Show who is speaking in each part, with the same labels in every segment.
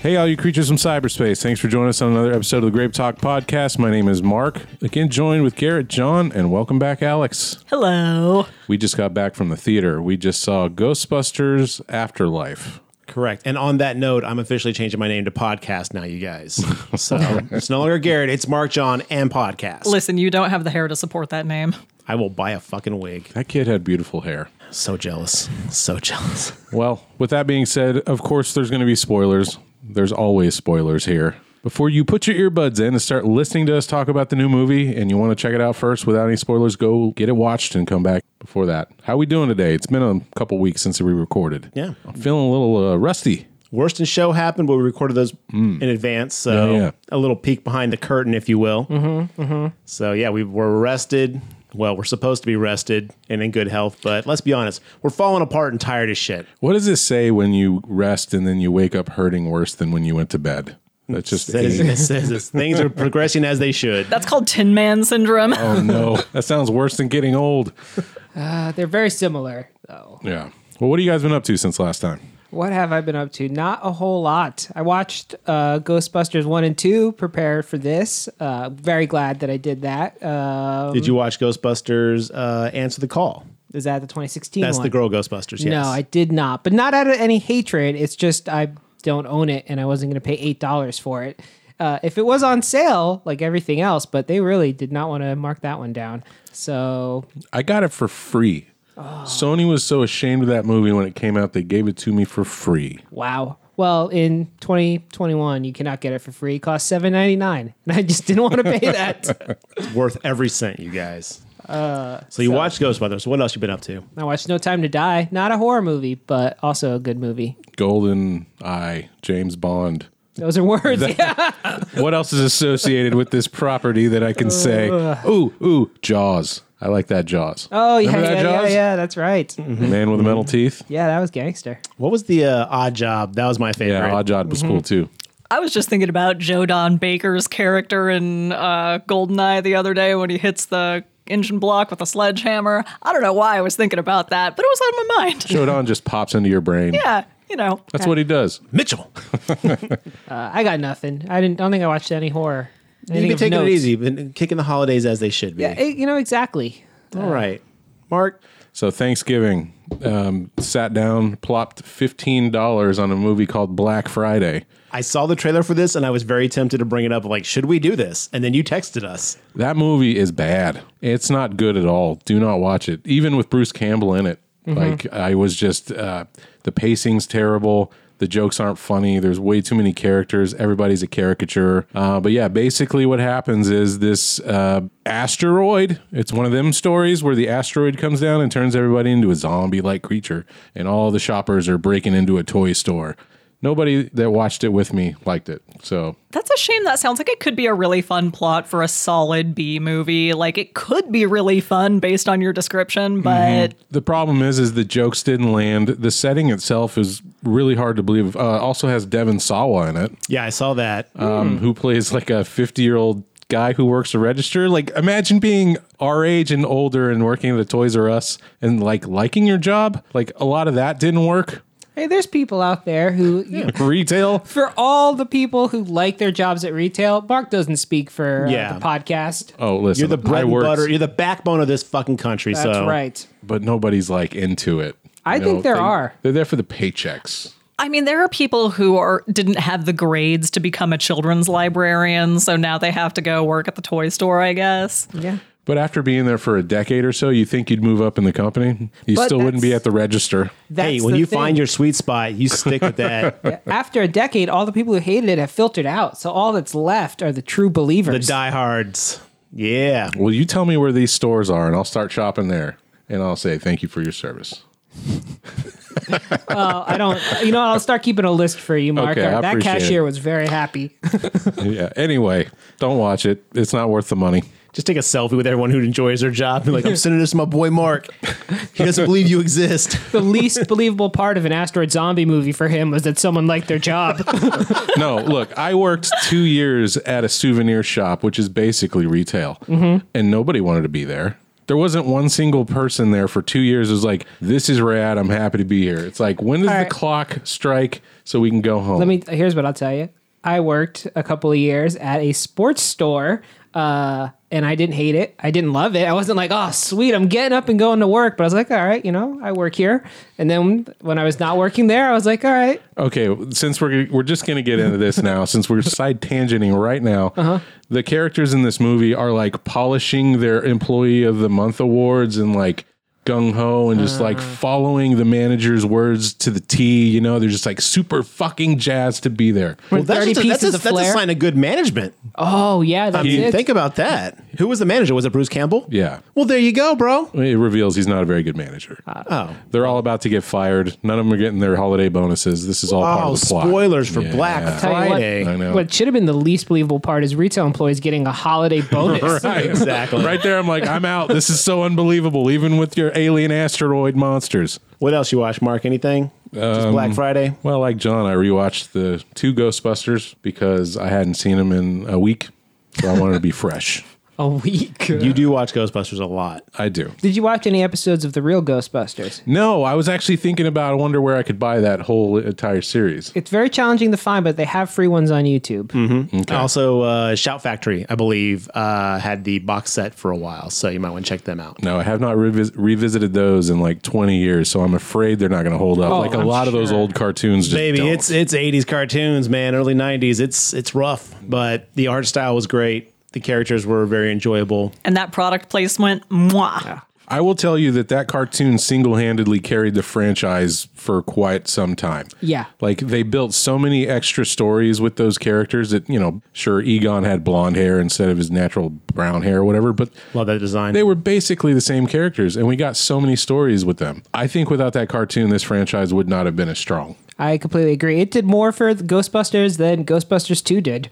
Speaker 1: Hey, all you creatures from cyberspace. Thanks for joining us on another episode of the Grape Talk Podcast. My name is Mark. Again, joined with Garrett, John, and welcome back, Alex.
Speaker 2: Hello.
Speaker 1: We just got back from the theater. We just saw Ghostbusters Afterlife.
Speaker 3: Correct. And on that note, I'm officially changing my name to podcast now, you guys. So it's no longer Garrett, it's Mark John and podcast.
Speaker 2: Listen, you don't have the hair to support that name.
Speaker 3: I will buy a fucking wig.
Speaker 1: That kid had beautiful hair.
Speaker 3: So jealous. So jealous.
Speaker 1: Well, with that being said, of course, there's going to be spoilers. There's always spoilers here. Before you put your earbuds in and start listening to us talk about the new movie and you want to check it out first without any spoilers, go get it watched and come back before that. How we doing today? It's been a couple weeks since we recorded.
Speaker 3: Yeah.
Speaker 1: I'm feeling a little uh, rusty.
Speaker 3: Worst in show happened, but we recorded those in advance. So
Speaker 1: Mm. Yeah, yeah.
Speaker 3: a little peek behind the curtain, if you will. Mm-hmm, So yeah, we were rested. Well, we're supposed to be rested and in good health, but let's be honest, we're falling apart and tired as shit.
Speaker 1: What does this say when you rest and then you wake up hurting worse than when you went to bed? That's just
Speaker 3: That is,
Speaker 1: aim.
Speaker 3: it says this. things are progressing as they should.
Speaker 2: That's called Tin Man Syndrome.
Speaker 1: oh no, that sounds worse than getting old.
Speaker 4: Uh, they're very similar, though.
Speaker 1: Yeah. Well, what have you guys been up to since last time?
Speaker 4: What have I been up to? Not a whole lot. I watched uh, Ghostbusters 1 and 2, prepared for this. Uh, very glad that I did that. Uh,
Speaker 3: Did you watch Ghostbusters uh, Answer the Call?
Speaker 4: is that the 2016
Speaker 3: That's
Speaker 4: one?
Speaker 3: the girl Ghostbusters, yes.
Speaker 4: No, I did not. But not out of any hatred. It's just I don't own it and I wasn't going to pay $8 for it. Uh, if it was on sale, like everything else, but they really did not want to mark that one down. So
Speaker 1: I got it for free.
Speaker 4: Oh.
Speaker 1: Sony was so ashamed of that movie when it came out, they gave it to me for free.
Speaker 4: Wow. Well, in 2021, you cannot get it for free. It costs $7.99. And I just didn't want to pay that.
Speaker 3: worth every cent, you guys.
Speaker 4: Uh,
Speaker 3: so you watched Ghostbusters. What else you been up to?
Speaker 4: I watched No Time to Die. Not a horror movie, but also a good movie.
Speaker 1: Golden Eye, James Bond.
Speaker 4: Those are words. yeah.
Speaker 1: What else is associated with this property that I can say? Ooh, ooh, Jaws. I like that Jaws.
Speaker 4: Oh, yeah,
Speaker 1: Remember
Speaker 4: yeah,
Speaker 1: that,
Speaker 4: yeah,
Speaker 1: Jaws?
Speaker 4: yeah. That's right.
Speaker 1: Man with the metal teeth.
Speaker 4: Yeah, that was gangster.
Speaker 3: What was the uh, odd job? That was my favorite.
Speaker 1: Yeah, Odd Job
Speaker 4: Mm-hmm.
Speaker 1: was cool too.
Speaker 2: I was just thinking about Joe Don Baker's character in uh, Goldeneye the other day when he hits the engine block with a sledgehammer. I don't know why I was thinking about that, but it was on my mind.
Speaker 1: Shodan just pops into your brain.
Speaker 2: Yeah, you know.
Speaker 1: That's what he does.
Speaker 3: Mitchell.
Speaker 4: Uh, I got nothing. I didn't. I don't think I watched any horror.
Speaker 3: You've
Speaker 4: Anything
Speaker 3: been
Speaker 4: of
Speaker 3: taking
Speaker 4: note.
Speaker 3: it easy. You've Been kicking the holidays as they should be.
Speaker 4: Yeah, eh, you know exactly.
Speaker 3: All right. Mark,
Speaker 1: So Thanksgiving, um, sat down, plopped fifteen dollars on a movie called Black Friday.
Speaker 3: I saw the trailer for this and I was very tempted to bring it up. Like, should we do this? And then you texted us.
Speaker 1: That movie is bad. It's not good at all. Do not watch it, even with Bruce Campbell in it. Like I was just, uh, the pacing's terrible. The jokes aren't funny. There's way too many characters. Everybody's a caricature. Uh, but yeah, basically what happens is this uh, asteroid. It's one of them stories where the asteroid comes down and turns everybody into a zombie-like creature, and all the shoppers are breaking into a toy store. Nobody that watched it with me liked it. So
Speaker 2: That's a shame. That sounds like it could be a really fun plot for a solid B movie. Like, it could be really fun based on your description, but
Speaker 1: The problem is, is the jokes didn't land. The setting itself is really hard to believe. Uh, also has Devin Sawa in it,
Speaker 3: Yeah, I saw that.
Speaker 4: Hmm.
Speaker 1: um, who plays like a fifty-year-old guy who works a register. Like, imagine being our age and older and working at a Toys R Us and like liking your job. Like, a lot of that didn't work.
Speaker 4: Hey, there's people out there who,
Speaker 1: Retail.
Speaker 4: for all the people who like their jobs at retail, Mark doesn't speak for uh,
Speaker 3: Yeah.
Speaker 4: the podcast.
Speaker 1: Oh, listen,
Speaker 3: you're the bread
Speaker 1: I
Speaker 3: and
Speaker 1: worked,
Speaker 4: e-
Speaker 3: butter. You're the backbone of this fucking country.
Speaker 4: That's
Speaker 3: so
Speaker 4: right.
Speaker 1: but nobody's like into it.
Speaker 4: I
Speaker 1: You
Speaker 4: think there are.
Speaker 1: They're there for the paychecks.
Speaker 2: I mean, there are people who are didn't have the grades to become a children's librarian, so now they have to go work at the toy store, I guess.
Speaker 4: Yeah.
Speaker 1: But after being there for a decade or so, you think you'd move up in the company? You
Speaker 4: But
Speaker 1: still wouldn't be
Speaker 4: that's-
Speaker 1: at the register.
Speaker 4: That's
Speaker 3: hey, when
Speaker 4: the
Speaker 3: you
Speaker 4: thing.
Speaker 3: find your sweet spot, you stick with that.
Speaker 4: after a decade, all the people who hated it have filtered out. So all that's left are the true
Speaker 3: The
Speaker 4: believers.
Speaker 3: diehards. Yeah.
Speaker 1: Well, you tell me where these stores are, and I'll start shopping there, and I'll say thank you for your service.
Speaker 4: Oh, I don't. You know, I'll start keeping a list for you, Mark.
Speaker 1: Okay, I
Speaker 4: that
Speaker 1: appreciate
Speaker 4: cashier
Speaker 1: it.
Speaker 4: was very happy.
Speaker 1: yeah. Anyway, don't watch it. It's not worth the money.
Speaker 3: Just take a selfie with everyone who enjoys their job. Be like, I'm sending this to my boy Mark. He doesn't believe you exist.
Speaker 4: The least believable part of an asteroid zombie movie for him was that someone liked their job.
Speaker 1: No, look, I worked two
Speaker 4: Mm-hmm.
Speaker 1: years at a souvenir shop, which is basically retail, and nobody wanted to be there. There wasn't one single person there for two years. It was like, this is rad. I'm happy to be here. It's like, when does
Speaker 4: All
Speaker 1: the
Speaker 4: right.
Speaker 1: clock strike so we can go home?
Speaker 4: Let me. Here's what I'll tell you. I worked a couple of years at a sports store, uh, and I didn't hate it. I didn't love it. I wasn't like, oh, sweet, I'm getting up and going to work. But I was like, all right, you know, I work here. And then when I was not working there, I was like, all right,
Speaker 1: Okay, since we're we're just gonna get into this now, since we're side tangenting right now, the characters in this movie are like polishing their employee of the month awards and like gung ho and just like following the manager's words to the T. You know, they're just like super fucking jazzed to be there.
Speaker 3: Well, that's,
Speaker 4: 30
Speaker 3: just a, that's,
Speaker 4: pieces
Speaker 3: a,
Speaker 4: of
Speaker 3: that's a
Speaker 4: flair.
Speaker 3: sign of good management.
Speaker 4: oh yeah, that's
Speaker 3: I mean,
Speaker 4: it.
Speaker 3: think about that. Who was the manager? Was it Bruce Campbell?
Speaker 1: Yeah.
Speaker 3: Well, there you go, bro.
Speaker 1: It reveals he's not a very good manager.
Speaker 3: Oh.
Speaker 1: They're all about to get fired. None of them are getting their holiday bonuses. This is all part
Speaker 3: Oh,
Speaker 1: of the plot.
Speaker 3: spoilers for Black
Speaker 4: Tell you
Speaker 3: Friday.
Speaker 1: I know.
Speaker 4: What, what should have been the least believable part is retail employees getting a holiday bonus.
Speaker 1: Right.
Speaker 3: Exactly.
Speaker 1: right there, I'm like, I'm out. This is so unbelievable, even with your alien asteroid monsters.
Speaker 3: What else you watch, Mark? Anything? Just
Speaker 4: Um,
Speaker 3: Black Friday.
Speaker 1: Well, like John, I rewatched the two Ghostbusters because I hadn't seen them in a week, so I wanted to be fresh.
Speaker 4: a week.
Speaker 3: You do watch Ghostbusters a lot.
Speaker 1: I do.
Speaker 4: Did you watch any episodes of the real Ghostbusters?
Speaker 1: No, I was actually thinking about. I wonder where I could buy that whole entire series.
Speaker 4: It's very challenging to find, but they have free ones on YouTube.
Speaker 3: Also, uh, Shout Factory, I believe, uh, had the box set for a while, so you might want to check them out.
Speaker 1: No, I have not revis- revisited those in like 20 years, so I'm afraid they're not going to hold up.
Speaker 4: Oh,
Speaker 1: like a
Speaker 4: I'm
Speaker 1: lot of those
Speaker 4: sure.
Speaker 1: old cartoons. Just
Speaker 3: Baby,
Speaker 1: don't.
Speaker 3: it's it's eighties cartoons, man. Early nineties. It's it's rough, but the art style was great. The characters were very enjoyable.
Speaker 2: And that product placement, mwah.
Speaker 1: I will tell you that that cartoon single handedly carried the franchise for quite some time.
Speaker 4: Yeah.
Speaker 1: Like they built so many extra stories with those characters that, you know, sure, Egon had blonde hair instead of his natural brown hair or whatever, but
Speaker 3: Love that design.
Speaker 1: they were basically the same characters and we got so many stories with them. I think without that cartoon, this franchise would not have been as strong.
Speaker 4: I completely agree. It did more for the Ghostbusters than Ghostbusters 2 did.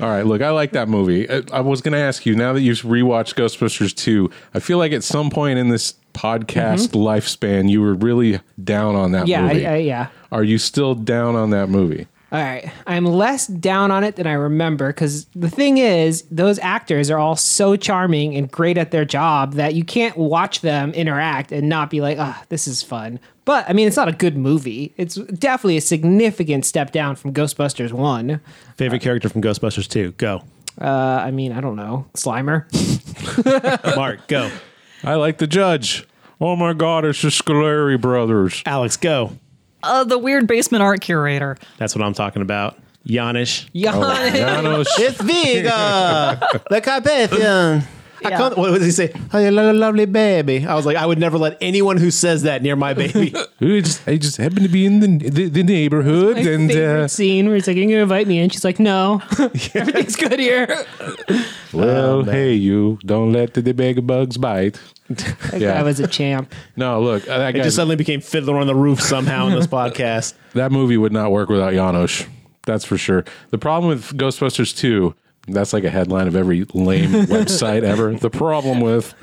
Speaker 1: All right, look, I like that movie. I, I was going to ask you now that you've rewatched Ghostbusters 2, I feel like at some point in this podcast lifespan, you were really down on that
Speaker 4: Mm-hmm. Yeah,
Speaker 1: movie.
Speaker 4: I, I, yeah.
Speaker 1: Are you still down on that movie?
Speaker 4: All right. I'm less down on it than I remember because the thing is, those actors are all so charming and great at their job that you can't watch them interact and not be like, ah, this is fun. But I mean, it's not a good movie. It's definitely a significant step down from Ghostbusters 1.
Speaker 3: Favorite character from Ghostbusters two. Go,
Speaker 4: Uh, I mean, I don't know. Slimer.
Speaker 3: Mark. Go,
Speaker 1: I like the judge. Oh my God, it's the Scaleri brothers.
Speaker 3: Alex. Go.
Speaker 2: Uh, the weird basement art curator.
Speaker 3: That's what I'm talking about. Yanish. Oh,
Speaker 4: Yeah.
Speaker 1: Janos.
Speaker 3: It's Vega. La Carpathian. I
Speaker 2: Yeah.
Speaker 3: can't, what does he say? Oh, you lo- lovely baby. I was like, I would never let anyone who says that near my baby.
Speaker 1: Who just, I just happen to be in the, the, the neighborhood
Speaker 4: My
Speaker 1: and
Speaker 4: favorite
Speaker 1: uh,
Speaker 4: scene where he's like, "You're gonna invite me," and she's like, "No, everything's good here."
Speaker 1: well, hey, you don't let the, the big bugs bite.
Speaker 4: yeah.
Speaker 1: yeah.
Speaker 4: I was a champ.
Speaker 1: no, look, uh, that,
Speaker 3: It
Speaker 1: guy,
Speaker 3: just suddenly became Fiddler on the Roof somehow in this podcast.
Speaker 1: that movie would not work without Janos. That's for sure. The problem with Ghostbusters 2, that's like a headline of every lame website ever. The problem with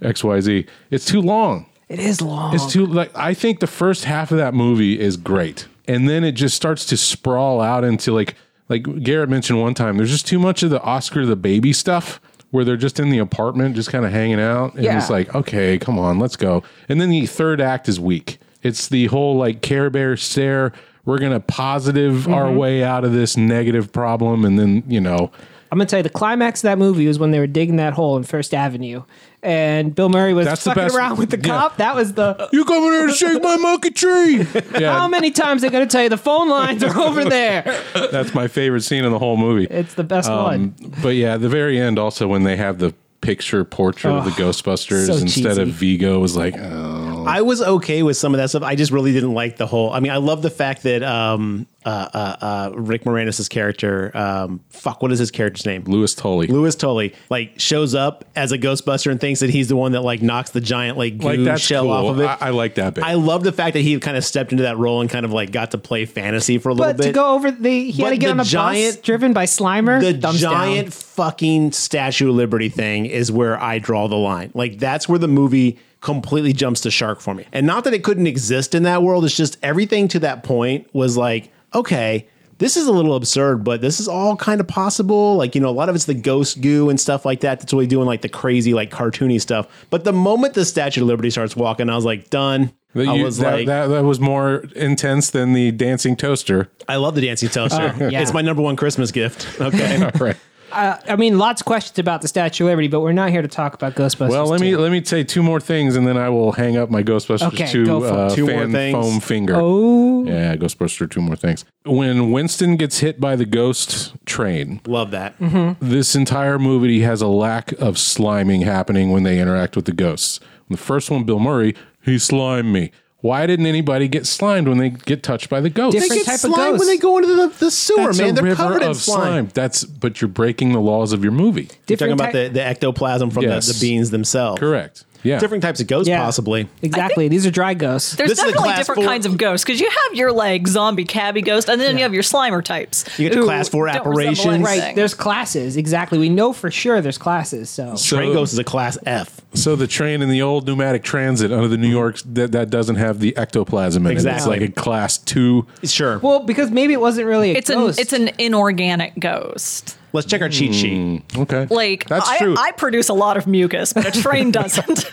Speaker 1: XYZ, it's too long.
Speaker 4: It is long.
Speaker 1: It's too like I think the first half of that movie is great, and then it just starts to sprawl out into like like Garrett mentioned one time. There's just too much of the Oscar the baby stuff where they're just in the apartment, just kind of hanging out, and it's
Speaker 4: Yeah.
Speaker 1: like, okay, come on, let's go. And then the third act is weak. It's the whole like Care Bear stare. We're gonna positive our way out of this negative problem, and then you know,
Speaker 4: I'm gonna tell you, the climax of that movie was when they were digging that hole in First Avenue, and Bill Murray was
Speaker 1: That's the
Speaker 4: fucking
Speaker 1: best-
Speaker 4: around with the
Speaker 1: yeah.
Speaker 4: cop. That was the.
Speaker 1: you come in here and shake my monkey tree.
Speaker 4: How
Speaker 1: yeah,
Speaker 4: many times they gonna tell you the phone lines are over there?
Speaker 1: that's my favorite scene in the whole movie.
Speaker 4: It's the best
Speaker 1: Um,
Speaker 4: one.
Speaker 1: but yeah, the very end also when they have the picture portrait of the Ghostbusters
Speaker 4: so
Speaker 1: instead of
Speaker 4: cheesy.
Speaker 1: Vigo was like, oh.
Speaker 3: I was okay with some of that stuff. I just really didn't like the whole. I mean, I love the fact that um, uh, uh, uh, Rick Moranis' character, um, fuck, what is his character's name?
Speaker 1: Louis Tully.
Speaker 3: Louis Tully like shows up as a Ghostbuster and thinks that he's the one that like knocks the giant like goo
Speaker 1: like that's
Speaker 3: shell
Speaker 1: cool.
Speaker 3: off of it.
Speaker 1: I, I like that bit.
Speaker 3: I love the fact that he kind of stepped into that role and kind of like got to play fantasy for a little
Speaker 4: But
Speaker 3: bit.
Speaker 4: to go over the, he
Speaker 3: But
Speaker 4: had to get
Speaker 3: the
Speaker 4: on a bus
Speaker 3: giant-
Speaker 4: driven by Slimer.
Speaker 3: the
Speaker 4: thumbs down.
Speaker 3: giant fucking Statue of Liberty thing is where I draw the line. Like that's where the movie completely jumps the shark for me. And not that it couldn't exist in that world. It's just everything to that point was like, okay, this is a little absurd, but this is all kind of possible. Like, you know, a lot of it's the ghost goo and stuff like that. That's really doing like the crazy, like cartoony stuff. But the moment the Statue of Liberty starts walking, I was like, done.
Speaker 1: That,
Speaker 3: I
Speaker 1: you-
Speaker 3: was
Speaker 1: that,
Speaker 3: like,
Speaker 1: that, that was more intense than the dancing toaster.
Speaker 3: I love the dancing toaster.
Speaker 4: yeah.
Speaker 3: It's my number one Christmas gift. Okay.
Speaker 1: right.
Speaker 4: Uh, I mean, lots of questions about the Statue of Liberty, but we're not here to talk about Ghostbusters.
Speaker 1: Well, let me
Speaker 4: 2.
Speaker 1: let me say two more things, and then I will hang up my Ghostbusters
Speaker 4: Okay, go
Speaker 1: two,
Speaker 4: for it.
Speaker 1: uh,
Speaker 3: Two more
Speaker 1: fan
Speaker 3: things.
Speaker 1: foam finger.
Speaker 4: Oh,
Speaker 1: Yeah, Ghostbuster two more things. When Winston gets hit by the ghost train,
Speaker 3: love that.
Speaker 1: this entire movie has a lack of sliming happening when they interact with the ghosts. The first one, Bill Murray, he slimed me. Why didn't anybody get slimed when they get touched by the ghost?
Speaker 4: Different
Speaker 3: They get
Speaker 4: type of
Speaker 3: slime
Speaker 4: ghost.
Speaker 3: when they go into the, the sewer,
Speaker 1: That's
Speaker 3: man.
Speaker 1: a
Speaker 3: They're
Speaker 1: river
Speaker 3: covered in
Speaker 1: of
Speaker 3: slime.
Speaker 1: That's but you're breaking the laws of your movie.
Speaker 3: You're talking about
Speaker 4: ty-
Speaker 3: the, the ectoplasm from
Speaker 1: Yes.
Speaker 3: the, the beans themselves.
Speaker 1: Correct. Yeah.
Speaker 3: Different types of ghosts,
Speaker 4: Yeah.
Speaker 3: possibly.
Speaker 4: exactly. These are dry ghosts.
Speaker 2: There's
Speaker 3: This is a
Speaker 2: definitely
Speaker 3: class
Speaker 2: different
Speaker 3: four-
Speaker 2: kinds of ghosts because you have your like zombie cabbie ghost, and then you have your Slimer types.
Speaker 3: You get the
Speaker 2: who
Speaker 3: class four
Speaker 2: don't resemble
Speaker 3: apparitions.
Speaker 2: anything.
Speaker 4: Right. There's classes. Exactly. We know for sure there's classes. So
Speaker 3: Train ghost is a class F.
Speaker 1: So the train in the old pneumatic transit under the New York that that doesn't have the ectoplasm in it. It's
Speaker 3: Exactly.
Speaker 1: like a class two.
Speaker 3: Sure.
Speaker 4: well, because maybe it wasn't really a
Speaker 2: it's an
Speaker 4: ghost.
Speaker 2: it's an inorganic ghost.
Speaker 3: Let's check our cheat
Speaker 1: Hmm.
Speaker 3: sheet.
Speaker 1: Okay,
Speaker 2: Like
Speaker 1: that's
Speaker 2: I,
Speaker 1: true.
Speaker 2: I produce a lot of mucus, but a train doesn't.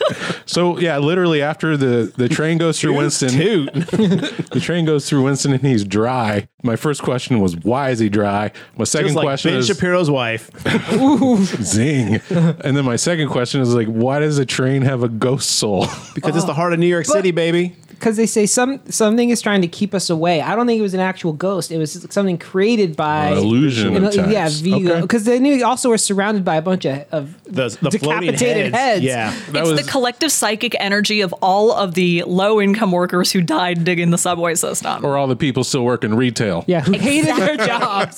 Speaker 1: so yeah, literally after the the train goes through Winston,
Speaker 3: Toot.
Speaker 1: the train goes through Winston and he's dry. My first question was why is he dry? My second
Speaker 3: Just like
Speaker 1: question
Speaker 3: Ben
Speaker 1: is
Speaker 3: Shapiro's wife.
Speaker 1: zing, and then my second question is like why does a train have a ghost soul?
Speaker 3: Because
Speaker 4: Oh.
Speaker 3: it's the heart of New York City, baby.
Speaker 4: because they say some something is trying to keep us away. I don't think it was an actual ghost. It was something created by
Speaker 1: An illusion
Speaker 4: An-
Speaker 1: of types.
Speaker 4: yeah, Vigo.
Speaker 1: Okay.
Speaker 4: Because they knew also were surrounded by a bunch of, of
Speaker 3: The, the floating
Speaker 4: decapitated heads.
Speaker 3: Yeah.
Speaker 1: That
Speaker 2: it's
Speaker 1: was-
Speaker 2: the collective psychic energy of all of the low income workers who died digging the subway system.
Speaker 1: or all the people still work in retail?
Speaker 4: Yeah, who hated their jobs.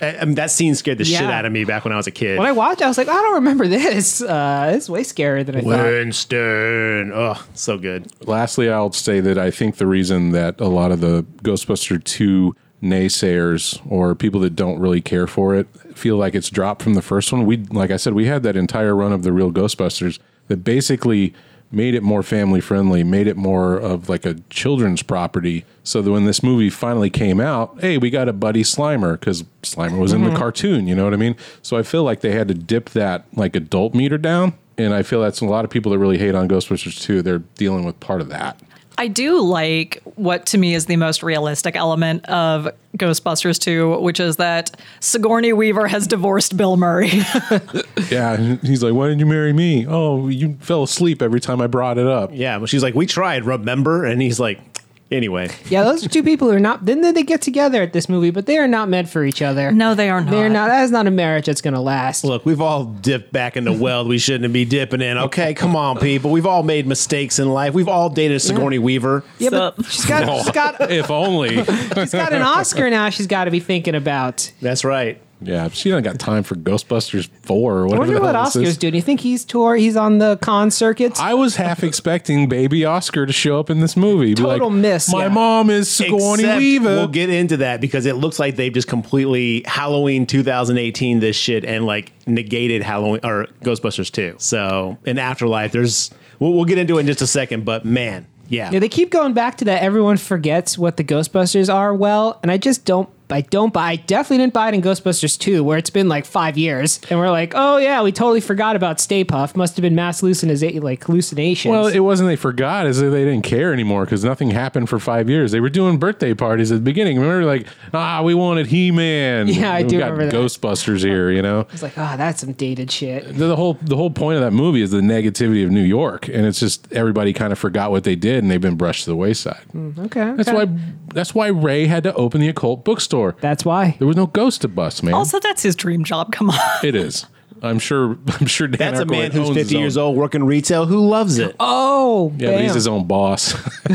Speaker 3: I, I mean, that scene scared the shit
Speaker 4: Yeah.
Speaker 3: out of me back when I was a kid.
Speaker 4: When I watched, I was like, I don't remember this. Uh, it's way scarier than I thought.
Speaker 3: Winston. Oh, so good.
Speaker 1: Lastly, I'll say that I think the reason that a lot of the Ghostbuster 2 naysayers or people that don't really care for it feel like it's dropped from the first one. We like I said we had that entire run of the real Ghostbusters that basically made it more family friendly, made it more of like a children's property so that when this movie finally came out, hey, we got a buddy Slimer cuz Slimer was in the cartoon, you know what I mean? So I feel like they had to dip that like adult meter down and I feel that's a lot of people that really hate on Ghostbusters too. They're dealing with part of that.
Speaker 2: I do like what to me is the most realistic element of Ghostbusters 2, which is that Sigourney Weaver has divorced Bill Murray.
Speaker 1: Yeah, and he's like, "Why didn't you marry me? Oh, you fell asleep every time I brought it up."
Speaker 3: Yeah. Well, she's like, we tried, remember? And he's like, anyway.
Speaker 4: Yeah, those are two people who are not. Then they get together at this movie, but they are not meant for each other.
Speaker 2: no, they are not.
Speaker 4: they're not. That is not a marriage that's going to last.
Speaker 3: Look, we've all dipped back in the well we shouldn't be dipping in. Okay, come on, people. We've all made mistakes in life. We've all dated a Sigourney Weaver.
Speaker 4: yeah,
Speaker 2: Sup?
Speaker 4: but she's got she's got
Speaker 1: If only.
Speaker 4: she's got an Oscar now. She's got to be thinking about.
Speaker 3: That's right.
Speaker 1: yeah, she don't got time for Ghostbusters four or
Speaker 4: I
Speaker 1: whatever.
Speaker 4: wonder
Speaker 1: the
Speaker 4: what
Speaker 1: hell this is.
Speaker 4: Oscar's doing. You think he's tour? He's on the con circuit.
Speaker 1: I was half expecting baby Oscar to show up in this movie. Be
Speaker 4: Total
Speaker 1: like,
Speaker 4: miss,
Speaker 1: My
Speaker 4: yeah.
Speaker 1: mom is Sigourney
Speaker 3: Except
Speaker 1: Weaver.
Speaker 3: We'll get into that because it looks like they've just completely Halloween 2018 this shit and like negated Halloween or Ghostbusters 2. So in Afterlife, there's we'll, we'll get into it in just a second, but man, yeah.
Speaker 4: Yeah, they keep going back to that. Everyone forgets what the Ghostbusters are. Well, and I just don't. I don't buy. I definitely didn't buy it in Ghostbusters 2, where it's been like five years, and we're like, oh yeah, we totally forgot about Stay Puff. Must have been mass hallucinations, like hallucinations.
Speaker 1: well, it wasn't they forgot, is that they didn't care anymore because nothing happened for five years. They were doing birthday parties at the beginning. Remember, like, ah, we wanted He Man.
Speaker 4: Yeah, I
Speaker 1: we
Speaker 4: do
Speaker 1: got
Speaker 4: remember that.
Speaker 1: Ghostbusters here, you know?
Speaker 4: it's like, oh, that's some dated shit.
Speaker 1: the, the whole the whole point of that movie is the negativity of New York, and it's just everybody kind of forgot what they did, and they've been brushed to the wayside.
Speaker 4: Okay,
Speaker 1: That's
Speaker 4: okay.
Speaker 1: why that's why Ray had to open the occult bookstore.
Speaker 4: That's why.
Speaker 1: There was no ghost to bust, man.
Speaker 2: Also, that's his dream job. Come on.
Speaker 1: it is. I'm sure. I'm sure. Dan
Speaker 3: That's a
Speaker 1: Aykroyd
Speaker 3: man who's
Speaker 1: owns his
Speaker 3: 50
Speaker 1: own-
Speaker 3: years old working retail who loves it.
Speaker 4: Oh,
Speaker 1: Yeah, but he's his own boss.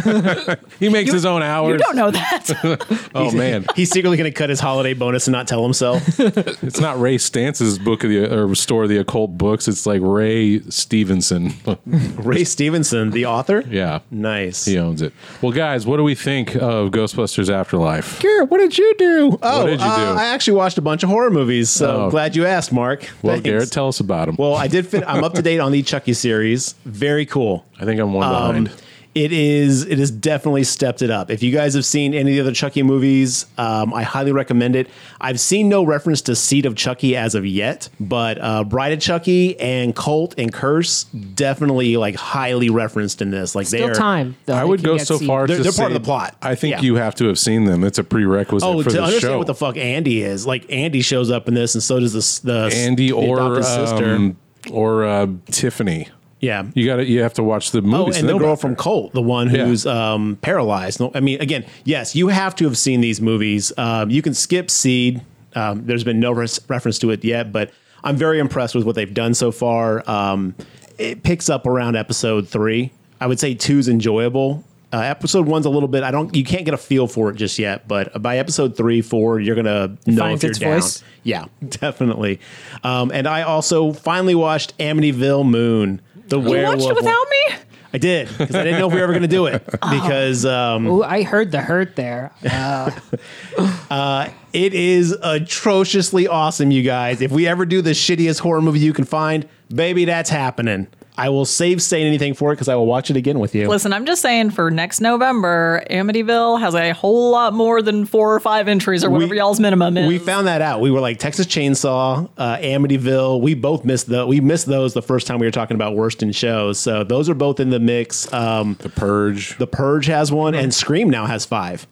Speaker 1: he makes his own hours.
Speaker 2: You don't know that.
Speaker 1: Oh man,
Speaker 3: He's secretly going to cut his holiday bonus and not tell himself.
Speaker 1: it's not Ray Stance's book of the or store of the occult books. It's like Ray Stevenson.
Speaker 3: Ray Stevenson, the author.
Speaker 1: yeah,
Speaker 3: Nice.
Speaker 1: he owns it. Well, guys, what do we think of Ghostbusters Afterlife?
Speaker 3: Here, what did you do? Oh,
Speaker 1: did you
Speaker 3: uh,
Speaker 1: do?
Speaker 3: I actually watched a bunch of horror movies, so
Speaker 1: Oh.
Speaker 3: glad you asked, Mark.
Speaker 1: Well,
Speaker 3: Thanks.
Speaker 1: Garrett, tell us about them.
Speaker 3: Well, I did. Fin- I'm up to date on the Chucky series. Very cool.
Speaker 1: I think I'm one
Speaker 3: Um,
Speaker 1: behind.
Speaker 3: it is it has definitely stepped it up. If you guys have seen any of the other Chucky movies, um, I highly recommend it. I've seen no reference to Seed of Chucky as of yet, but uh, Bride of Chucky and Cult and Curse definitely like highly referenced in this. Like
Speaker 4: Still
Speaker 3: they're
Speaker 4: time. though,
Speaker 1: I
Speaker 4: if
Speaker 1: would
Speaker 4: you
Speaker 1: go
Speaker 4: get
Speaker 1: so
Speaker 4: seed.
Speaker 1: far.
Speaker 3: They're-
Speaker 1: to
Speaker 3: they're part of
Speaker 1: say-
Speaker 3: the plot.
Speaker 1: I think
Speaker 3: Yeah.
Speaker 1: you have to have seen them. It's a prerequisite
Speaker 3: Oh,
Speaker 1: for
Speaker 3: to
Speaker 1: the
Speaker 3: understand
Speaker 1: show.
Speaker 3: what the fuck Andy is, like Andy shows up in this, and so does this the
Speaker 1: Andy
Speaker 3: the
Speaker 1: or
Speaker 3: adopted
Speaker 1: um, or uh, Tiffany.
Speaker 3: yeah.
Speaker 1: You got to You have to watch the
Speaker 3: Oh,
Speaker 1: movies. to
Speaker 3: and the
Speaker 1: know
Speaker 3: girl
Speaker 1: about
Speaker 3: from
Speaker 1: that.
Speaker 3: Colt, the one
Speaker 1: Yeah.
Speaker 3: who's um, paralyzed. No, I mean, again, yes, you have to have seen these movies. Um, you can skip Seed. Um, there's been no res- reference to it yet, but I'm very impressed with what they've done so far. Um, it picks up around episode three. I would say two's enjoyable. Uh, episode one's a little bit. I don't. You can't get a feel for it just yet, but by episode three, four, you're gonna know if
Speaker 4: finds
Speaker 3: you're
Speaker 4: its
Speaker 3: down.
Speaker 4: voice?
Speaker 3: Yeah, definitely. Um, and I also finally watched Amityville Moon. The
Speaker 2: You watched it without me?
Speaker 3: I did because I didn't know if we were ever going to do it because um,
Speaker 4: Ooh, I heard the hurt there. Uh,
Speaker 3: it is atrociously awesome, you guys. If we ever do the shittiest horror movie you can find, baby, that's happening. I will save saying anything for it because I will watch it again with you.
Speaker 2: Listen, I'm just saying for next November, Amityville has a whole lot more than four or five entries or whatever y'all's minimum is.
Speaker 3: We found that out. We were like Texas Chainsaw, uh, Amityville. We both missed the we missed those the first time we were talking about worst in shows. So those are both in the mix. Um,
Speaker 1: The Purge.
Speaker 3: the Purge has one, and Scream now has 5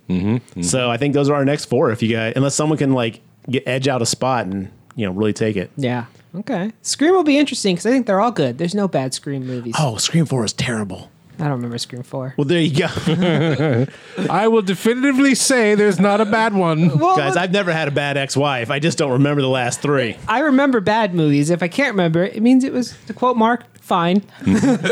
Speaker 3: So I think those are our next four. If you guys, unless someone can like get edge out a spot and you know really take it.
Speaker 4: yeah. Okay. Scream will be interesting because I think they're all good. There's no bad Scream movies.
Speaker 3: Oh, Scream 4 is terrible.
Speaker 4: I don't remember Scream 4.
Speaker 3: Well, there you go.
Speaker 1: I will definitively say there's not a bad one.
Speaker 4: Well,
Speaker 3: Guys,
Speaker 4: look,
Speaker 3: I've never had a bad ex wife. I just don't remember the last three.
Speaker 4: I remember bad movies. If I can't remember, it means it was, to quote Mark, fine.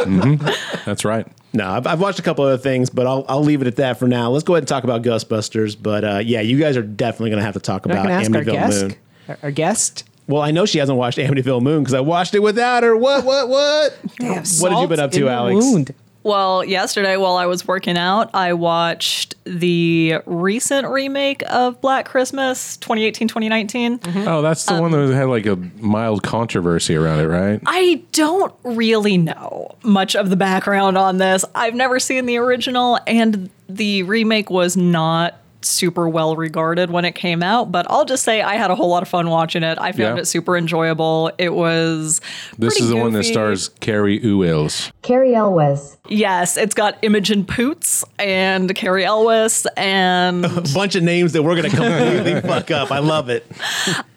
Speaker 1: That's right.
Speaker 3: No, I've, I've watched a couple other things, but I'll, I'll leave it at that for now. Let's go ahead and talk about Ghostbusters. But uh, yeah, you guys are definitely going to have to talk
Speaker 4: We're not
Speaker 3: about
Speaker 4: going to ask our
Speaker 3: Amityville
Speaker 4: guest.
Speaker 3: Moon.
Speaker 4: Our, our guest.
Speaker 3: Well, I know she hasn't watched Amityville Moon because I watched it without her. What, what, what? what have you
Speaker 4: Salt
Speaker 3: been up
Speaker 4: in
Speaker 3: to,
Speaker 4: the
Speaker 3: Alex?
Speaker 4: wound.
Speaker 2: Well, yesterday while I was working out, I watched the recent remake of Black Christmas 2018 2019.
Speaker 1: Oh, that's the one
Speaker 2: Um,
Speaker 1: that had like a mild controversy around it, right?
Speaker 2: I don't really know much of the background on this. I've never seen the original, and the remake was not super well regarded when it came out, but I'll just say I had a whole lot of fun watching it. I
Speaker 1: Yeah.
Speaker 2: found it super enjoyable. It was.
Speaker 1: This
Speaker 2: pretty
Speaker 1: is the one that
Speaker 2: goofy.
Speaker 1: stars Carrie Uwils.
Speaker 5: Carrie Elwes.
Speaker 2: Yes, it's got Imogen Poots and Carrie Elwes
Speaker 1: Oh,
Speaker 2: and
Speaker 3: A bunch of names that we're going to completely fuck up. I love it.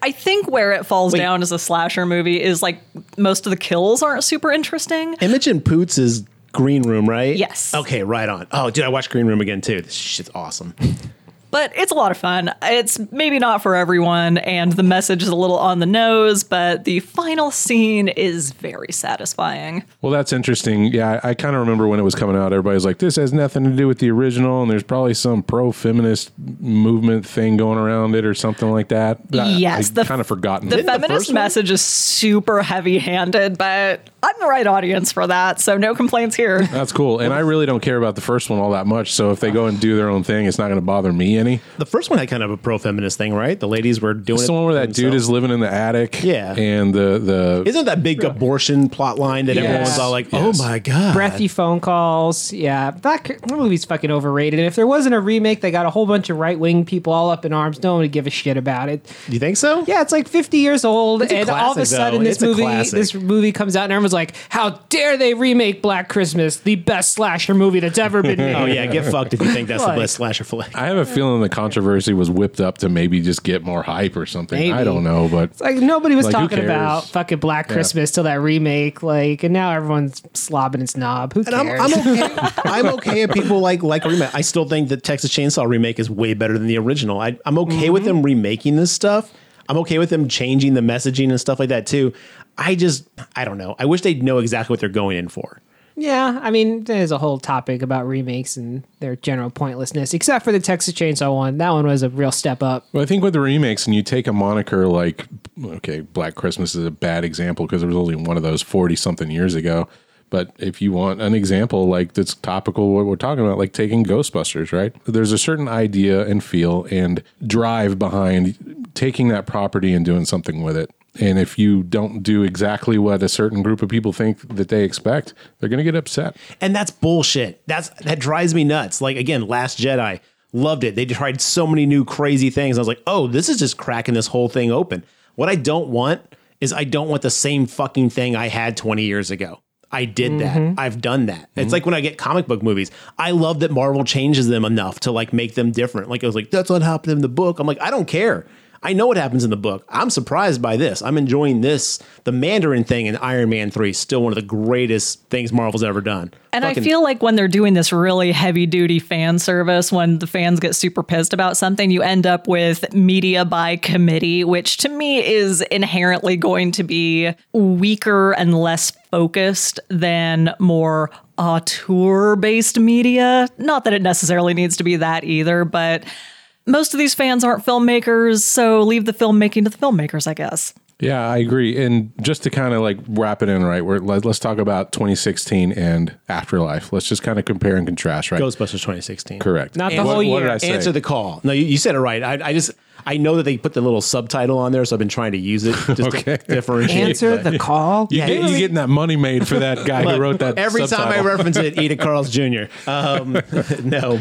Speaker 2: I think where it falls down as a slasher movie is like most of the kills aren't super interesting.
Speaker 3: Imogen Poots is Green Room, right?
Speaker 2: Yes.
Speaker 3: Okay, right on. Oh, dude, I watched Green Room again too. This shit's awesome.
Speaker 2: but it's a lot of fun. It's maybe not for everyone, and the message is a little on the nose, but the final scene is very satisfying.
Speaker 1: Well, that's interesting. Yeah, I, I kind of remember when it was coming out. Everybody's like, "This has nothing to do with the original," and there's probably some pro-feminist movement thing going around it or something like that. I-
Speaker 2: Yes,
Speaker 1: I,
Speaker 2: the-
Speaker 1: kind of forgotten.
Speaker 2: The
Speaker 1: it.
Speaker 2: feminist
Speaker 3: first one?
Speaker 2: message is super heavy handed, but I'm the right audience for that, so no complaints here.
Speaker 1: That's cool. And I really don't care about the first one all that much. So if they go and do their own thing, it's not going to bother me any.
Speaker 3: The first one had kind of a pro feminist thing, right? The ladies were doing
Speaker 1: It's
Speaker 3: it
Speaker 1: the one where that dude
Speaker 3: themselves.
Speaker 1: is living in the attic.
Speaker 3: Yeah.
Speaker 1: And the the
Speaker 3: Isn't that big abortion plot line that
Speaker 1: Yes.
Speaker 3: everyone's all like,
Speaker 1: Yes.
Speaker 3: "Oh my god"?
Speaker 4: breathy phone calls. Yeah, that, c- that movie's fucking overrated. And if there wasn't a remake, they got a whole bunch of right wing people all up in arms. No one would give a shit about it.
Speaker 3: Do you think so?
Speaker 4: Yeah, it's like 50 years old,
Speaker 3: a
Speaker 4: and all of a
Speaker 3: classic, though.
Speaker 4: sudden this
Speaker 3: It's a
Speaker 4: movie
Speaker 3: classic.
Speaker 4: this movie comes out, and everyone's like, "How dare they remake Black Christmas, the best slasher movie that's ever been made?"
Speaker 3: Oh yeah, get fucked if you think that's
Speaker 4: Like-
Speaker 3: the best slasher flick.
Speaker 1: I have a feeling the controversy was whipped up to maybe just get more hype or something.
Speaker 4: Maybe.
Speaker 1: I don't know, but
Speaker 4: It's Like nobody was
Speaker 1: Like, who
Speaker 4: talking
Speaker 1: cares?
Speaker 4: about fucking Black Christmas till that remake, like, and now everyone's slobbing its knob. Who
Speaker 3: And I'm,
Speaker 4: cares?
Speaker 3: I'm okay. I'm okay if people like like remake. I still think the Texas Chainsaw remake is way better than the original. I, I'm okay with
Speaker 4: Mm-hmm.
Speaker 3: them remaking this stuff. I'm okay with them changing the messaging and stuff like that too. I just I don't know. I wish they'd know exactly what they're going in for.
Speaker 4: Yeah, I mean, there's a whole topic about remakes and their general pointlessness, except for the Texas Chainsaw one. That one was a real step up.
Speaker 1: Well, I think with the remakes, and you take a moniker like, okay, Black Christmas is a bad example because there was only one of those 40 something years ago. But if you want an example like that's topical, what we're talking about, like taking Ghostbusters, right? There's a certain idea and feel and drive behind taking that property and doing something with it. And if you don't do exactly what a certain group of people think that they expect, they're going to get upset.
Speaker 3: and that's bullshit. That's that drives me nuts. Like again, Last Jedi loved it. They tried so many new crazy things. I was like, oh, this is just cracking this whole thing open. What I don't want is I don't want the same fucking thing I had 20 years ago. I did that. I've done that. It's like when I get comic book movies. I love that Marvel changes them enough to like make them different. Like I was like, that's what happened in the book. I'm like, I don't care. I know what happens in the book. I'm surprised by this. I'm enjoying this. The Mandarin thing in Iron Man 3 is still one of the greatest things Marvel's ever done.
Speaker 2: And I
Speaker 3: Fucking-
Speaker 2: feel like when they're doing this really heavy duty fan service, when the fans get super pissed about something, you end up with media by committee, which to me is inherently going to be weaker and less focused than more auteur based media. Not that it necessarily needs to be that either, but most of these fans aren't filmmakers, so leave the filmmaking to the filmmakers, I guess.
Speaker 1: Yeah, I agree. And just to kind of like wrap it in, right? We're, let, let's talk about 2016 and Afterlife. Let's just kind of compare and contrast, right?
Speaker 3: Ghostbusters 2016.
Speaker 1: Correct.
Speaker 4: Not the whole
Speaker 1: What did
Speaker 4: year.
Speaker 1: I say?
Speaker 3: Answer the call. No, you, you said it right. I, I just I know that they put the little subtitle on there, so I've been trying to use it just
Speaker 1: Okay.
Speaker 3: to differentiate.
Speaker 4: Answer
Speaker 3: but-
Speaker 4: the call.
Speaker 1: you get, you getting that money made for that guy who wrote that.
Speaker 3: Every time I
Speaker 1: subtitle.
Speaker 3: reference it, Eda Carl's Jr. Um, no,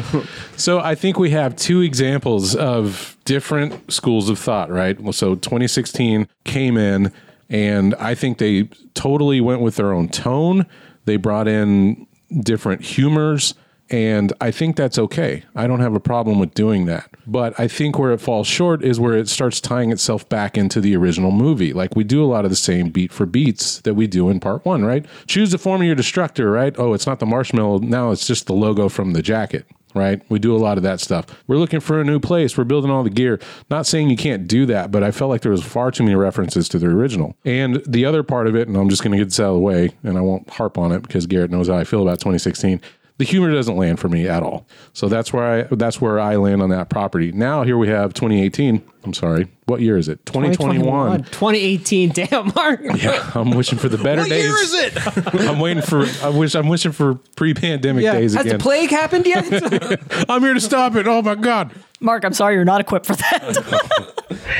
Speaker 1: So I think we have two examples of different schools of thought, right? Well, So 2016 came in, and I think they totally went with their own tone. They brought in different humors, and I think that's okay. I don't have a problem with doing that. But I think where it falls short is where it starts tying itself back into the original movie. Like we do a lot of the same beat for beats that we do in part one, right? Choose the form of your destructor, right? Oh, it's not the marshmallow now, it's just the logo from the jacket right? We do a lot of that stuff. We're looking for a new place. We're building all the gear. Not saying you can't do that, but I felt like there was far too many references to the original. And the other part of it, and I'm just going to get this out of the way, and I won't harp on it because Garrett knows how I feel about 2016. The humor doesn't land for me at all. So that's where I that's where I land on that property. Now here we have 2018. I'm sorry. What year is it? 2021.
Speaker 4: 2018. Damn, Mark.
Speaker 1: Yeah, I'm wishing for the better
Speaker 3: what
Speaker 1: days.
Speaker 3: year is it?
Speaker 1: I'm waiting for I wish I'm wishing for pre-pandemic days
Speaker 4: Has the
Speaker 1: again.
Speaker 4: plague happened yet?
Speaker 1: I'm here to stop it. Oh my god.
Speaker 2: Mark, I'm sorry you're not equipped for that.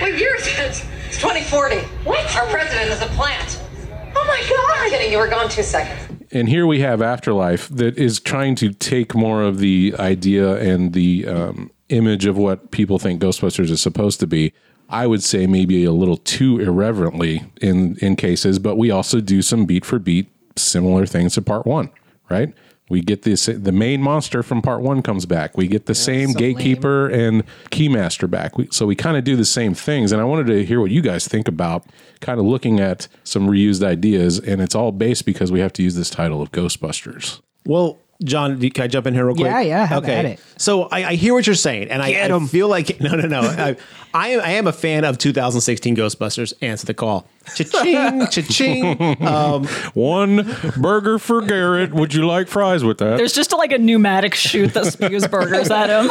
Speaker 5: What year is it? It's 2040. What? Our president is a plant. Oh my god! I'm kidding. You were gone two seconds.
Speaker 1: and here we have afterlife that is trying to take more of the idea and the um, image of what people think ghostbusters is supposed to be i would say maybe a little too irreverently in in cases but we also do some beat for beat similar things to part one right we get this the main monster from part one comes back we get the same
Speaker 4: so lame.
Speaker 1: gatekeeper and keymaster back we, so we kind of do the same things and i wanted to hear what you guys think about kind of looking at some reused ideas and it's all based because we have to use this title of ghostbusters
Speaker 3: Well, John, do- can I jump in here real quick?
Speaker 4: Yeah, yeah, have at it.
Speaker 3: So I, I hear what you're saying, and I,
Speaker 4: Get
Speaker 3: I
Speaker 4: 'em.
Speaker 3: feel like no, no, no. I, I am I am a fan of 2016 Ghostbusters. Answer the call. Cha-ching, cha-ching. Um,
Speaker 1: one burger for garrett would you like fries with that
Speaker 2: There's just like a pneumatic chute that spews burgers at him.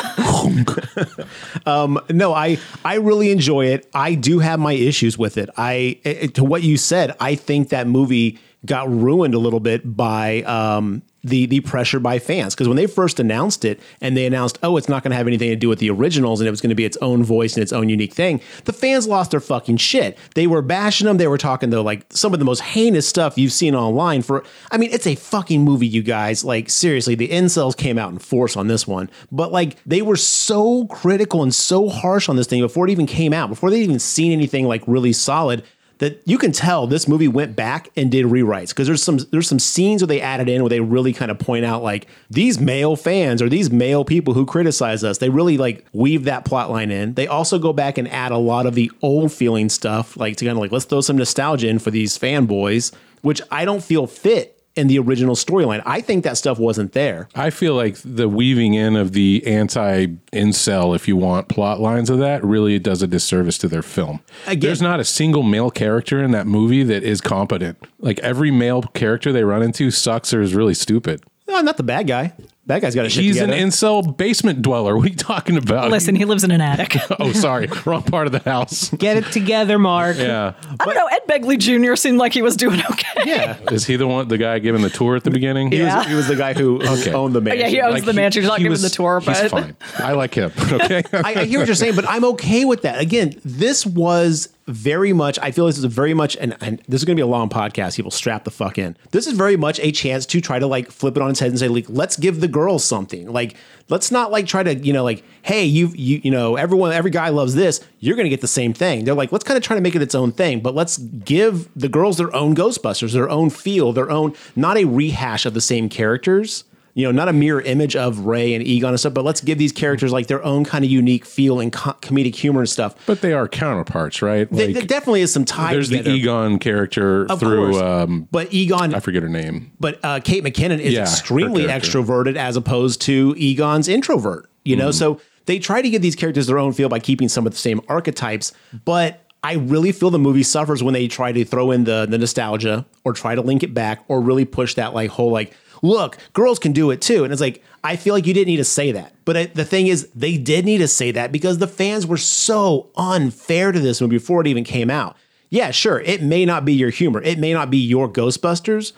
Speaker 3: no, I I really enjoy it. I do have my issues with it. I it, to what you said, I think that movie got ruined a little bit by um the the pressure by fans because when they first announced it and they announced, "Oh, it's not going to have anything to do with the originals and it was going to be its own voice and its own unique thing." The fans lost their fucking shit. They were bashing them. They were talking though like some of the most heinous stuff you've seen online for I mean, it's a fucking movie, you guys. Like seriously, the incels came out in force on this one. But like they were so critical and so harsh on this thing before it even came out, before they even seen anything like really solid that you can tell this movie went back and did rewrites because there's some there's some scenes where they added in where they really kind of point out like these male fans or these male people who criticize us they really like weave that plot line in they also go back and add a lot of the old feeling stuff like to kind of like let's throw some nostalgia in for these fanboys which i don't feel fit in the original storyline i think that stuff wasn't there
Speaker 1: I feel like the weaving in of the anti incel, if you want, plot lines of that really does a disservice to their film.
Speaker 3: Again-
Speaker 1: There's not a single male character in that movie that is competent. Like every male character they run into sucks or is really stupid.
Speaker 3: no, i'm Uh, not the bad guy That guy's got a shit
Speaker 1: He's
Speaker 3: together.
Speaker 1: an incel basement dweller. What are you talking about?
Speaker 2: Listen, he lives in an attic.
Speaker 1: Oh, sorry. Wrong part of the house.
Speaker 4: Get it together, Mark.
Speaker 1: Yeah.
Speaker 2: I don't know. Ed Begley Jr. seemed like he was doing okay.
Speaker 3: yeah.
Speaker 1: Is he the one, the guy giving the tour at the beginning?
Speaker 3: He,
Speaker 2: Yeah.
Speaker 3: was, he was the guy who who
Speaker 1: Okay.
Speaker 3: owned the mansion.
Speaker 2: yeah, he owns the mansion. He's not giving
Speaker 1: was-
Speaker 2: the tour,
Speaker 1: He's
Speaker 2: but
Speaker 1: fine. I like him. Okay.
Speaker 3: I, I hear what you're saying, but I'm okay with that. Again, this was very much. I feel this is very much, and, and this is going to be a long podcast. People strap the fuck in. This is very much a chance to try to like flip it on its head and say, like, let's give the girls something. Like, let's not like try to, you know, like, hey, you, you, you know, everyone, every guy loves this. You're going to get the same thing. They're like, let's kind of try to make it its own thing, but let's give the girls their own Ghostbusters, their own feel, their own, not a rehash of the same characters you know, not a mirror image of Ray and Egon and stuff, but let's give these characters like their own kind of unique feel and co- comedic humor and stuff.
Speaker 1: but they are counterparts, right?
Speaker 3: Th-
Speaker 1: Like,
Speaker 3: there definitely is some tie.
Speaker 1: there's the
Speaker 3: together,
Speaker 1: Egon character
Speaker 3: of
Speaker 1: through,
Speaker 3: course.
Speaker 1: um,
Speaker 3: but Egon,
Speaker 1: I forget her name.
Speaker 3: but uh, Kate McKinnon is
Speaker 1: Yeah, her
Speaker 3: extremely
Speaker 1: character. Mm-hmm.
Speaker 3: extroverted as opposed to Egon's introvert. You know, so they try to give these characters their own feel by keeping some of the same archetypes, but I really feel the movie suffers when they try to throw in the the nostalgia or try to link it back or really push that like whole like look girls can do it too and it's like I feel like you didn't need to say that but I, the thing is they did need to say that because the fans were so unfair to this movie before it even came out yeah sure it may not be your humor it may not be your Ghostbusters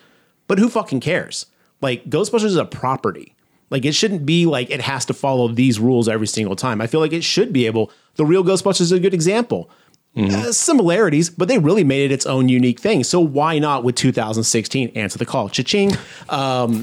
Speaker 3: but who fucking cares? Like Ghostbusters is a property. Like it shouldn't be like it has to follow these rules every single time. I feel like it should be able. The real Ghostbusters is a good example. Uh, similarities, but they really made it its own unique thing. So why not with 2016? Answer the call, cha-ching. Um,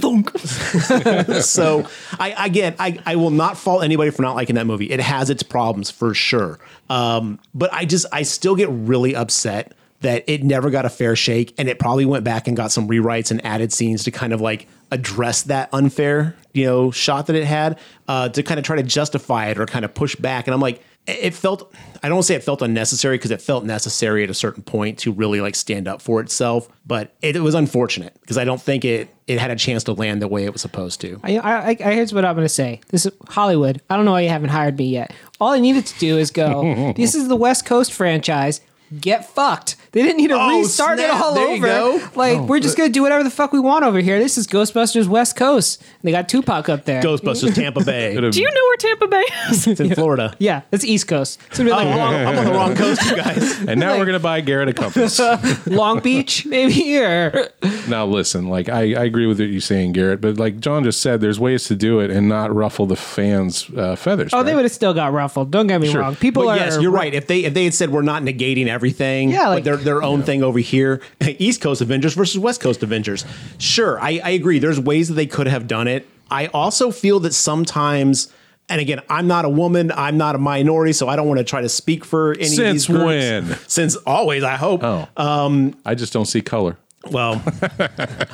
Speaker 3: so I again, I I will not fault anybody for not liking that movie. It has its problems for sure. Um, but I just I still get really upset that it never got a fair shake, and it probably went back and got some rewrites and added scenes to kind of like address that unfair you know shot that it had uh, to kind of try to justify it or kind of push back. And I'm like. It felt, I don't wanna say it felt unnecessary because it felt necessary at a certain point to really like stand up for itself, but it, it was unfortunate because I don't think it it had a chance to land the way it was supposed to.
Speaker 4: I, I, I here's what I'm gonna say. This is Hollywood. I don't know why you haven't hired me yet. All I needed to do is go. this is the West Coast franchise. Get fucked. They didn't need to
Speaker 3: Oh,
Speaker 4: restart it
Speaker 3: snap.
Speaker 4: all
Speaker 3: There you
Speaker 4: over.
Speaker 3: go. Oh,
Speaker 4: Like we're just gonna do whatever the fuck we want over here. This is Ghostbusters West Coast. They got Tupac up there.
Speaker 3: Ghostbusters Tampa Bay.
Speaker 2: Do you know where Tampa Bay is?
Speaker 3: It's in Florida.
Speaker 4: Yeah, it's East Coast. It's gonna be
Speaker 3: I'm,
Speaker 4: like
Speaker 3: wrong- I'm on the wrong coast, you guys.
Speaker 1: And now we're going to buy Garrett a compass.
Speaker 4: Long Beach, maybe, or
Speaker 1: now, listen, like, I, I agree with what you're saying, Garrett, but like John just said, there's ways to do it and not ruffle the fans' uh, feathers.
Speaker 4: oh, they would have still got ruffled. Don't get me wrong. People
Speaker 3: But
Speaker 4: are
Speaker 3: yes, you're right. If they if they had said we're not negating everything,
Speaker 4: Yeah,
Speaker 3: but
Speaker 4: like-
Speaker 3: their their own thing over here, East Coast Avengers versus West Coast Avengers. Sure, I, I agree. There's ways that they could have done it. I also feel that sometimes, and again, I'm not a woman, I'm not a minority, so I don't want to try to speak for any of these
Speaker 1: Since
Speaker 3: groups.
Speaker 1: when?
Speaker 3: Since always, I hope.
Speaker 1: Oh. I just don't see color.
Speaker 3: Well,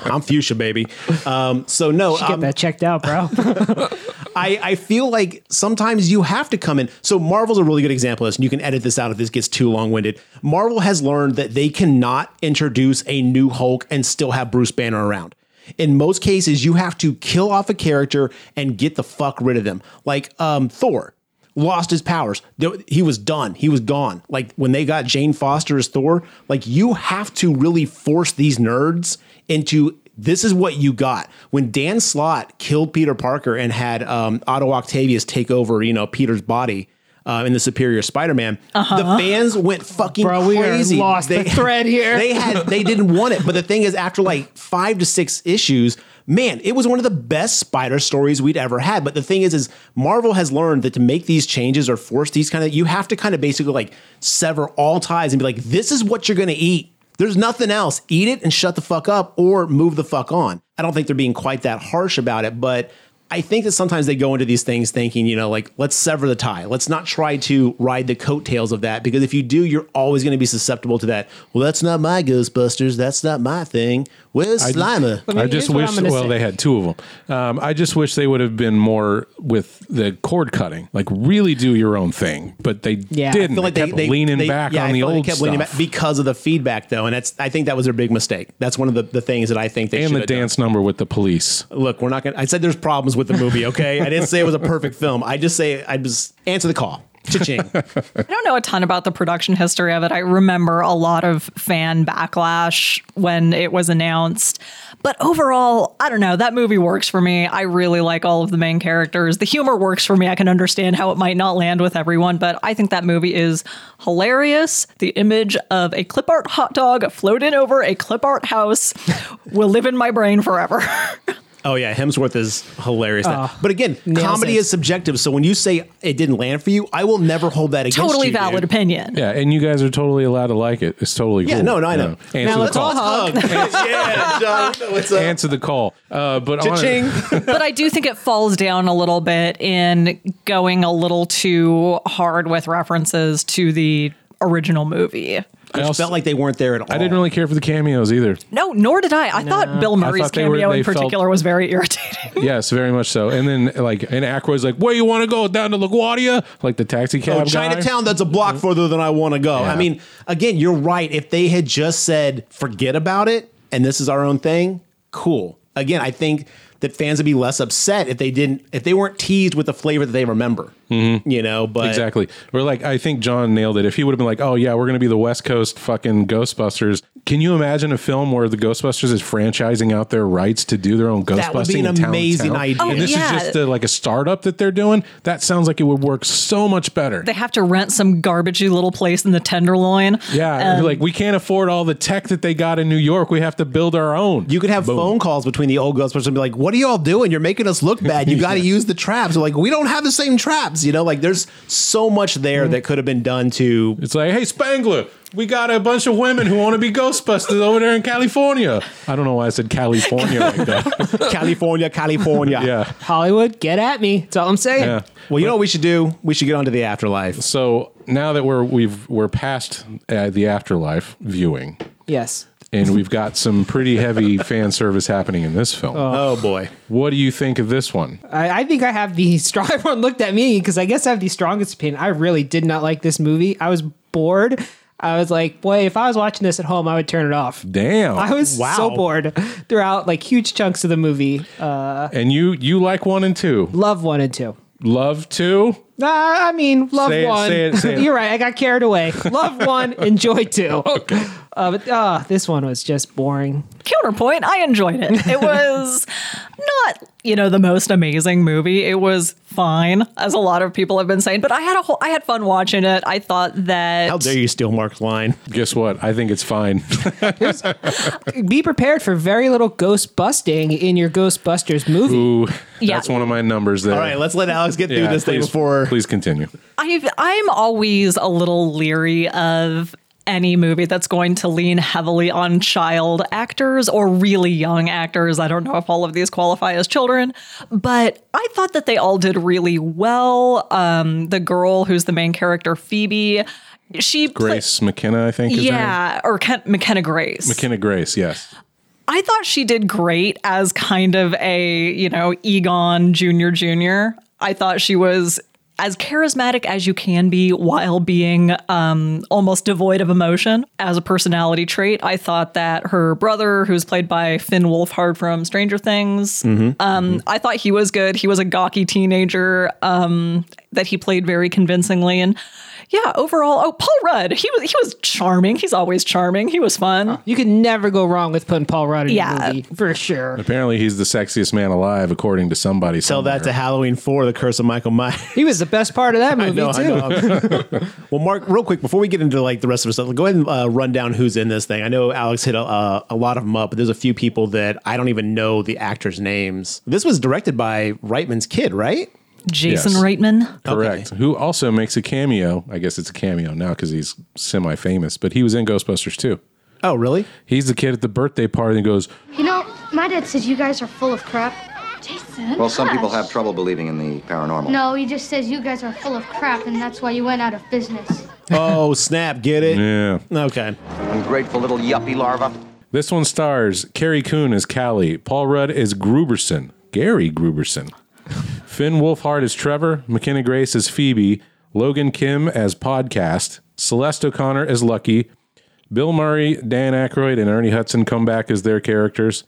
Speaker 3: I'm fuchsia, baby. Um, so no,
Speaker 4: Get
Speaker 3: um,
Speaker 4: that checked out, bro.
Speaker 3: I, I feel like sometimes you have to come in. So Marvel's a really good example of this, and you can edit this out if this gets too long-winded. Marvel has learned that they cannot introduce a new Hulk and still have Bruce Banner around. In most cases, you have to kill off a character and get the fuck rid of them. Like um, Thor lost his powers. There- He was done. He was gone. Like when they got Jane Foster as Thor, like you have to really force these nerds into this is what you got. When Dan Slott killed Peter Parker and had um, Otto Octavius take over, you know, Peter's body uh, in the Superior Spider-Man, the fans went fucking
Speaker 4: Uh-huh. Bro, we are
Speaker 3: crazy.
Speaker 4: lost the thread here.
Speaker 3: They had they didn't want it, but the thing is, after like five to six issues, man, it was one of the best Spider stories we'd ever had. But the thing is, is Marvel has learned that to make these changes or force these kind of, you have to kind of basically like sever all ties and be like, this is what you're gonna eat. There's nothing else. Eat it and shut the fuck up, or move the fuck on. I don't think they're being quite that harsh about it, but. I think that sometimes they go into these things thinking, you know, like, let's sever the tie. Let's not try to ride the coattails of that because if you do, you're always going to be susceptible to that. Well, that's not my Ghostbusters. That's not my thing. Where's Slimer?
Speaker 4: mean,
Speaker 1: I just
Speaker 4: here's what
Speaker 1: wish.
Speaker 4: I'm gonna
Speaker 1: Well,
Speaker 4: say.
Speaker 1: they had two of them. Um, I just wish they would have been more with the cord cutting. Like, really do your own thing, but they
Speaker 4: Yeah. I
Speaker 1: didn't.
Speaker 3: I feel like
Speaker 1: they
Speaker 3: they,
Speaker 1: kept
Speaker 3: they
Speaker 1: leaning
Speaker 3: they-
Speaker 1: back
Speaker 3: yeah, I
Speaker 1: on the
Speaker 3: feel like they
Speaker 1: old
Speaker 3: kept
Speaker 1: stuff.
Speaker 3: leaning back because of the feedback, though, and that's I think that was their big mistake. That's one of the, the things that I think they
Speaker 1: and the
Speaker 3: should
Speaker 1: dance number with the police.
Speaker 3: Look, we're not gonna. I said there's problems with the movie. Okay, I didn't say it was a perfect film. I just say I just answer the call. Cha-ching.
Speaker 2: I don't know a ton about the production history of it. I remember a lot of fan backlash when it was announced. But overall, I don't know. That movie works for me. I really like all of the main characters. The humor works for me. I can understand how it might not land with everyone, but I think that movie is hilarious. The image of a clip art hot dog floating over a clip art house will live in my brain forever.
Speaker 3: Oh yeah, Hemsworth is hilarious. but again,
Speaker 4: Ah, nails
Speaker 3: comedy
Speaker 4: it.
Speaker 3: is subjective. So when you say it didn't land for you, I will never hold that against
Speaker 2: totally
Speaker 3: you.
Speaker 2: valid
Speaker 3: dude.
Speaker 2: opinion.
Speaker 1: Yeah, and you guys are totally allowed to like it. It's totally
Speaker 3: Yeah,
Speaker 1: cool.
Speaker 3: no, no, I
Speaker 1: You
Speaker 3: know.
Speaker 1: Answer
Speaker 4: Now
Speaker 1: the
Speaker 4: let's
Speaker 1: call.
Speaker 4: all hug.
Speaker 3: yeah, John, what's up?
Speaker 1: Answer the call. Uh, but on-
Speaker 3: Cha-ching.
Speaker 2: but I do think it falls down a little bit in going a little too hard with references to the original movie.
Speaker 1: I, also-
Speaker 3: felt like they weren't there at all.
Speaker 1: I didn't really care for the cameos either.
Speaker 2: No, nor did I. I thought Bill Murray's
Speaker 1: thought they were-
Speaker 2: cameo
Speaker 1: they
Speaker 2: in
Speaker 1: felt-
Speaker 2: particular was very irritating.
Speaker 1: Yes, very much so. And then like, and Aykroyd's like, "Where you want to go? Down to LaGuardia?" Like the taxi cab
Speaker 3: Oh,
Speaker 1: guy.
Speaker 3: Chinatown, that's a block further than I want to go.
Speaker 1: Yeah.
Speaker 3: I mean, again, you're right. If they had just said, forget about it and this is our own thing, cool. Again, I think that fans would be less upset if they didn't, if they weren't teased with the flavor that they remember, you know, but
Speaker 1: Mm-hmm. Exactly. We're like, I think John nailed it. If he would have been like, "Oh yeah, we're gonna be the West Coast fucking Ghostbusters," can you imagine a film where the Ghostbusters is franchising out their rights to do their own Ghostbusting?
Speaker 3: That would be an
Speaker 1: in town-
Speaker 3: amazing
Speaker 1: town?
Speaker 3: idea. Oh,
Speaker 1: and this
Speaker 2: yeah.
Speaker 1: is just uh like a startup that they're doing. That sounds like it would work so much better.
Speaker 2: they have to rent some garbagey little place in the Tenderloin.
Speaker 1: yeah,
Speaker 2: Um,
Speaker 1: like we can't afford all the tech that they got in New York. We have to build our own.
Speaker 3: you could have phone calls between the old Ghostbusters and be like, what are y'all doing? You're making us look bad. You got to use the traps. They're like, we don't have the same traps, you know, like there's so much there
Speaker 1: Mm-hmm.
Speaker 3: that could have been done to
Speaker 1: It's like, hey, Spangler, we got a bunch of women who want to be Ghostbusters over there in California. I don't know why I said California like that.
Speaker 3: California, California.
Speaker 1: yeah.
Speaker 4: Hollywood, get at me. That's all I'm saying.
Speaker 1: Yeah.
Speaker 3: Well, you know what we should do? We should get onto the afterlife.
Speaker 1: So now that we're we've we're past uh, the afterlife viewing,
Speaker 4: Yes.
Speaker 1: and we've got some pretty heavy fan service happening in this film.
Speaker 3: Oh boy.
Speaker 1: What do you think of this one?
Speaker 4: I, I think I have the strong. Everyone looked at me because I guess I have the strongest opinion. I really did not like this movie. I was bored. I was like, boy, if I was watching this at home, I would turn it off.
Speaker 1: Damn!
Speaker 4: I was
Speaker 3: Wow.
Speaker 4: so bored throughout like huge chunks of the movie. Uh,
Speaker 1: and you you like one and two,
Speaker 4: love one and two.
Speaker 1: love two.
Speaker 4: Nah, I mean, love
Speaker 1: Say it,
Speaker 4: one.
Speaker 1: say it, say it.
Speaker 4: You're right. I got carried away. Love one, enjoy two. Okay. Uh, but uh, this one was just boring.
Speaker 2: counterpoint, I enjoyed it. It was not, you know, the most amazing movie. It was fine, as a lot of people have been saying, but I had a whole, I had fun watching it. I thought that
Speaker 3: How dare you steal Mark's line?
Speaker 1: Guess what? I think it's fine.
Speaker 4: Be prepared for very little ghost busting in your Ghostbusters movie.
Speaker 1: Ooh,
Speaker 2: Yeah.
Speaker 1: that's one of my numbers there.
Speaker 3: All right, let's let Alex get through this thing
Speaker 1: please-
Speaker 3: before.
Speaker 1: Please continue.
Speaker 2: I've, I'm always a little leery of any movie that's going to lean heavily on child actors or really young actors. I don't know if all of these qualify as children, but I thought that they all did really well. Um, the girl who's the main character, Phoebe, she played-
Speaker 1: Grace McKenna, I think. Is her name.
Speaker 2: yeah, or Ken, McKenna Grace.
Speaker 1: McKenna Grace. Yes.
Speaker 2: I thought she did great as kind of a, you know, Egon Junior Junior. I thought she was as charismatic as you can be while being um, almost devoid of emotion as a personality trait. I thought that her brother, who's played by Finn Wolfhard from Stranger Things, um, I thought he was good. He was a gawky teenager um, that he played very convincingly, and yeah, overall, oh, Paul Rudd, he was he was charming. He's always charming. He was fun.
Speaker 4: You can never go wrong with putting Paul Rudd in
Speaker 2: Yeah.
Speaker 4: a movie for sure.
Speaker 1: Apparently, he's the sexiest man alive, according to somebody.
Speaker 3: Tell that to
Speaker 1: somewhere.
Speaker 3: Halloween 4, The Curse of Michael Myers.
Speaker 4: He was the best part of that movie
Speaker 3: No,
Speaker 4: too.
Speaker 3: I know. well, Mark, real quick, before we get into like the rest of the stuff, go ahead and uh, run down who's in this thing. I know Alex hit a, uh, a lot of them up, but there's a few people that I don't even know the actors' names. This was directed by Reitman's kid, right?
Speaker 2: Jason
Speaker 1: Yes.
Speaker 2: Reitman.
Speaker 1: Correct. Who also makes a cameo. I guess it's a cameo now because he's semi famous, but he was in Ghostbusters too.
Speaker 3: Oh, really?
Speaker 1: He's the kid at the birthday party and goes,
Speaker 6: You know, my dad says you guys are full of crap.
Speaker 7: Jason.
Speaker 8: Well, some people
Speaker 7: hush.
Speaker 8: have trouble believing in the paranormal.
Speaker 6: No, he just says you guys are full of crap, and that's why you went out of business.
Speaker 3: Oh, snap. Get it?
Speaker 1: Yeah.
Speaker 3: Okay.
Speaker 8: Ungrateful little yuppie larva.
Speaker 1: This one stars Carrie Coon as Callie, Paul Rudd as Gruberson, Gary Gruberson, Finn Wolfhard as Trevor, McKenna Grace as Phoebe, Logan Kim as Podcast, Celeste O'Connor as Lucky, Bill Murray, Dan Aykroyd, and Ernie Hudson come back as their characters.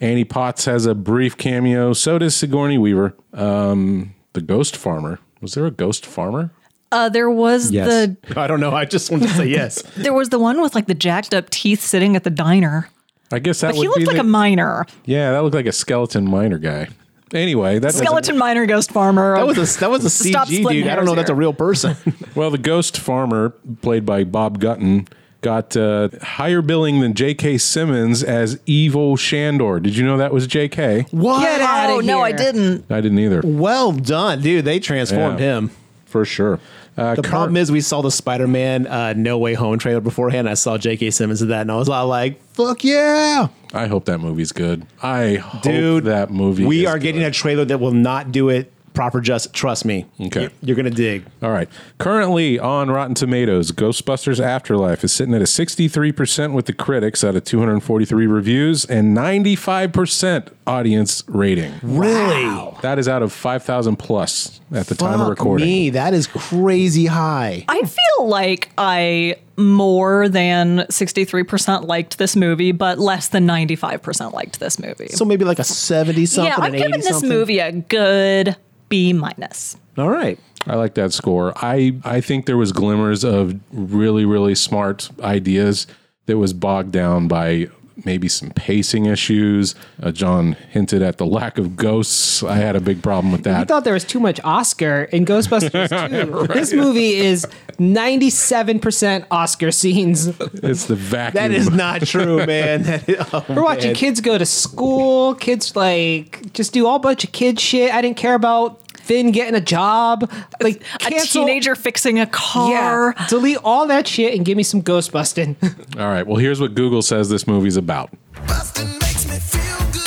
Speaker 1: Annie Potts has a brief cameo. So does Sigourney Weaver. Um, the Ghost Farmer. Was there a Ghost Farmer?
Speaker 2: Uh, there was
Speaker 7: Yes.
Speaker 2: the
Speaker 3: I don't know. I just wanted to say yes.
Speaker 2: there was the one with like the jacked up teeth sitting at the diner.
Speaker 1: I guess that
Speaker 2: But
Speaker 1: would
Speaker 2: he looked
Speaker 1: be
Speaker 2: like
Speaker 1: the-
Speaker 2: a miner.
Speaker 1: yeah, that looked like a skeleton miner guy. Anyway, that doesn't-
Speaker 2: Skeleton miner ghost farmer.
Speaker 3: That was a that was a
Speaker 2: Stop
Speaker 3: CG
Speaker 2: splitting
Speaker 3: dude. I don't
Speaker 2: hairs
Speaker 3: know. if That's a
Speaker 2: here.
Speaker 3: real person.
Speaker 1: Well, the ghost farmer, played by Bob Gutton, got uh, higher billing than J.K. Simmons as Evil Shandor. Did you know that was J.K.?
Speaker 3: what?
Speaker 4: Get out
Speaker 2: Oh
Speaker 4: of
Speaker 2: no, I didn't.
Speaker 1: I didn't either,
Speaker 3: Well done, dude. They transformed
Speaker 1: Yeah.
Speaker 3: him.
Speaker 1: for sure. Uh,
Speaker 3: The problem is we saw the Spider-Man uh, No Way Home trailer beforehand. I saw J.K. Simmons in that, and I was all like, "Fuck yeah,
Speaker 1: I hope that movie's good. I hope
Speaker 3: dude!"
Speaker 1: that movie. is
Speaker 3: We are getting
Speaker 1: good.
Speaker 3: a trailer that will not do it proper. Just trust me.
Speaker 1: Okay.
Speaker 3: Y- you're gonna dig.
Speaker 1: All right. Currently on Rotten Tomatoes, Ghostbusters Afterlife is sitting at a 63% with the critics out of 243 reviews and 95% audience rating.
Speaker 3: Really?
Speaker 1: That is out of 5,000 plus at the time of
Speaker 3: Fuck
Speaker 1: recording.
Speaker 3: Me, that is crazy high.
Speaker 2: I feel like I more than sixty three percent liked this movie, but less than ninety five percent liked this movie.
Speaker 3: So maybe like a seventy something.
Speaker 2: yeah, I'm
Speaker 3: an 80
Speaker 2: giving this
Speaker 3: something.
Speaker 2: movie a good B minus.
Speaker 3: All right.
Speaker 1: I like that score. I, I think there was glimmers of really, really smart ideas that was bogged down by maybe some pacing issues. Uh, John hinted at the lack of ghosts. I had a big problem with
Speaker 4: I
Speaker 1: that.
Speaker 4: thought there was too much Oscar in Ghostbusters 2. This movie is 97% Oscar scenes.
Speaker 1: It's the vacuum.
Speaker 3: That is not true, man. That is- oh,
Speaker 4: We're watching
Speaker 3: man.
Speaker 4: kids go to school, kids like just do all bunch of kid shit. I didn't care about Finn getting a job. Like cancel,
Speaker 2: A teenager fixing a
Speaker 4: Yeah.
Speaker 2: car.
Speaker 4: Delete all that shit and give me some ghost busting.
Speaker 1: All right. Well, here's what Google says this movie's about.
Speaker 9: Bustin' makes me feel good.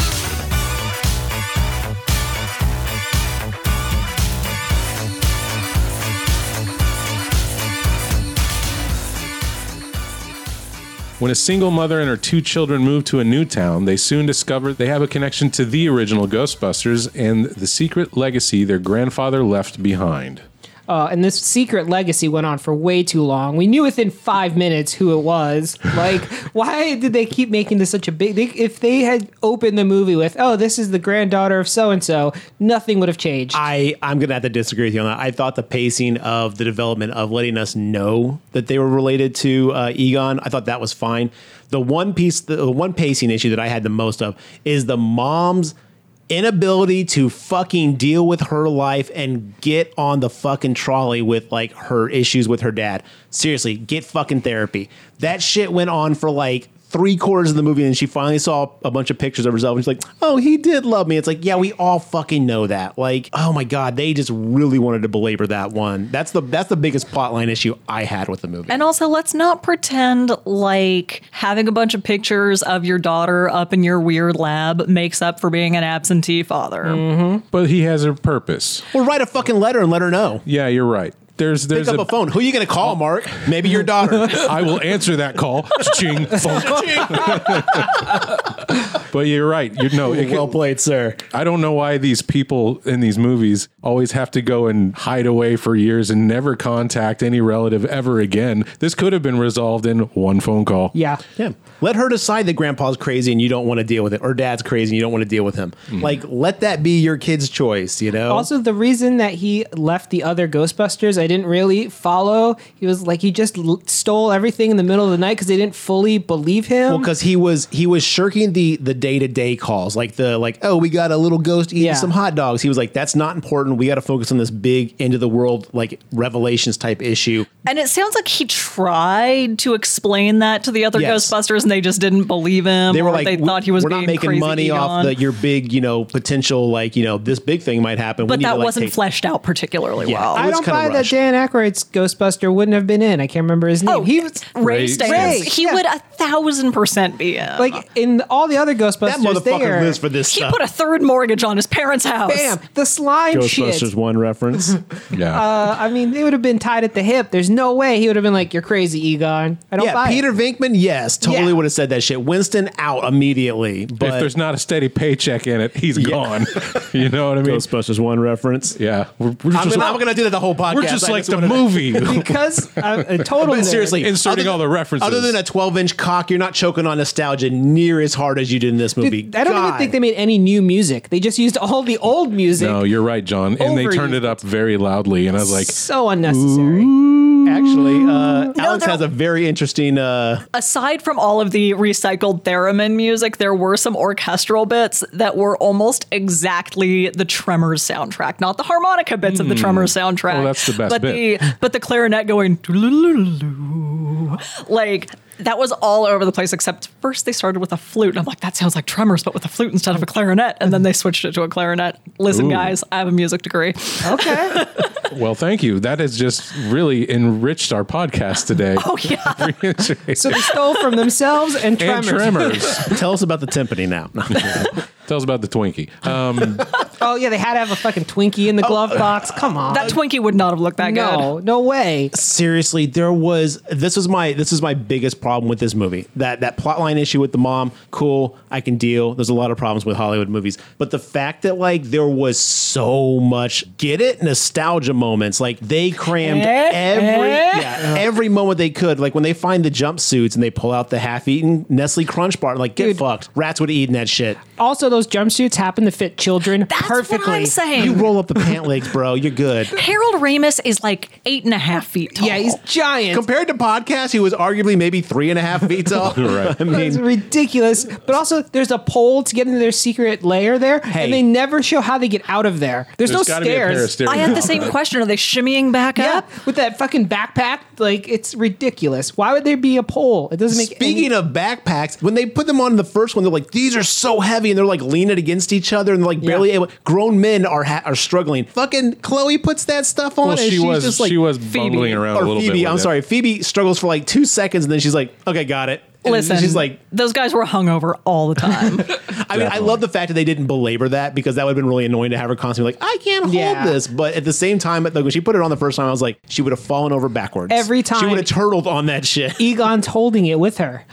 Speaker 1: When a single mother and her two children move to a new town, they soon discover they have a connection to the original Ghostbusters and the secret legacy their grandfather left behind.
Speaker 4: Uh, and this secret legacy went on for way too long. We knew within five minutes who it was. Like, why did they keep making this such a big? They, if they had opened the movie with, "Oh, this is the granddaughter of so and so," nothing would have changed.
Speaker 3: I, I'm going to have to disagree with you on that. I thought the pacing of the development of letting us know that they were related to uh, Egon, I thought that was fine. The one piece, the, the one pacing issue that I had the most of is the mom's inability to fucking deal with her life and get on the fucking trolley with like her issues with her dad. Seriously, get fucking therapy. That shit went on for like three quarters of the movie and she finally saw a bunch of pictures of herself and she's like, oh, he did love me. It's like, yeah, we all fucking know that. Like, oh my God, they just really wanted to belabor that one. That's the that's the biggest plotline issue I had with the movie.
Speaker 2: And also, let's not pretend like having a bunch of pictures of your daughter up in your weird lab makes up for being an absentee father.
Speaker 3: Mm.
Speaker 1: But he has a purpose.
Speaker 3: well, write a fucking letter and let her know.
Speaker 1: Yeah, you're right. There's
Speaker 3: Pick
Speaker 1: there's
Speaker 3: up
Speaker 1: a,
Speaker 3: a phone. Who are you going to call, Mark? Maybe your daughter.
Speaker 1: I will answer that call. Ching. but you're right. You know, it
Speaker 3: well
Speaker 1: can,
Speaker 3: played, sir.
Speaker 1: I don't know why these people in these movies always have to go and hide away for years and never contact any relative ever again. This could have been resolved in one phone call.
Speaker 4: yeah,
Speaker 3: Yeah. Let her decide that grandpa's crazy and you don't want to deal with it, or dad's crazy and you don't want to deal with him. Like, let that be your kid's choice, you know?
Speaker 4: Also, the reason that he left the other Ghostbusters, I didn't really follow. He was like, he just l- stole everything in the middle of the night because they didn't fully believe him.
Speaker 3: well, because he was he was shirking the the day to day calls, like the like oh we got a little ghost eating
Speaker 4: Yeah.
Speaker 3: some hot dogs. He was like that's not important. We got to focus on this big end of the world like revelations type issue.
Speaker 2: And it sounds like he tried to explain that to the other
Speaker 3: Yes.
Speaker 2: Ghostbusters, and they just didn't believe him.
Speaker 3: They were
Speaker 2: or
Speaker 3: like
Speaker 2: they
Speaker 3: "We-
Speaker 2: thought he was
Speaker 3: we're
Speaker 2: being
Speaker 3: not making
Speaker 2: crazy
Speaker 3: money off
Speaker 2: Egon.
Speaker 3: the, your big you know potential like you know this big thing might happen. We
Speaker 2: but
Speaker 3: need to,
Speaker 2: that
Speaker 3: like,
Speaker 2: wasn't
Speaker 3: take-
Speaker 2: fleshed out particularly
Speaker 3: Yeah.
Speaker 2: well.
Speaker 3: I
Speaker 4: I
Speaker 3: was
Speaker 4: don't
Speaker 3: kinda
Speaker 4: buy
Speaker 3: rushed.
Speaker 4: that Dan Aykroyd's Ghostbuster wouldn't have been in. I can't remember his name.
Speaker 2: Oh,
Speaker 4: he was
Speaker 2: Ray,
Speaker 1: Ray
Speaker 2: Stans.
Speaker 4: Stans.
Speaker 2: He
Speaker 4: Yeah.
Speaker 2: would a thousand percent be in.
Speaker 4: like in all the other
Speaker 3: That
Speaker 4: Ghostbusters. they
Speaker 3: motherfucker
Speaker 4: are-
Speaker 3: lives for this
Speaker 2: he
Speaker 3: stuff.
Speaker 2: put a third mortgage on his parents' house.
Speaker 4: Bam! The slime shit.
Speaker 3: Ghostbusters one reference.
Speaker 1: Yeah.
Speaker 4: Uh, I mean, they would have been tied at the hip. There's no way he would have been like, "You're crazy, Egon." I don't
Speaker 2: Oh,
Speaker 3: yeah,
Speaker 4: buy
Speaker 3: Peter
Speaker 4: it.
Speaker 3: Vinkman, yes, totally
Speaker 4: Yeah.
Speaker 3: would have said that shit. Winston out immediately. But
Speaker 1: if there's not a steady paycheck in it, he's gone. you know what I mean?
Speaker 3: Ghostbusters one reference.
Speaker 1: Yeah. We're, we're
Speaker 3: I'm
Speaker 1: just,
Speaker 3: gonna, I'm gonna do that the whole podcast.
Speaker 1: we're just
Speaker 3: I
Speaker 1: like the
Speaker 3: wanted to-
Speaker 1: movie.
Speaker 4: because uh, a total.
Speaker 3: But
Speaker 4: nerd.
Speaker 3: seriously,
Speaker 1: Inserting
Speaker 3: other
Speaker 1: all the references.
Speaker 3: Other than a 12 inch cock, you're not choking on nostalgia near as hard as you did in in this movie.
Speaker 4: Dude, I don't even
Speaker 3: God.
Speaker 4: think they made any new music. They just used all the old music.
Speaker 1: No, you're right, John. And they turned it up very loudly, and I was like,
Speaker 4: so unnecessary.
Speaker 3: Actually, uh, Alex
Speaker 2: they're-
Speaker 3: has a very interesting. Uh,
Speaker 2: aside from all of the recycled theremin music, there were some orchestral bits that were almost exactly the Tremors soundtrack, not the harmonica bits of the Tremors soundtrack.
Speaker 1: Oh, that's the best
Speaker 2: but
Speaker 1: bit.
Speaker 2: The, but the clarinet going "Doo-doo-doo-doo-doo," like that was all over the place. Except first they started with a flute, and I'm like, that sounds like Tremors, but with a flute instead of a clarinet. And then they switched it to a clarinet. Listen,
Speaker 1: Ooh.
Speaker 2: guys, I have a music degree.
Speaker 4: Okay.
Speaker 1: well, thank you. That has just really enriched our podcast today.
Speaker 2: Oh yeah.
Speaker 4: so they stole from themselves and
Speaker 1: and
Speaker 4: tremors.
Speaker 1: tremors.
Speaker 3: tell us about the timpani now.
Speaker 1: Tell us about the Twinkie. Um,
Speaker 4: Oh yeah, they had to have a fucking Twinkie in the glove box. Come on.
Speaker 2: That Twinkie would not have looked that good.
Speaker 4: no, no way.
Speaker 3: seriously there was this was my this is my biggest problem with this movie that that plotline issue with the mom cool i can deal there's a lot of problems with hollywood movies but the fact that like there was so much get it nostalgia moments like they crammed
Speaker 2: Eh?
Speaker 3: every
Speaker 2: Eh?
Speaker 3: yeah, every moment they could like when they find the jumpsuits and they pull out the half-eaten nestle crunch bar like get
Speaker 4: Dude.
Speaker 3: fucked rats would have eaten that shit
Speaker 4: Also, those jumpsuits happen to fit children
Speaker 2: That's
Speaker 4: perfectly.
Speaker 2: what I'm saying.
Speaker 3: you roll up the pant legs bro you're good
Speaker 2: Harold Ramis is like eight and a half feet tall.
Speaker 4: Yeah, he's giant.
Speaker 3: compared to podcast he was arguably maybe three and a half feet tall
Speaker 1: Right.
Speaker 3: i mean
Speaker 4: it's ridiculous. But also, there's a pole to get into their secret lair there,
Speaker 3: Hey.
Speaker 4: and they never show how they get out of there. There's,
Speaker 1: there's
Speaker 4: no
Speaker 1: got to be a pair of
Speaker 4: stairs.
Speaker 1: stairs.
Speaker 2: I had the same question. Are they shimmying back
Speaker 4: Yeah,
Speaker 2: up?
Speaker 4: with that fucking backpack, like it's ridiculous. Why would there be a pole? It doesn't make.
Speaker 3: Speaking
Speaker 4: any-
Speaker 3: of backpacks, when they put them on the first one, they're like, "These are so heavy," and they're like leaning against each other, and they're like barely able. Grown men are ha- are struggling. Fucking Chloe puts that stuff on,
Speaker 1: well,
Speaker 3: and
Speaker 1: she
Speaker 3: she's
Speaker 1: was
Speaker 3: just like,
Speaker 1: she was bumbling around
Speaker 3: or
Speaker 1: a little
Speaker 3: Phoebe.
Speaker 1: bit.
Speaker 3: I'm
Speaker 1: with it.
Speaker 3: sorry, Phoebe struggles for like two seconds, and then she's like, "Okay, got it." And
Speaker 2: Listen,
Speaker 3: she's like.
Speaker 2: those guys were hungover all the time.
Speaker 3: I mean, I love the fact that they didn't belabor that because that would have been really annoying to have her constantly like, I can't hold
Speaker 4: Yeah.
Speaker 3: this. But at the same time, like, when she put it on the first time, I was like, she would have fallen over backwards.
Speaker 4: Every
Speaker 3: She
Speaker 4: time.
Speaker 3: would have turtled on that shit.
Speaker 4: Egon's holding it with her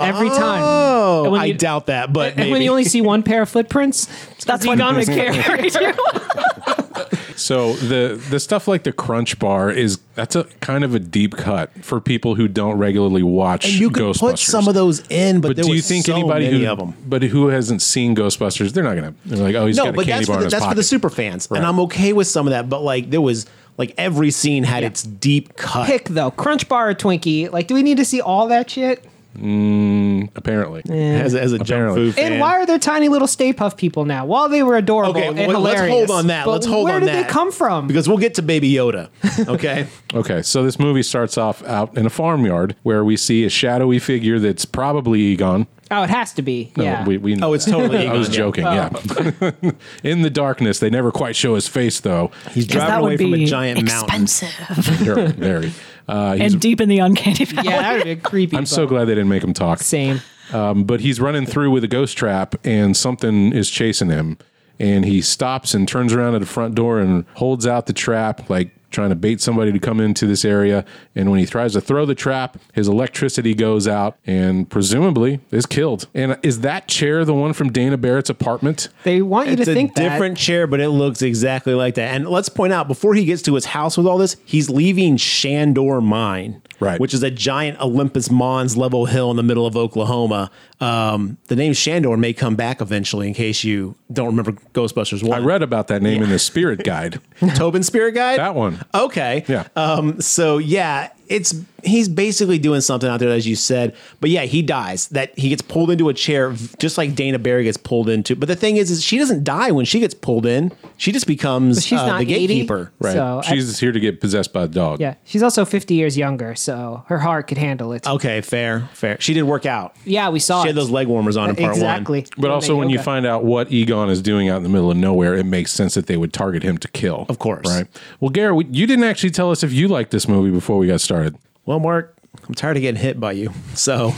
Speaker 4: every time.
Speaker 3: Oh,
Speaker 4: And when
Speaker 3: I
Speaker 4: you-
Speaker 3: doubt that, but
Speaker 4: And
Speaker 3: maybe.
Speaker 4: when you only see one pair of footprints, that's Egon would care.
Speaker 1: So the the stuff like the Crunch Bar is that's a kind of a deep cut for people who don't regularly watch.
Speaker 3: and you could put
Speaker 1: Ghostbusters.
Speaker 3: some of those in, but,
Speaker 1: But
Speaker 3: there
Speaker 1: do you
Speaker 3: was
Speaker 1: think
Speaker 3: so
Speaker 1: anybody
Speaker 3: many
Speaker 1: who
Speaker 3: of them?
Speaker 1: but who hasn't seen Ghostbusters, they're not gonna they're like, oh, he's
Speaker 3: No,
Speaker 1: got
Speaker 3: but
Speaker 1: a candy
Speaker 3: that's for
Speaker 1: bar
Speaker 3: the,
Speaker 1: in his
Speaker 3: that's for the
Speaker 1: pocket.
Speaker 3: super fans,
Speaker 1: Right.
Speaker 3: and I'm okay with some of that. But like, there was like every scene had its deep cut.
Speaker 4: Pick though, Crunch Bar or Twinkie? Like, do we need to see all that shit?
Speaker 1: apparently.
Speaker 3: as, as a junk
Speaker 1: Apparently.
Speaker 3: food fan.
Speaker 4: And why are there tiny little Stay Puff people now? While they were adorable
Speaker 3: okay,
Speaker 4: and
Speaker 3: well, let's hold
Speaker 4: hilarious,
Speaker 3: on that.
Speaker 4: but
Speaker 3: Let's hold
Speaker 4: where
Speaker 3: on
Speaker 4: did
Speaker 3: that.
Speaker 4: they come from?
Speaker 3: Because we'll get to Baby Yoda. Okay,
Speaker 1: Okay, so this movie starts off out in a farmyard where we see a shadowy figure that's probably Egon.
Speaker 4: oh, it has to be.
Speaker 1: No,
Speaker 4: yeah.
Speaker 1: we, we know
Speaker 3: Oh, it's totally
Speaker 1: I
Speaker 3: Egon,
Speaker 1: was
Speaker 3: yeah. Oh.
Speaker 1: joking. Yeah. in the darkness, they never quite show his face though.
Speaker 3: he's driving
Speaker 2: that
Speaker 3: away
Speaker 2: would
Speaker 3: from a
Speaker 2: be
Speaker 3: giant mountain.
Speaker 2: expensive
Speaker 1: Sure, very. Uh, he's,
Speaker 2: and deep in the uncanny valley.
Speaker 4: yeah, that would be creepy.
Speaker 1: I'm
Speaker 4: but
Speaker 1: so glad they didn't make him talk.
Speaker 4: Same.
Speaker 1: Um, but he's running through with a ghost trap and something is chasing him. And he stops and turns around at the front door and holds out the trap, like trying to bait somebody to come into this area. And when he tries to throw the trap, his electricity goes out and presumably is killed. And is that chair the one from Dana Barrett's apartment?
Speaker 4: They want you
Speaker 3: It's
Speaker 4: to
Speaker 3: a
Speaker 4: think
Speaker 3: different chair, but it looks exactly like that. And let's point out before he gets to his house with all this, he's leaving Shandor Mine,
Speaker 1: Right.
Speaker 3: which is a giant Olympus Mons level hill in the middle of Oklahoma. Um, the name Shandor may come back eventually, in case you don't remember Ghostbusters
Speaker 1: I
Speaker 4: Uh,
Speaker 3: one.
Speaker 1: read about that name in the spirit guide.
Speaker 3: Tobin Spirit Guide.
Speaker 1: That one.
Speaker 3: Okay.
Speaker 1: Yeah.
Speaker 4: Uh,
Speaker 3: Um, so yeah, it's he's basically doing something out there, as you said. But yeah, he dies. That he gets pulled into a chair, v- just like Dana Barry gets pulled into. But the thing is, is she doesn't die when she gets pulled in. She just becomes
Speaker 4: that she's
Speaker 3: uh,
Speaker 4: not
Speaker 3: the
Speaker 4: 80,
Speaker 3: gatekeeper.
Speaker 1: Right.
Speaker 4: So I-
Speaker 1: She's here to get possessed by a dog.
Speaker 4: yeah, she's also 50 years younger, so her heart could handle it.
Speaker 3: Okay, fair, fair. She did work out.
Speaker 4: Yeah, we saw
Speaker 3: Oh. She
Speaker 4: it.
Speaker 3: had those leg warmers on in part
Speaker 4: exactly.
Speaker 3: one.
Speaker 1: But also, when you
Speaker 4: Okay.
Speaker 1: find out what Egon is doing out in the middle of nowhere, it makes sense that they would target him to kill.
Speaker 3: Of course.
Speaker 1: Right. Well, Garrett, we- you didn't actually tell us if you liked this movie before we got started.
Speaker 3: Well, Mark, I'm tired of getting hit by you. So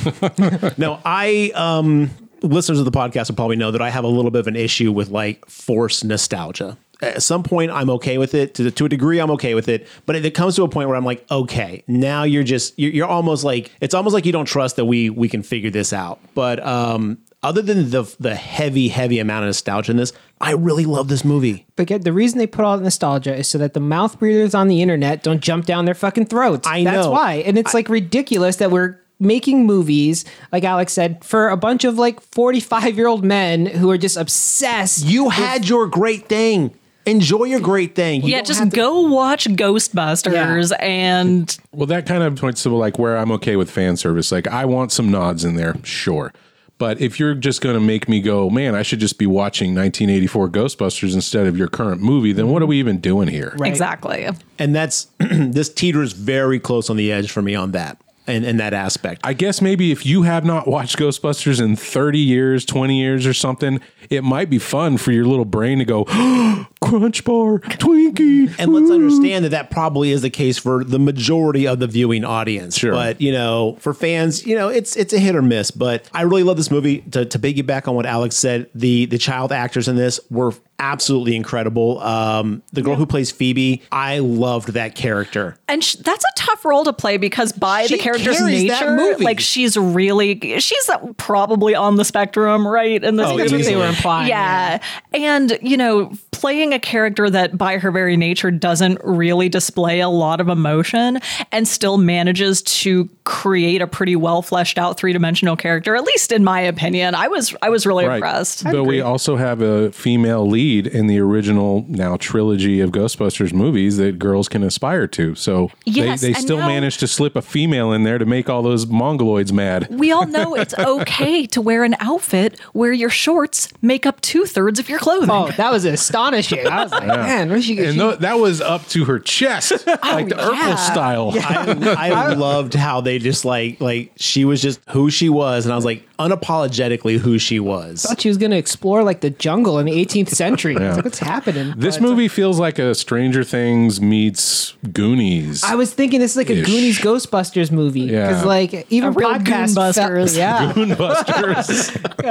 Speaker 3: no, I um listeners of the podcast will probably know that I have a little bit of an issue with like forced nostalgia. At some point, I'm okay with it. To, to a degree, I'm okay with it. But it, comes to a point where I'm like, okay, now you're just you're, you're almost like it's almost like you don't trust that we we can figure this out. But um, other than the the heavy heavy amount of nostalgia in this, I really love this movie.
Speaker 4: But get, the reason they put all that nostalgia is so that the mouth breathers on the internet don't jump down their fucking throats.
Speaker 3: I
Speaker 4: That's
Speaker 3: know.
Speaker 4: why. And it's like ridiculous that we're making movies, like Alex said, for a bunch of like 45 year old men who are just obsessed.
Speaker 3: You had your great thing. Enjoy your great thing. You
Speaker 2: yeah,
Speaker 3: don't
Speaker 2: just
Speaker 3: have to-
Speaker 2: go watch Ghostbusters and
Speaker 1: Well, that kind of points to like where I'm okay with fan service. Like I want some nods in there, sure. But if you're just going to make me go, man, I should just be watching 1984 Ghostbusters instead of your current movie, then what are we even doing here?
Speaker 2: exactly.
Speaker 3: and that's this teeters very close on the edge for me on that and in that aspect.
Speaker 1: I guess maybe if you have not watched Ghostbusters in 30 years, 20 years or something, it might be fun for your little brain to go, Crunch Bar, Twinkie.
Speaker 3: and let's understand that that probably is the case for the majority of the viewing audience.
Speaker 1: Sure.
Speaker 3: But, you know, for fans, you know, it's it's a hit or miss. But I really love this movie. To, to piggyback on what Alex said, the the child actors in this were absolutely incredible. Um, the girl who plays Phoebe, I loved that character.
Speaker 2: And sh- that's a tough role to play because by
Speaker 3: She
Speaker 2: the character's
Speaker 3: carries that
Speaker 2: nature,
Speaker 3: movie.
Speaker 2: like she's really she's probably on the spectrum, right? And this
Speaker 3: Oh,
Speaker 2: movie.
Speaker 4: That's what they were
Speaker 3: Easily.
Speaker 4: implying.
Speaker 2: Yeah. And, you know, playing a character that by her very nature doesn't really display a lot of emotion and still manages to create a pretty well fleshed out three dimensional character, at least in my opinion. I was I was really impressed.
Speaker 1: But we also have a female lead in the original now trilogy of Ghostbusters movies that girls can aspire to. So
Speaker 2: Yes,
Speaker 1: they, they
Speaker 2: and
Speaker 1: still
Speaker 2: now-
Speaker 1: managed to slip a female in there to make all those mongoloids mad.
Speaker 2: We all know it's okay to wear an outfit where your shorts make up two thirds of your clothing.
Speaker 4: Oh, that was astonishing. I was like, man, where's she
Speaker 1: And
Speaker 4: going?
Speaker 1: tho- that was up to her chest, like the
Speaker 2: Oh, yeah.
Speaker 1: Urkel style.
Speaker 3: I, I loved how they just like like she was just who she was, and I was like unapologetically who she was.
Speaker 4: thought she was going to explore like the jungle in the 18th century. I was like, what's happening?
Speaker 1: This
Speaker 4: But-
Speaker 2: uh,
Speaker 1: movie feels like a Stranger Things meets Goonies.
Speaker 4: I was thinking this is like a
Speaker 1: Ish.
Speaker 4: Goonies Ghostbusters movie.
Speaker 1: Yeah.
Speaker 4: Because like even
Speaker 2: real
Speaker 4: podcast
Speaker 2: Goonbusters.
Speaker 4: felt, yeah,
Speaker 1: Goonbusters.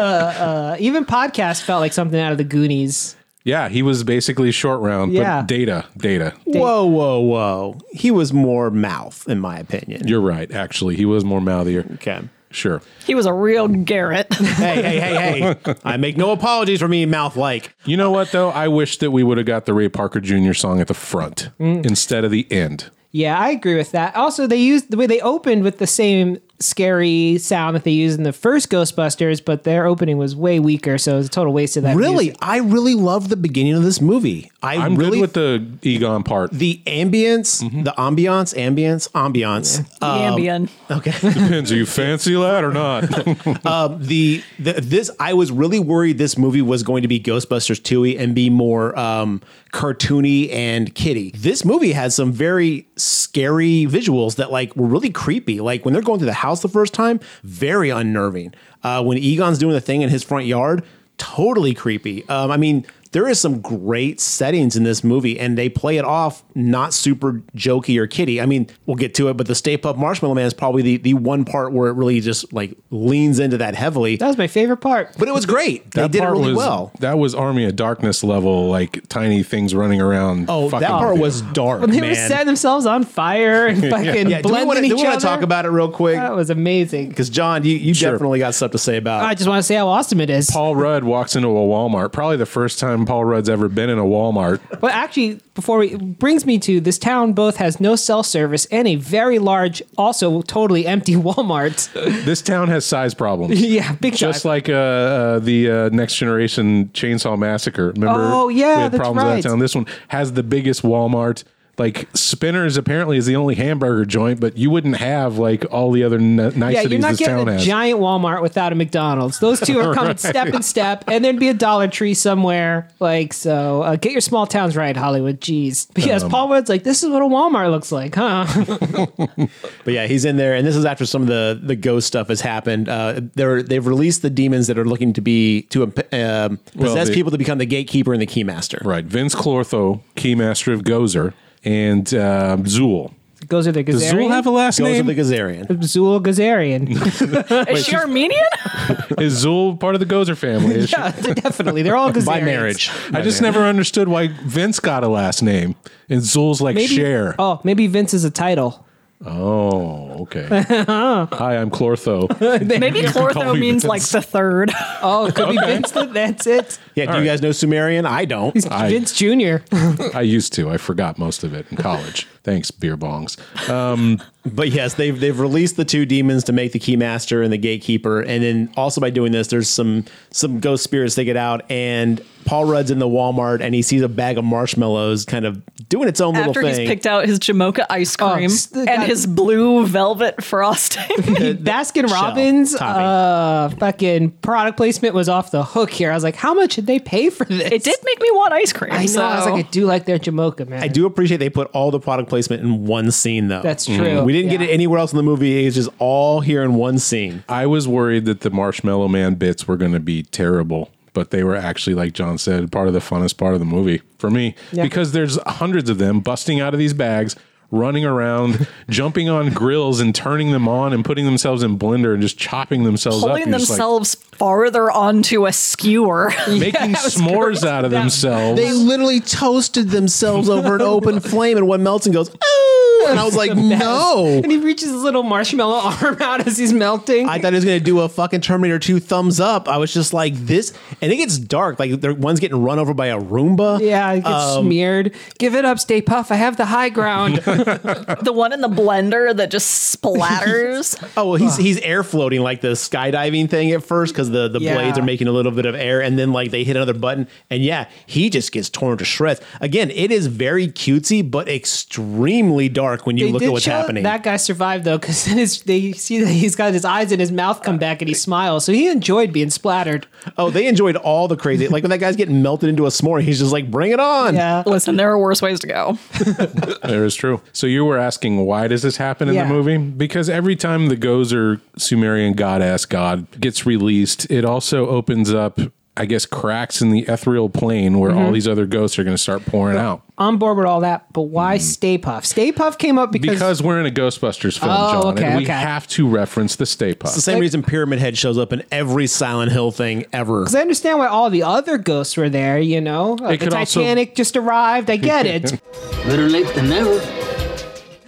Speaker 4: even podcast felt like something out of the Goonies.
Speaker 1: yeah, he was basically short round,
Speaker 4: Yeah.
Speaker 1: but data, data.
Speaker 3: Whoa, whoa, whoa! He was more mouth, in my opinion.
Speaker 1: You're right, actually. He was more mouthier.
Speaker 3: okay.
Speaker 1: Sure.
Speaker 2: He was a real Garrett.
Speaker 3: hey, hey, hey, hey. I make no apologies for me, mouth like.
Speaker 1: You know what though? I wish that we would have got the Ray Parker Jr. song at the front
Speaker 3: Mm.
Speaker 1: instead of the end.
Speaker 4: Yeah, I agree with that. Also, they used the way they opened with the same scary sound that they used in the first Ghostbusters, but their opening was way weaker, so it was a total waste of that.
Speaker 3: Really,
Speaker 4: music.
Speaker 3: I really love the beginning of this movie. I
Speaker 1: I'm
Speaker 3: really
Speaker 1: good with the Egon part.
Speaker 3: the ambience, the ambiance, ambience, ambiance. Uh,
Speaker 2: Ambien.
Speaker 3: okay.
Speaker 1: Depends, do you fancy that or not?
Speaker 3: the, the this I was really worried this movie was going to be Ghostbusters 2 and be more um, cartoony and kitty. This movie has some very scary visuals that like were really creepy. Like when they're going through the house the first time, very unnerving. Uh, when Egon's doing the thing in his front yard, totally creepy. Um, I mean, there is some great settings in this movie, and they play it off not super jokey or kitty. I mean, we'll get to it, but the Stay Puft Marshmallow Man is probably the, the one part where it really just like leans into that heavily.
Speaker 4: that was my favorite part.
Speaker 3: But it was great. They did it really
Speaker 1: was
Speaker 3: well.
Speaker 1: that was Army of Darkness level, like tiny things running around.
Speaker 3: Oh, that
Speaker 1: fucking
Speaker 3: part
Speaker 1: theater.
Speaker 3: was dark,
Speaker 4: When they
Speaker 3: man.
Speaker 4: were setting themselves on fire and fucking
Speaker 3: yeah, do we
Speaker 4: blending
Speaker 3: wanna- do we
Speaker 4: each
Speaker 3: want
Speaker 4: other.
Speaker 3: to talk about it real quick?
Speaker 4: that was amazing.
Speaker 3: Because John, you, you
Speaker 1: Sure.
Speaker 3: definitely got stuff to say about.
Speaker 4: I
Speaker 3: it.
Speaker 4: just want to say how awesome it is.
Speaker 1: Paul Rudd walks into a Walmart. Probably the first time Paul Rudd's ever been in a Walmart.
Speaker 4: But actually, before we brings me to this town, both has no cell service and a very large, also totally empty Walmart.
Speaker 1: This town has size problems.
Speaker 4: yeah, big
Speaker 1: Just
Speaker 4: time.
Speaker 1: like uh, uh, the uh, next generation Chainsaw Massacre. Remember?
Speaker 4: Oh, yeah,
Speaker 1: we had
Speaker 4: that's
Speaker 1: problems in
Speaker 4: right.
Speaker 1: that town. This one has the biggest Walmart. Like Spinner's apparently is the only hamburger joint, but you wouldn't have like all the other n-
Speaker 4: yeah,
Speaker 1: niceties
Speaker 4: you're not
Speaker 1: this town
Speaker 4: getting a
Speaker 1: has.
Speaker 4: giant Walmart without a McDonald's. Those two are coming step and step, and there'd be a Dollar Tree somewhere. Like so, uh, get your small towns right, Hollywood. Jeez. But
Speaker 1: Um,
Speaker 4: yes, Paul Rudd's like, this is what a Walmart looks like, huh?
Speaker 3: But yeah, he's in there, and this is after some of the the ghost stuff has happened. Uh, they're they've released the demons that are looking to be to um, possess
Speaker 1: they-
Speaker 3: people to become the gatekeeper and the keymaster.
Speaker 1: right. Vince Clortho, Keymaster of Gozer, and uh, Zool.
Speaker 4: Goes with the
Speaker 1: Does Zool have a
Speaker 4: Gazarian.
Speaker 1: last
Speaker 3: Goes
Speaker 1: name?
Speaker 3: with the Gazarian.
Speaker 4: Zool Gazarian.
Speaker 2: Is she Armenian?
Speaker 1: Is Zool part of the Gozer family? Is she-
Speaker 4: yeah, definitely. They're all Gazarians.
Speaker 3: By marriage.
Speaker 1: I just never understood why Vince got a last name and Zool's like
Speaker 4: Maybe,
Speaker 1: share.
Speaker 4: Oh, maybe Vince is a title.
Speaker 1: Oh, okay.
Speaker 2: Uh-huh.
Speaker 1: Hi, I'm Clortho.
Speaker 2: Maybe
Speaker 1: Call
Speaker 2: Clortho
Speaker 1: me Vince.
Speaker 2: means like the third.
Speaker 4: Oh, it could be Vince. the- That's it.
Speaker 3: Yeah, do
Speaker 1: All
Speaker 3: you
Speaker 1: right.
Speaker 3: guys know Sumerian? I don't.
Speaker 4: Vince Jr.
Speaker 1: I used to. I forgot most of it in college. Thanks, beer bongs.
Speaker 3: But yes, they've they've released the two demons to make the Keymaster and the Gatekeeper, and then also by doing this, there's some some ghost spirits they get out, and Paul Rudd's in the Walmart and he sees a bag of marshmallows, kind of doing its own
Speaker 2: After
Speaker 3: little
Speaker 2: he's
Speaker 3: thing.
Speaker 2: picked out his Jamocha ice
Speaker 4: Oh,
Speaker 2: cream
Speaker 4: s-
Speaker 2: and
Speaker 4: God.
Speaker 2: his blue velvet frosting.
Speaker 4: Baskin
Speaker 3: shell
Speaker 4: Robbins,
Speaker 3: topping.
Speaker 4: uh, fucking product placement was off the hook here. I was like, how much did they pay for this?
Speaker 2: it did make me want ice cream.
Speaker 4: I know. I was
Speaker 2: so-
Speaker 4: like, I do like their Jamocha, man.
Speaker 3: I do appreciate they put all the product placement in one scene, though.
Speaker 4: That's true.
Speaker 3: Mm-hmm. We didn't
Speaker 4: Yeah.
Speaker 3: get it anywhere else in the movie. It's just all here in one scene.
Speaker 1: I was worried that the Marshmallow Man bits were going to be terrible, but they were actually, like John said, part of the funnest part of the movie for me because there's hundreds of them busting out of these bags, running around, jumping on grills and turning them on and putting themselves in blender and just chopping themselves up,
Speaker 2: pulling
Speaker 1: You're just like
Speaker 2: themselves farther onto a skewer.
Speaker 1: making s'mores out of themselves.
Speaker 3: They literally toasted themselves over an open flame, and one melts and goes, "Ooh!" And I was like, "No!"
Speaker 4: And he reaches his little marshmallow arm out as he's melting.
Speaker 3: I thought he was gonna do a fucking Terminator 2 thumbs up. I was just like this, and it gets dark. Like there, one's getting run over by a Roomba.
Speaker 4: yeah, it gets
Speaker 3: um,
Speaker 4: smeared. Give it up, Stay Puff. I have the high ground.
Speaker 2: the one in the blender that just splatters.
Speaker 3: Oh, well, he's he's air floating like the skydiving thing at first because the the
Speaker 4: Yeah.
Speaker 3: blades are making a little bit of air, and then like they hit another button, and yeah, he just gets torn to shreds. Again, it is very cutesy, but extremely dark when you
Speaker 4: They
Speaker 3: look at
Speaker 4: did
Speaker 3: what's
Speaker 4: show
Speaker 3: happening.
Speaker 4: That guy survived though, because then his, they see that he's got his eyes and his mouth come back and he smiles. So he enjoyed being splattered.
Speaker 3: oh, they enjoyed all the crazy. Like when that guy's getting melted into a s'more, he's just like, "Bring it on!"
Speaker 4: Yeah.
Speaker 2: Listen, there are worse ways to go.
Speaker 1: That is true. So you were asking why does this happen in
Speaker 4: Yeah.
Speaker 1: the movie? Because every time the Gozer Sumerian goddess god gets released, it also opens up, I guess, cracks in the ethereal plane where
Speaker 4: Mm-hmm.
Speaker 1: all these other ghosts are going to start pouring out.
Speaker 4: On board with all that, but
Speaker 3: Mm.
Speaker 4: why Stay Puff? Stay Puff came up because,
Speaker 1: Because we're in a Ghostbusters film,
Speaker 4: Oh,
Speaker 1: John,
Speaker 4: okay,
Speaker 1: and we
Speaker 4: okay.
Speaker 1: have to reference the Stay
Speaker 3: It's the
Speaker 1: Puft.
Speaker 3: same reason Pyramid Head shows up in every Silent Hill thing ever.
Speaker 4: 'cause I understand why all the other ghosts were there. You know, Like, the
Speaker 1: could also-
Speaker 4: Titanic just arrived. I get it.
Speaker 7: Better late than never.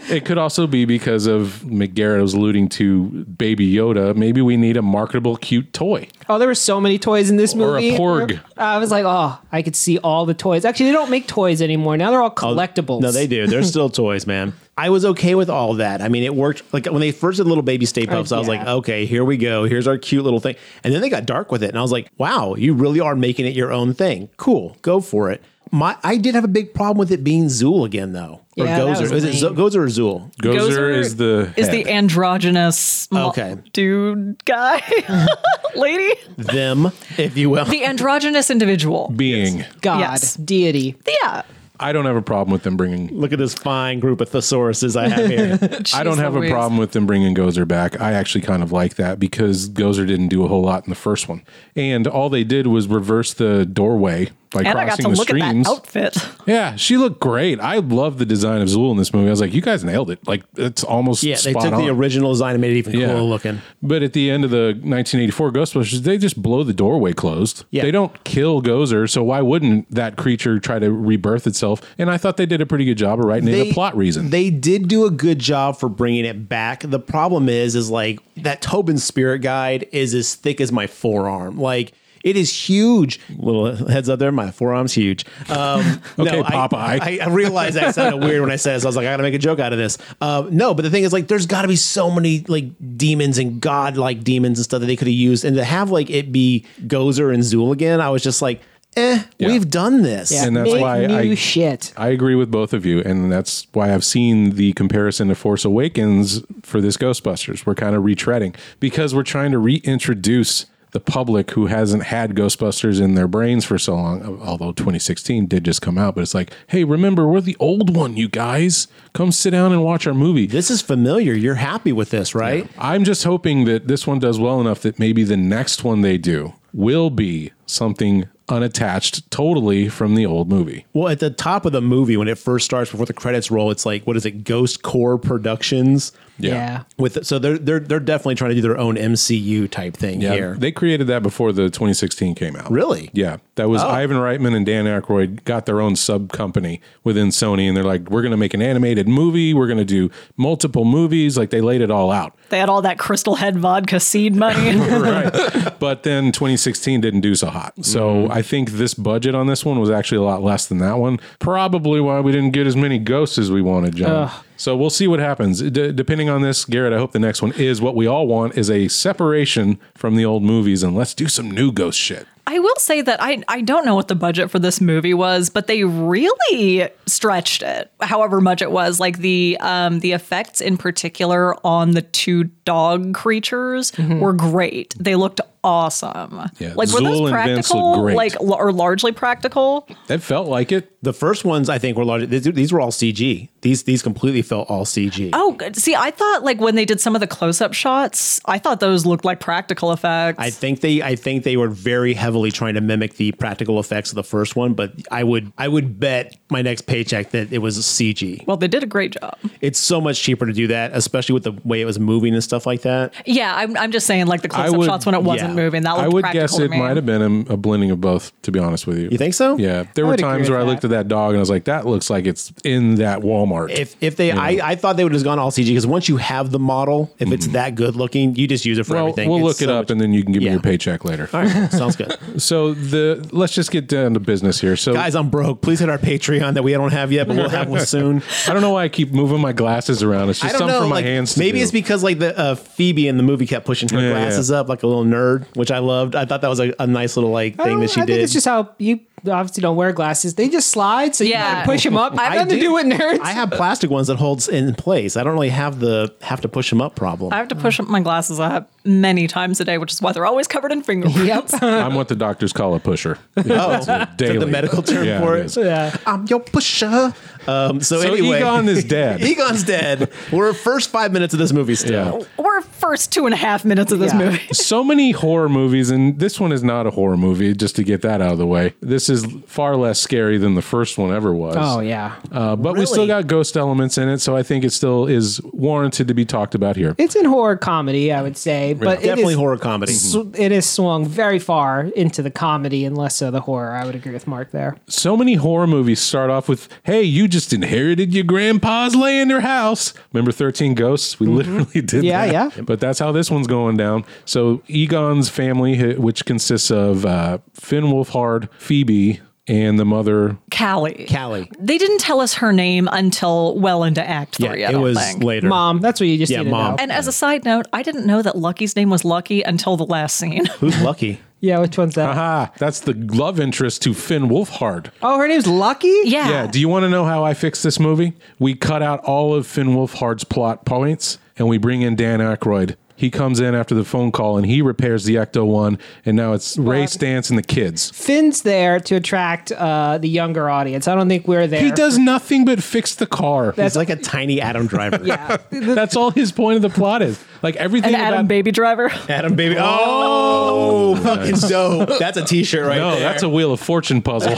Speaker 1: It could also be because of McGarrett was alluding to Baby Yoda. Maybe we need a marketable, cute toy.
Speaker 4: oh, there were so many toys in this
Speaker 1: Or a
Speaker 4: movie.
Speaker 1: porg.
Speaker 4: I was like, oh, I could see all the toys. Actually, they don't make toys anymore. Now they're all collectibles.
Speaker 3: Oh, No, they do. They're still toys, man. I was okay with all that. I mean, it worked. Like when they first did little baby Stay Puffs, I was like,
Speaker 4: yeah.
Speaker 3: okay, here we go. Here's our cute little thing. And then they got dark with it, and I was like, wow, you really are making it your own thing. Cool, go for it. My, I did have a big problem with it being Zool again, though. Or
Speaker 4: Yeah, that
Speaker 3: Gozer.
Speaker 4: was
Speaker 3: Is it Zo-
Speaker 4: lame.
Speaker 3: Gozer or Zool?
Speaker 1: Gozer, is the
Speaker 2: is the
Speaker 1: head.
Speaker 2: androgynous mo-
Speaker 3: Okay.
Speaker 2: dude guy lady
Speaker 3: Them, if you will.
Speaker 2: the androgynous individual.
Speaker 1: being.
Speaker 4: God,
Speaker 2: Yes.
Speaker 4: deity.
Speaker 2: Yeah,
Speaker 1: I don't have a problem with them bringing
Speaker 3: Look at this fine group of thesauruses I have here.
Speaker 1: I don't
Speaker 2: Jeez
Speaker 1: have a
Speaker 2: Louise.
Speaker 1: problem with them bringing Gozer back. I actually kind of like that because Gozer didn't do a whole lot in the first one, and all they did was reverse the doorway by
Speaker 2: and I got
Speaker 1: crossing
Speaker 2: to
Speaker 1: the
Speaker 2: look at
Speaker 1: streams.
Speaker 2: that Oh. outfit.
Speaker 1: Yeah, she looked great. I love the design of Zool in this movie. I was like, you guys nailed it. Like it's almost
Speaker 3: yeah, they
Speaker 1: spot
Speaker 3: took
Speaker 1: on.
Speaker 3: the original design and made it even
Speaker 1: Yeah.
Speaker 3: cooler looking.
Speaker 1: But at the end of the 1984 Ghostbusters, they just blow the doorway closed.
Speaker 3: Yeah.
Speaker 1: They don't kill Gozer, so why wouldn't that creature try to rebirth itself? And I thought they did a pretty good job of writing in a plot reason.
Speaker 3: They did do a good job for bringing it back. The problem is, is like that Tobin spirit guide is as thick as my forearm. Like it is huge. Little heads up there, my forearm's huge. Um,
Speaker 1: Okay,
Speaker 3: I-
Speaker 1: Popeye.
Speaker 3: I, I realized that sounded weird when I said this. I was like, I gotta make a joke out of this. Uh, no, but the thing is, like, there's got to be so many like demons and god-like demons and stuff that they could have used, and to have like it be Gozer and Zool again, I was just like, eh,
Speaker 1: Yeah.
Speaker 3: we've done this.
Speaker 4: Yeah,
Speaker 1: And that's
Speaker 4: make
Speaker 1: why
Speaker 4: new
Speaker 1: I-
Speaker 4: shit.
Speaker 1: I agree with both of you, and that's why I've seen the comparison to Force Awakens for this Ghostbusters. We're kind of retreading because we're trying to reintroduce the public who hasn't had Ghostbusters in their brains for so long. Although 2016 did just come out, but it's like, hey, remember we're the old one, you guys. Come sit down and watch our movie.
Speaker 3: This is familiar. You're happy with this, right?
Speaker 1: I'm just hoping that this one does well enough that maybe the next one they do will be something unattached totally from the old movie.
Speaker 3: Well, at the top of the movie, when it first starts before the credits roll, it's like, what is it, Ghost Core Productions?
Speaker 4: yeah.
Speaker 3: With so they're they're they're definitely trying to do their own MCU type thing
Speaker 1: Yeah,
Speaker 3: here.
Speaker 1: they created that before the 2016 came out.
Speaker 3: Really?
Speaker 1: Yeah, that was Ivan Reitman and Dan Aykroyd got their own sub company within Sony, and they're like, "We're going to make an animated movie. We're going to do multiple movies." Like they laid it all out.
Speaker 2: They had all that crystal head vodka seed money.
Speaker 1: right. But then 2016 didn't do so hot. So I think this budget on this one was actually a lot less than that one. Probably why we didn't get as many ghosts as we wanted, John. So we'll see what happens. D- depending on this, Garrett, I hope the next one is what we all want is a separation from the old movies and let's do some new ghost shit.
Speaker 2: I will say that I, I don't know what the budget for this movie was, but they really stretched it, however much it was. Like the um, the effects in particular on the two dog creatures were great. They looked awesome.
Speaker 1: Mm-hmm. Yeah,
Speaker 2: like were
Speaker 1: Zool
Speaker 2: those
Speaker 1: and Vince look
Speaker 2: practical?
Speaker 1: great.
Speaker 2: Like l- or largely practical?
Speaker 1: That felt like it.
Speaker 3: The first ones I think were large. These, these were all CG. These these completely felt all CG.
Speaker 2: Oh, good. see, I thought like when they did some of the close up shots, I thought those looked like practical effects.
Speaker 3: I think they I think they were very heavily trying to mimic the practical effects of the first one, but I would I would bet my next paycheck that it was CG.
Speaker 2: well, they did a great job.
Speaker 3: It's so much cheaper to do that, especially with the way it was moving and stuff like that.
Speaker 2: Yeah, I'm, I'm just saying like the close up
Speaker 1: would-
Speaker 2: shots when it wasn't
Speaker 3: yeah.
Speaker 2: moving. That looked
Speaker 1: I would
Speaker 2: practical
Speaker 1: guess
Speaker 2: to
Speaker 1: it
Speaker 2: me.
Speaker 1: might have been a, a blending of both, to be honest with you.
Speaker 3: You think so?
Speaker 1: Yeah. There
Speaker 4: I
Speaker 1: were
Speaker 4: would agree
Speaker 1: times where
Speaker 4: with
Speaker 1: I
Speaker 4: that.
Speaker 1: looked at that dog and I was like, that looks like it's in that Walmart.
Speaker 3: If if they I, I thought they would have gone all CG because once you have the model, if it's that good looking, you just use it for
Speaker 1: well,
Speaker 3: everything.
Speaker 1: we'll
Speaker 3: It's
Speaker 1: look it
Speaker 3: so
Speaker 1: up
Speaker 3: much-
Speaker 1: and then you can give me
Speaker 3: Yeah.
Speaker 1: your paycheck later.
Speaker 3: all right, sounds good.
Speaker 1: So the let's just get down to business here. So
Speaker 3: Guys, I'm broke. Please hit our Patreon that we don't have yet, but we'll have one soon.
Speaker 1: I don't know why I keep moving my glasses around. It's
Speaker 3: I
Speaker 1: just
Speaker 3: don't
Speaker 1: something
Speaker 3: know.
Speaker 1: for my
Speaker 3: like,
Speaker 1: hands to
Speaker 3: maybe
Speaker 1: do.
Speaker 3: it's because like the uh, Phoebe in the movie kept pushing her
Speaker 1: Yeah,
Speaker 3: glasses
Speaker 1: yeah.
Speaker 3: up like a little nerd, which I loved. I thought that was a, a nice little like
Speaker 4: I
Speaker 3: thing
Speaker 1: Oh,
Speaker 4: don't-
Speaker 3: that she
Speaker 4: Oh, I
Speaker 3: did.
Speaker 4: think it's just how you obviously don't wear glasses. They just slide, so you
Speaker 2: Yeah.
Speaker 4: yeah. push them up. I have
Speaker 3: I
Speaker 4: nothing to
Speaker 3: do.
Speaker 4: do with nerds.
Speaker 3: I have plastic ones that holds in place. I don't really have the have to push them up problem.
Speaker 2: I have to push up my glasses up many times a day, which is why they're always covered in fingerprints.
Speaker 1: I'm what the doctors call a pusher. Oh,
Speaker 3: Is that the medical term
Speaker 1: Yeah,
Speaker 3: for
Speaker 1: it
Speaker 3: it?
Speaker 1: is.
Speaker 4: Yeah.
Speaker 3: I'm your pusher. Um, so,
Speaker 1: So
Speaker 3: anyway,
Speaker 1: Egon is dead.
Speaker 3: Egon's dead. We're first five minutes of this movie still.
Speaker 1: Yeah.
Speaker 2: We're first two and a half minutes of this
Speaker 4: Yeah.
Speaker 2: movie.
Speaker 1: so many horror movies, and this one is not a horror movie, just to get that out of the way. This is far less scary than the first one ever was.
Speaker 4: Oh yeah.
Speaker 1: Uh, but we still
Speaker 3: Really?
Speaker 1: got ghost elements in it, so I think it still is warranted to be talked about here.
Speaker 4: It's in horror comedy, I would say, but it
Speaker 3: Definitely
Speaker 4: is-
Speaker 3: horror comedy.
Speaker 4: sw- It is swung very far into the comedy and less so the horror. I would agree with Mark there.
Speaker 1: so many horror movies start off with, "Hey, you just inherited your grandpa's land or house." Remember Thirteen Ghosts? We literally did.
Speaker 4: Mm-hmm. Yeah,
Speaker 1: that.
Speaker 4: yeah.
Speaker 1: But that's how this one's going down. So Egon's family, hi- which consists of uh, Finn Wolfhard, Phoebe, and the mother.
Speaker 2: Callie.
Speaker 3: Callie.
Speaker 2: They didn't tell us her name until well into Act
Speaker 3: Yeah,
Speaker 2: Three. I
Speaker 3: it
Speaker 2: don't
Speaker 3: was
Speaker 2: think.
Speaker 3: later.
Speaker 4: Mom, that's what you just
Speaker 3: Yeah,
Speaker 4: need
Speaker 3: mom.
Speaker 4: to know.
Speaker 2: And as a side note, I didn't know that Lucky's name was Lucky until the last scene.
Speaker 3: Who's lucky?
Speaker 4: Yeah, which one's
Speaker 3: Uh-huh.
Speaker 4: that?
Speaker 2: Ah.
Speaker 1: Aha! That's the love interest to Finn Wolfhard.
Speaker 4: Oh, her name's Lucky.
Speaker 2: yeah.
Speaker 1: Yeah. Do you want to know how I fixed this movie? We cut out all of Finn Wolfhard's plot points and we bring in Dan Aykroyd. He comes in after the phone call and he repairs the Ecto One, and now it's Ray Stance and the kids.
Speaker 4: Finn's there to attract uh, the younger audience. I don't think we're there.
Speaker 1: He does nothing but fix the car.
Speaker 3: He's like a tiny Adam Driver.
Speaker 4: Yeah.
Speaker 1: That's all his point of the plot is. Like everything
Speaker 2: An Adam
Speaker 1: about.
Speaker 2: Baby Driver.
Speaker 3: Adam Baby. Oh, fucking dope. That's a T-shirt right
Speaker 1: no,
Speaker 3: there.
Speaker 1: that's a Wheel of Fortune puzzle.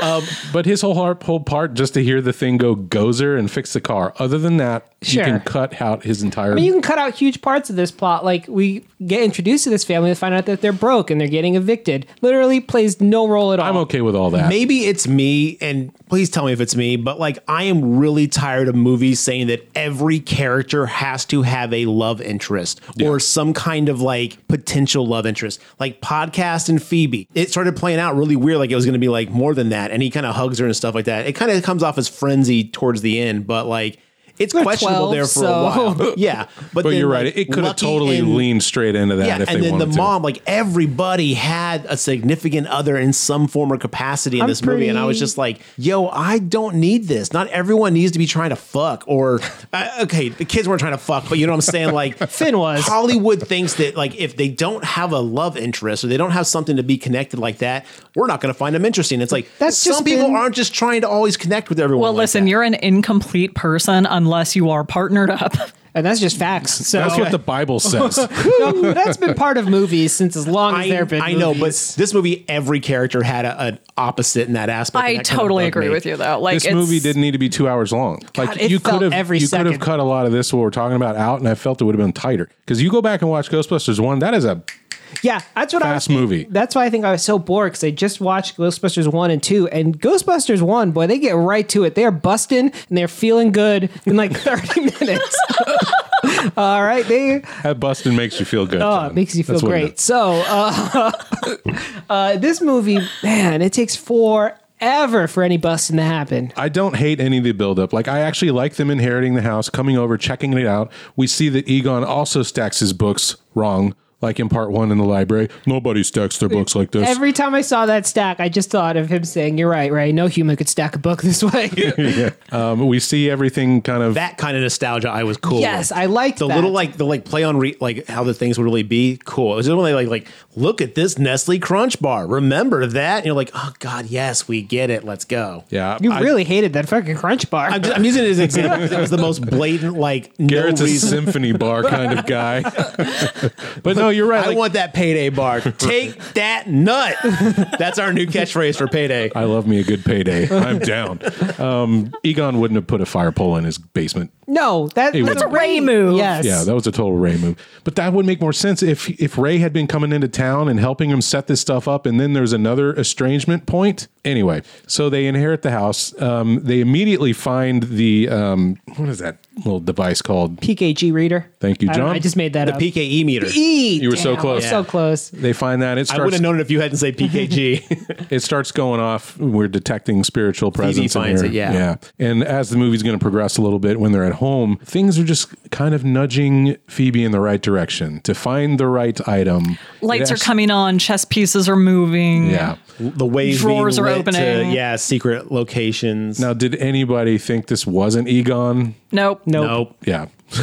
Speaker 1: Um, but his whole heart, whole part, just to hear the thing go gozer and fix the car. Other than that,
Speaker 4: Sure.
Speaker 1: you can cut out his entire.
Speaker 4: I mean, you can cut out huge parts of this plot. Like we get introduced to this family and find out that they're broke and they're getting evicted. Literally plays no role at all.
Speaker 1: I'm okay with all that.
Speaker 3: Maybe it's me, and please tell me if it's me, but like I am really tired of movies saying that every character has to have a love interest or some kind of like potential love interest. Like podcast and Phoebe, it started playing out really weird. Like it was going to be like more than that, and he kind of hugs her and stuff like that. It kind of comes off as frenzy towards the end, but like. It's questionable
Speaker 4: 12,
Speaker 3: there for
Speaker 4: so-
Speaker 3: a while. Yeah.
Speaker 1: But
Speaker 3: But, then,
Speaker 1: you're right.
Speaker 3: like,
Speaker 1: it could have
Speaker 3: Lucky
Speaker 1: totally
Speaker 3: and-
Speaker 1: leaned straight into that
Speaker 3: yeah,
Speaker 1: if
Speaker 3: and
Speaker 1: they
Speaker 3: then the
Speaker 1: wanted to.
Speaker 3: mom, like everybody had a significant other in some form or capacity in
Speaker 4: I'm
Speaker 3: this movie, and I was
Speaker 4: pretty-
Speaker 3: just like, "Yo, I don't need this. Not everyone needs to be trying to fuck." Or, uh, okay, the kids weren't trying to fuck, but you know what I'm saying? Like
Speaker 4: Finn was.
Speaker 3: Hollywood thinks that like if they don't have a love interest or they don't have something to be connected like that, we're not going to find them interesting. It's like
Speaker 4: That's
Speaker 3: some
Speaker 4: just
Speaker 3: people
Speaker 4: been-
Speaker 3: aren't just trying to always connect with everyone.
Speaker 2: Well,
Speaker 3: like
Speaker 2: listen,
Speaker 3: that.
Speaker 2: you're an incomplete person unless you are partnered up.
Speaker 4: and that's just facts. So
Speaker 1: That's what the Bible says.
Speaker 4: No, that's been part of movies since as long as
Speaker 3: I,
Speaker 4: there have been.
Speaker 3: I know, but
Speaker 4: movies.
Speaker 3: this movie, every character had a, an opposite in that aspect.
Speaker 2: I
Speaker 3: and that kinda
Speaker 2: totally
Speaker 3: bugged
Speaker 2: agree
Speaker 3: me.
Speaker 2: with you though. Like
Speaker 1: this
Speaker 2: it's,
Speaker 1: movie didn't need to be two hours long. like
Speaker 4: it
Speaker 1: you could
Speaker 4: felt
Speaker 1: have,
Speaker 4: every
Speaker 1: you could have
Speaker 4: second.
Speaker 1: cut a lot of this what we're talking about out, and I felt it would have been tighter. Because you go back and watch Ghostbusters one, that is a
Speaker 4: Yeah, that's what I was
Speaker 1: Fast movie.
Speaker 4: That's why I think I was so bored because I just watched Ghostbusters one and two, and Ghostbusters one, boy, they get right to it. They are busting and they're feeling good in like thirty minutes. All right, they
Speaker 1: That busting makes you feel good.
Speaker 4: Oh,
Speaker 1: John.
Speaker 4: it makes you feel
Speaker 1: That's what it
Speaker 4: great.
Speaker 1: is.
Speaker 4: So, uh, uh, this movie, man, it takes forever for any busting to happen.
Speaker 1: I don't hate any of the buildup. Like I actually like them inheriting the house, coming over, checking it out. We see that Egon also stacks his books wrong, like in part one in the library. Nobody stacks their books like this.
Speaker 4: Every time I saw that stack, I just thought of him saying, "You're right, Ray. No human could stack a book this way."
Speaker 1: um, we see everything kind of
Speaker 3: That kind of nostalgia, I was cool.
Speaker 4: Yes,
Speaker 3: with.
Speaker 4: I liked
Speaker 3: the
Speaker 4: that.
Speaker 3: little like the like play on re- like how the things would really be cool. It was just when they like like look at this Nestle Crunch bar. Remember that? And you're like, oh god, yes, we get it. Let's go.
Speaker 1: yeah.
Speaker 4: You
Speaker 1: I-
Speaker 4: really hated that fucking crunch bar.
Speaker 3: I'm, just, I'm using it as an example. 'cause It was the most blatant like
Speaker 1: Garrett's
Speaker 3: no
Speaker 1: a
Speaker 3: reason.
Speaker 1: symphony bar kind of guy. but no, Oh, you're right.
Speaker 3: I
Speaker 1: like-
Speaker 3: want that payday bar. Take that nut. That's our new catchphrase for payday.
Speaker 1: I love me a good payday. I'm down. Um, Egon wouldn't have put a fire pole in his basement.
Speaker 4: no, that,
Speaker 1: It
Speaker 4: that's
Speaker 1: was-
Speaker 4: a Ray move. Yes.
Speaker 1: Yeah, that was a total Ray move. But that would make more sense if if Ray had been coming into town and helping him set this stuff up, and then there's another estrangement point. Anyway, so they inherit the house. Um, they immediately find the um, what is that little device called?
Speaker 4: PKG reader.
Speaker 1: Thank you,
Speaker 4: I don't know,
Speaker 1: John.
Speaker 4: I, just made that
Speaker 3: The
Speaker 4: up.
Speaker 3: PKE meter.
Speaker 4: E,
Speaker 1: You were so
Speaker 4: damn,
Speaker 1: close.
Speaker 4: So close.
Speaker 1: They find that it
Speaker 3: I would
Speaker 1: starts
Speaker 3: have known it if you hadn't said PKG.
Speaker 1: it starts going off. We're detecting spiritual presence. in
Speaker 3: finds
Speaker 1: here.
Speaker 3: it, yeah.
Speaker 1: And as the movie's going to progress a little bit, when they're at home, things are just kind of nudging Phoebe in the right direction to find the right item.
Speaker 2: Lights
Speaker 1: It
Speaker 2: are
Speaker 1: actu-
Speaker 2: coming on, chess pieces are moving.
Speaker 1: Yeah.
Speaker 3: the ways
Speaker 2: Drawers
Speaker 3: being
Speaker 2: are
Speaker 3: lit
Speaker 2: opening.
Speaker 3: To, yeah, secret locations.
Speaker 1: Now, did anybody think this wasn't Egon?
Speaker 2: Nope.
Speaker 4: Nope.
Speaker 3: nope.
Speaker 1: Yeah.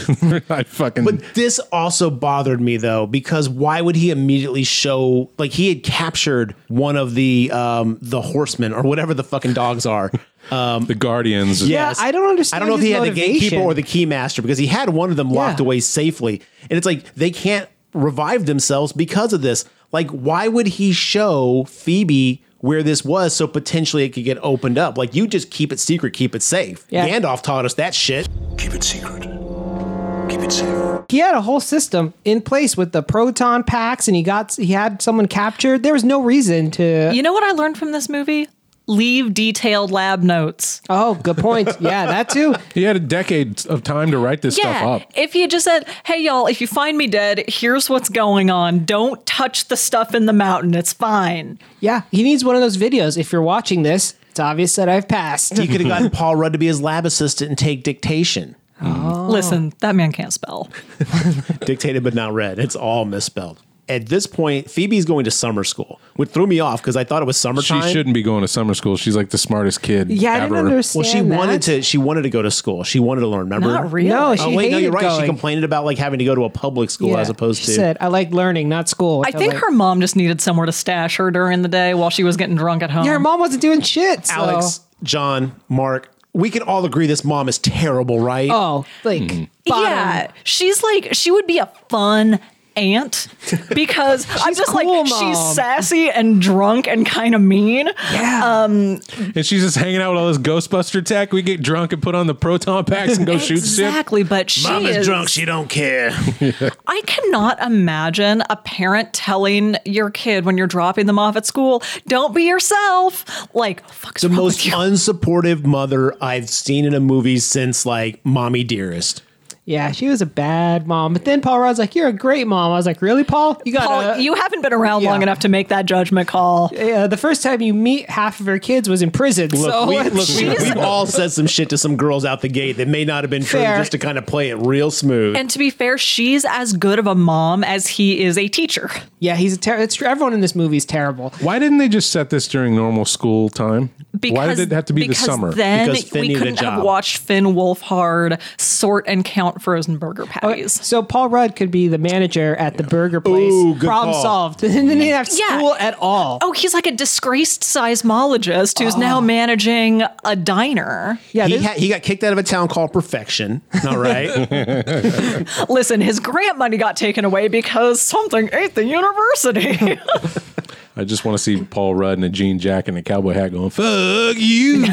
Speaker 1: I fucking.
Speaker 3: But this also bothered me though, because why would he immediately show like he had captured one of the um the horsemen or whatever the fucking dogs are.
Speaker 1: the Guardians.
Speaker 4: Yeah, I don't understand
Speaker 3: I don't know if
Speaker 4: his
Speaker 3: he had the gatekeeper
Speaker 4: motivation.
Speaker 3: or the keymaster because he had one of them locked
Speaker 4: Yeah.
Speaker 3: away safely, and it's like they can't revive themselves because of this. Like, why would he show Phoebe? Where this was, so potentially it could get opened up. Like you just keep it secret, keep it safe.
Speaker 4: Yeah.
Speaker 3: Gandalf taught us that shit.
Speaker 9: Keep it secret. Keep it safe.
Speaker 4: he had a whole system in place with the proton packs and he got he had someone captured there was no reason to
Speaker 2: You know what I learned from this movie? Leave detailed lab notes.
Speaker 4: oh good point yeah that too
Speaker 1: He had a decade of time to write this stuff up.
Speaker 2: If you just said, hey, y'all, if you find me dead, here's what's going on. Don't touch the stuff in the mountain. It's fine.
Speaker 4: yeah he needs one of those videos if you're watching this it's obvious that i've passed
Speaker 3: He could have gotten Paul Rudd to be his lab assistant and take dictation.
Speaker 4: Oh.
Speaker 2: Listen, that man can't spell.
Speaker 3: dictated but not read. It's all misspelled. At this point, Phoebe's going to summer school, which threw me off because I thought it was
Speaker 1: She
Speaker 3: summertime.
Speaker 1: shouldn't be going to summer school. She's like the smartest kid.
Speaker 4: yeah i
Speaker 1: ever.
Speaker 4: didn't understand
Speaker 3: Well, she
Speaker 4: that.
Speaker 3: wanted to. She wanted to go to school. She wanted to learn. Remember?
Speaker 2: Not really.
Speaker 4: no she
Speaker 3: Oh wait, no,
Speaker 4: hated
Speaker 3: you're right. She
Speaker 4: going.
Speaker 3: complained about like having to go to a public school
Speaker 4: Yeah.
Speaker 3: as opposed
Speaker 4: she
Speaker 3: to.
Speaker 4: said i like learning not school
Speaker 2: I think
Speaker 4: like,
Speaker 2: her mom just needed somewhere to stash her during the day while she was getting drunk at home.
Speaker 4: yeah, her mom wasn't doing shit so.
Speaker 3: Alex, John, Mark, we can all agree this mom is terrible, right?
Speaker 4: oh like
Speaker 3: Hmm.
Speaker 4: bottom.
Speaker 2: Yeah, she's like she would be a fun aunt because I'm just
Speaker 4: cool,
Speaker 2: like
Speaker 4: Mom.
Speaker 2: she's sassy and drunk and kind of mean. Um,
Speaker 4: yeah
Speaker 1: And she's just hanging out with all this Ghostbuster tech. We get drunk and put on the proton packs and go shoot shit.
Speaker 2: exactly, but she
Speaker 3: Mom is
Speaker 2: is
Speaker 3: drunk. She don't care.
Speaker 2: I cannot imagine a parent telling your kid when you're dropping them off at school, "Don't be yourself." Like, fuck,
Speaker 3: the most unsupportive mother I've seen in a movie since like Mommy Dearest.
Speaker 4: yeah she was a bad mom but then paul rudd's like you're a great mom i was like really paul you got
Speaker 2: Paul,
Speaker 4: a-
Speaker 2: you haven't been around
Speaker 4: yeah.
Speaker 2: long enough to make that judgment call.
Speaker 4: Yeah, the first time you meet half of her kids was in prison. so
Speaker 3: we, look, we,
Speaker 4: she's-
Speaker 3: we've all said some shit to some girls out the gate that may not have been true,
Speaker 4: Fair.
Speaker 3: just to kind of play it real smooth.
Speaker 2: And to be fair, she's as good of a mom as he is a teacher.
Speaker 4: yeah, he's a ter- it's everyone in this movie is terrible.
Speaker 1: Why didn't they just set this during normal school time? Why did it have to be the
Speaker 2: because
Speaker 1: summer?
Speaker 2: Then
Speaker 3: Because Finn
Speaker 2: we
Speaker 3: needed a
Speaker 2: couldn't have
Speaker 3: job.
Speaker 2: watched Finn Wolfhard sort and count frozen
Speaker 3: Oh,
Speaker 2: burger patties.
Speaker 4: So Paul Rudd could be the manager at the burger place.
Speaker 3: Ooh, good
Speaker 4: Problem
Speaker 3: call.
Speaker 4: solved. and then they have
Speaker 2: Yeah.
Speaker 4: school at all.
Speaker 2: Oh, he's like a disgraced seismologist who's now managing a diner.
Speaker 4: yeah,
Speaker 3: he,
Speaker 4: this-
Speaker 3: ha- he got kicked out of a town called Perfection. All right.
Speaker 2: Listen, his grant money got taken away because something ate the university.
Speaker 1: I just want to see Paul Rudd in a jean jacket and a cowboy hat going, fuck you.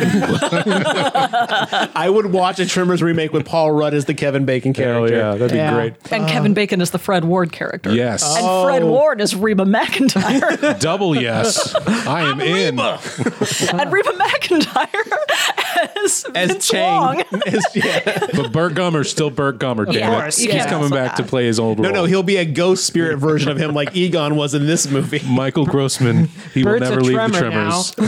Speaker 3: I would watch a Tremors remake with Paul Rudd as the Kevin Bacon
Speaker 1: Hell
Speaker 3: character.
Speaker 1: yeah, that'd be
Speaker 4: Yeah.
Speaker 1: great.
Speaker 2: And Kevin Bacon is the Fred Ward character.
Speaker 1: Yes.
Speaker 2: And Fred Ward is Reba McIntyre.
Speaker 1: Double yes. I am in.
Speaker 2: and Reba McIntyre as, Vince Wong.
Speaker 3: As- yeah.
Speaker 1: But Burt Gummer's still Burt Gummer, damn
Speaker 2: Yeah,
Speaker 1: it.
Speaker 2: you
Speaker 1: He's
Speaker 2: can't
Speaker 1: coming
Speaker 2: cancel
Speaker 1: back to
Speaker 2: that.
Speaker 1: play his old
Speaker 3: No,
Speaker 1: role.
Speaker 3: no, he'll be a ghost spirit version of him, like Egon was in this movie.
Speaker 1: Michael Grossman, he will
Speaker 4: Bert's a
Speaker 1: never leave the
Speaker 4: tremor
Speaker 1: Tremors.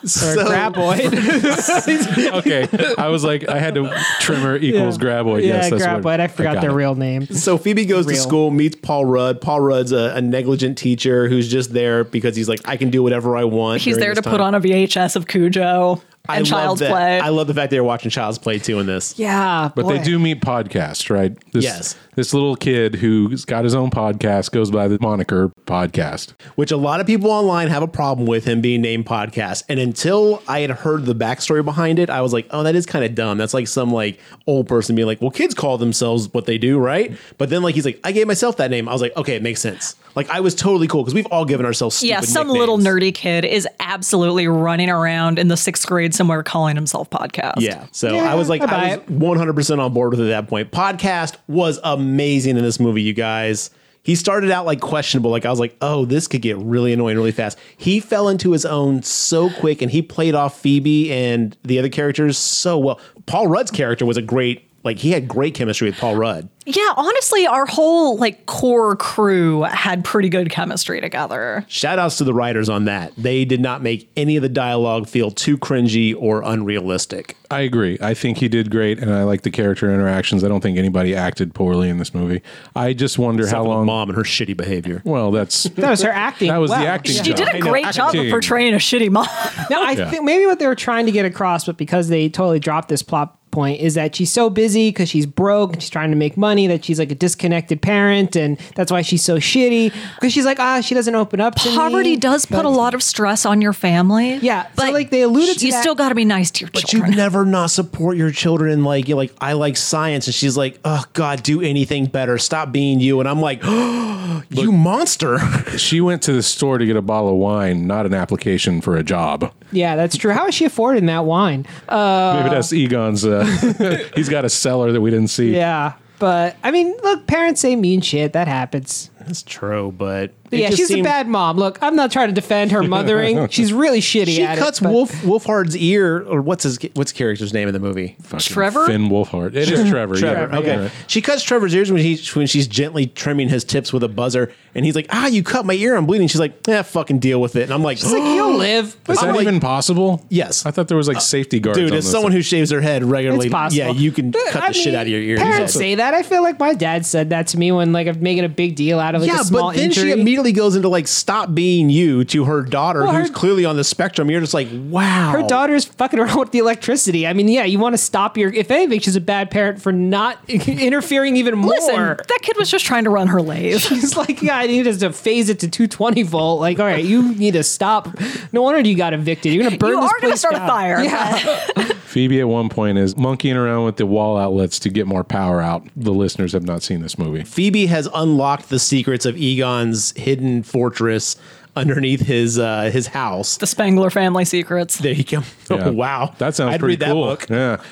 Speaker 4: Or
Speaker 3: So-
Speaker 4: graboid.
Speaker 1: okay. I was like, I had to trimmer equals graboid.
Speaker 4: yeah,
Speaker 1: yes, that's what-
Speaker 4: graboid. I forgot
Speaker 1: got
Speaker 4: their
Speaker 1: it.
Speaker 4: real name.
Speaker 3: So Phoebe goes to
Speaker 4: Real.
Speaker 3: school, meets Paul Rudd. Paul Rudd's a, a negligent teacher who's just there because he's like, I can do whatever I want.
Speaker 2: He's
Speaker 3: during
Speaker 2: there to
Speaker 3: this
Speaker 2: put
Speaker 3: time."
Speaker 2: on a VHS of Cujo
Speaker 3: I
Speaker 2: and
Speaker 3: love
Speaker 2: Child's
Speaker 3: that.
Speaker 2: Play.
Speaker 3: I love the fact they were watching Child's Play too in this.
Speaker 4: Yeah,
Speaker 1: But they do meet podcast, right? This,
Speaker 3: Yes.
Speaker 1: This little kid who's got his own podcast goes by the moniker podcast.
Speaker 3: which a lot of people online have a problem with him being named podcast. And until I had heard the backstory behind it, I was like, oh, that is kind of dumb. That's like some like old person being like, well, kids call themselves what they do, right? But then like he's like, I gave myself that name. I was like, okay, it makes sense. Like I was totally cool because we've all given ourselves stupid
Speaker 2: yeah, some
Speaker 3: nicknames.
Speaker 2: little nerdy kid is absolutely running around in the sixth grade somewhere calling himself podcast.
Speaker 3: Yeah. So I was like,
Speaker 4: I buy
Speaker 3: I was
Speaker 4: it.
Speaker 3: 100% on board with it at that point. Podcast was amazing in this movie, you guys. He started out like questionable. Like I was like, oh, this could get really annoying really fast. He fell into his own so quick and he played off Phoebe and the other characters so well. Paul Rudd's character was a great, like, he had great chemistry with Paul Rudd.
Speaker 2: Yeah, honestly, our whole like core crew had pretty good chemistry together.
Speaker 3: Shout outs to the writers on that. They did not make any of the dialogue feel too cringy or unrealistic.
Speaker 1: I agree. I think he did great, and I like the character interactions. I don't think anybody acted poorly in this movie. I just wonder
Speaker 3: Except
Speaker 1: how
Speaker 3: for the
Speaker 1: long.
Speaker 3: mom and her shitty behavior.
Speaker 1: Well, that's
Speaker 4: That was her acting.
Speaker 1: that was
Speaker 4: Wow.
Speaker 1: the acting.
Speaker 2: She
Speaker 1: job.
Speaker 2: did a great job of
Speaker 1: Acting.
Speaker 2: portraying a shitty mom.
Speaker 4: No, I
Speaker 1: Yeah.
Speaker 4: think maybe what they were trying to get across, but because they totally dropped this plot point, is that she's so busy because she's broke and she's trying to make money that she's like a disconnected parent, and that's why she's so shitty because she's like, ah, she doesn't open up. To
Speaker 2: Poverty
Speaker 4: me.
Speaker 2: does put a
Speaker 4: But-
Speaker 2: lot of stress on your family.
Speaker 4: Yeah, so, like, they alluded to
Speaker 2: You
Speaker 4: that-
Speaker 2: still got to be nice to your
Speaker 3: But you
Speaker 2: children.
Speaker 3: never not support your children. Like you're like, I like science, and she's like, oh God, do anything better. Stop being you. And I'm like, you monster.
Speaker 1: She went to the store to get a bottle of wine, not an application for a job.
Speaker 4: Yeah, that's true. How is she affording that wine?
Speaker 1: Maybe that's Egon's. Uh, he's got a cellar that we didn't see.
Speaker 4: Yeah. But I mean, look, parents say mean shit. That happens.
Speaker 3: That's true, but
Speaker 4: But yeah, she's a bad mom. Look, I'm not trying to defend her mothering. she's really shitty
Speaker 3: She
Speaker 4: at it,
Speaker 3: cuts
Speaker 4: but-
Speaker 3: Wolf Wolfhard's ear, or what's his what's the character's name in the movie?
Speaker 1: Fucking
Speaker 2: Trevor?
Speaker 1: Finn Wolfhard. It is Trevor.
Speaker 3: Trevor.
Speaker 1: Yeah.
Speaker 3: okay,
Speaker 1: All right.
Speaker 3: she cuts Trevor's ears when he when she's gently trimming his tips with a buzzer, and he's like, ah, you cut my ear, I'm bleeding. She's like, yeah, fucking deal with it. And I'm like,
Speaker 4: She's like, you'll live.
Speaker 1: Is
Speaker 3: I'm
Speaker 1: that
Speaker 3: like-
Speaker 1: even possible?
Speaker 3: Yes. Uh,
Speaker 1: I thought there was like safety guards.
Speaker 3: dude,
Speaker 1: on
Speaker 3: as
Speaker 1: this
Speaker 3: someone who shaves their head regularly,
Speaker 4: It's possible.
Speaker 3: yeah, you can
Speaker 4: But,
Speaker 3: cut the
Speaker 4: I
Speaker 3: shit
Speaker 4: mean,
Speaker 3: out of your ears.
Speaker 4: Parents
Speaker 3: Yeah.
Speaker 4: say that. I feel like my dad said that to me when like I'm making a big deal out of like a small
Speaker 3: but then she
Speaker 4: injury.
Speaker 3: immediately goes into like stop being you to her daughter,
Speaker 4: Well, her-
Speaker 3: who's clearly on the spectrum. You're just like, wow,
Speaker 4: her daughter's fucking around with the electricity. I mean, yeah, you want to stop your. If anything, she's a bad parent for not interfering even more.
Speaker 2: Listen, that kid was just trying to run her lathe.
Speaker 4: He's like, yeah, I need us to phase it to 220 volt. Like, all right, you need to stop. No wonder you got evicted. You're gonna burn
Speaker 2: You
Speaker 4: this
Speaker 2: are
Speaker 4: place
Speaker 2: going to start a
Speaker 4: down.
Speaker 2: fire. Yeah.
Speaker 1: Phoebe at one point is monkeying around with the wall outlets to get more power out. The listeners have not seen this movie.
Speaker 3: Phoebe has unlocked the secrets of Egon's hidden fortress underneath his uh, his house.
Speaker 2: the Spangler family secrets.
Speaker 3: There you go.
Speaker 1: Yeah.
Speaker 3: Oh, wow,
Speaker 1: that sounds
Speaker 3: I'd
Speaker 1: pretty
Speaker 3: read that
Speaker 1: cool.
Speaker 3: book.
Speaker 1: Yeah,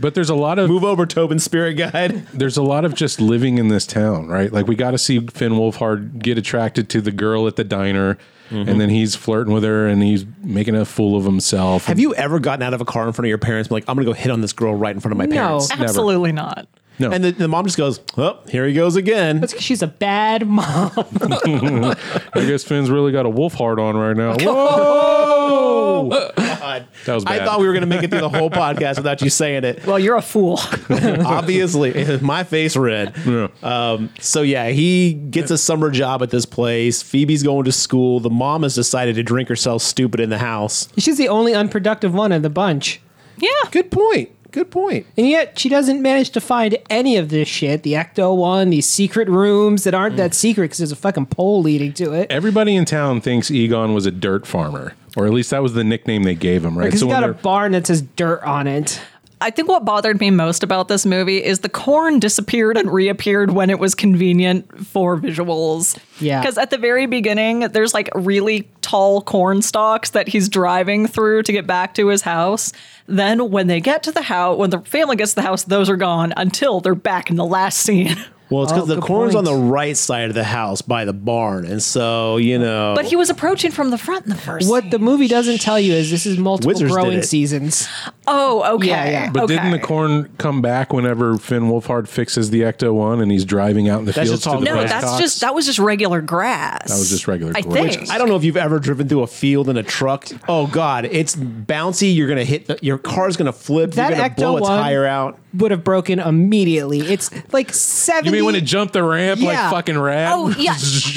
Speaker 1: but there's a lot of
Speaker 3: Move over, Tobin Spirit Guide.
Speaker 1: there's a lot of just living in this town, right? Like we got to see Finn Wolfhard get attracted to the girl at the diner,
Speaker 3: Mm-hmm.
Speaker 1: and then he's flirting with her, and he's making a fool of himself.
Speaker 3: Have you ever gotten out of a car in front of your parents? And been like, I'm gonna go hit on this girl right in front of my
Speaker 4: No.
Speaker 3: parents.
Speaker 2: Absolutely not.
Speaker 1: No,
Speaker 3: And the, the mom just goes, "Oh, here he goes again."
Speaker 4: That's 'cause she's a bad mom.
Speaker 1: I guess Finn's really got a wolf heart on right now. Whoa!
Speaker 3: Oh! God.
Speaker 1: That was bad.
Speaker 3: I thought we were gonna make it through the whole podcast without you saying it.
Speaker 2: Well, you're a fool.
Speaker 3: obviously my face red um, so yeah he gets a summer job at this place phoebe's going to school the mom has decided to drink herself stupid in the house
Speaker 4: she's the only unproductive one of the bunch.
Speaker 2: yeah.
Speaker 3: good point good point
Speaker 4: And yet she doesn't manage to find any of this shit. The Ecto one, these secret rooms that aren't that secret because there's a fucking pole leading to it.
Speaker 1: Everybody in town thinks Egon was a dirt farmer, or at least that was the nickname they gave him, right?
Speaker 4: Because he
Speaker 1: when
Speaker 4: got a
Speaker 1: they're-
Speaker 4: barn that says dirt on it.
Speaker 2: I think what bothered me most about this movie is the corn disappeared and reappeared when it was convenient for visuals.
Speaker 4: Yeah.
Speaker 2: Because at the very beginning, there's like really tall corn stalks that he's driving through to get back to his house. Then when they get to the house, when the family gets to the house, those are gone until they're back in the last scene.
Speaker 3: Well, it's
Speaker 4: Oh,
Speaker 3: because the
Speaker 4: good
Speaker 3: corn's on
Speaker 4: point.
Speaker 3: the right side of the house by the barn, and so you know.
Speaker 2: But he was approaching from the front in the first.
Speaker 4: What the movie doesn't tell you is this is multiple
Speaker 3: Wizards did
Speaker 4: growing
Speaker 3: it.
Speaker 4: seasons.
Speaker 2: Oh, okay.
Speaker 4: Yeah, yeah.
Speaker 1: But
Speaker 2: okay.
Speaker 1: didn't the corn come back whenever Finn Wolfhard fixes the Ecto one and he's driving out in the
Speaker 3: That's
Speaker 1: fields
Speaker 3: just
Speaker 1: to
Speaker 3: all
Speaker 1: the
Speaker 2: No,
Speaker 3: grass
Speaker 1: press
Speaker 2: that's
Speaker 1: box?
Speaker 2: just that was just regular grass. That
Speaker 1: was just regular
Speaker 2: I
Speaker 1: grass.
Speaker 2: think.
Speaker 3: I don't know if you've ever driven through a field in a truck. Oh God, it's bouncy. You're gonna hit the, your car's gonna flip.
Speaker 4: That
Speaker 3: you're gonna blow
Speaker 4: Ecto
Speaker 3: a
Speaker 4: one-
Speaker 3: tire out.
Speaker 4: Would have broken immediately. It's like seventy.
Speaker 1: You mean when it jumped the ramp
Speaker 4: Yeah.
Speaker 1: like fucking rat?
Speaker 2: Oh yeah,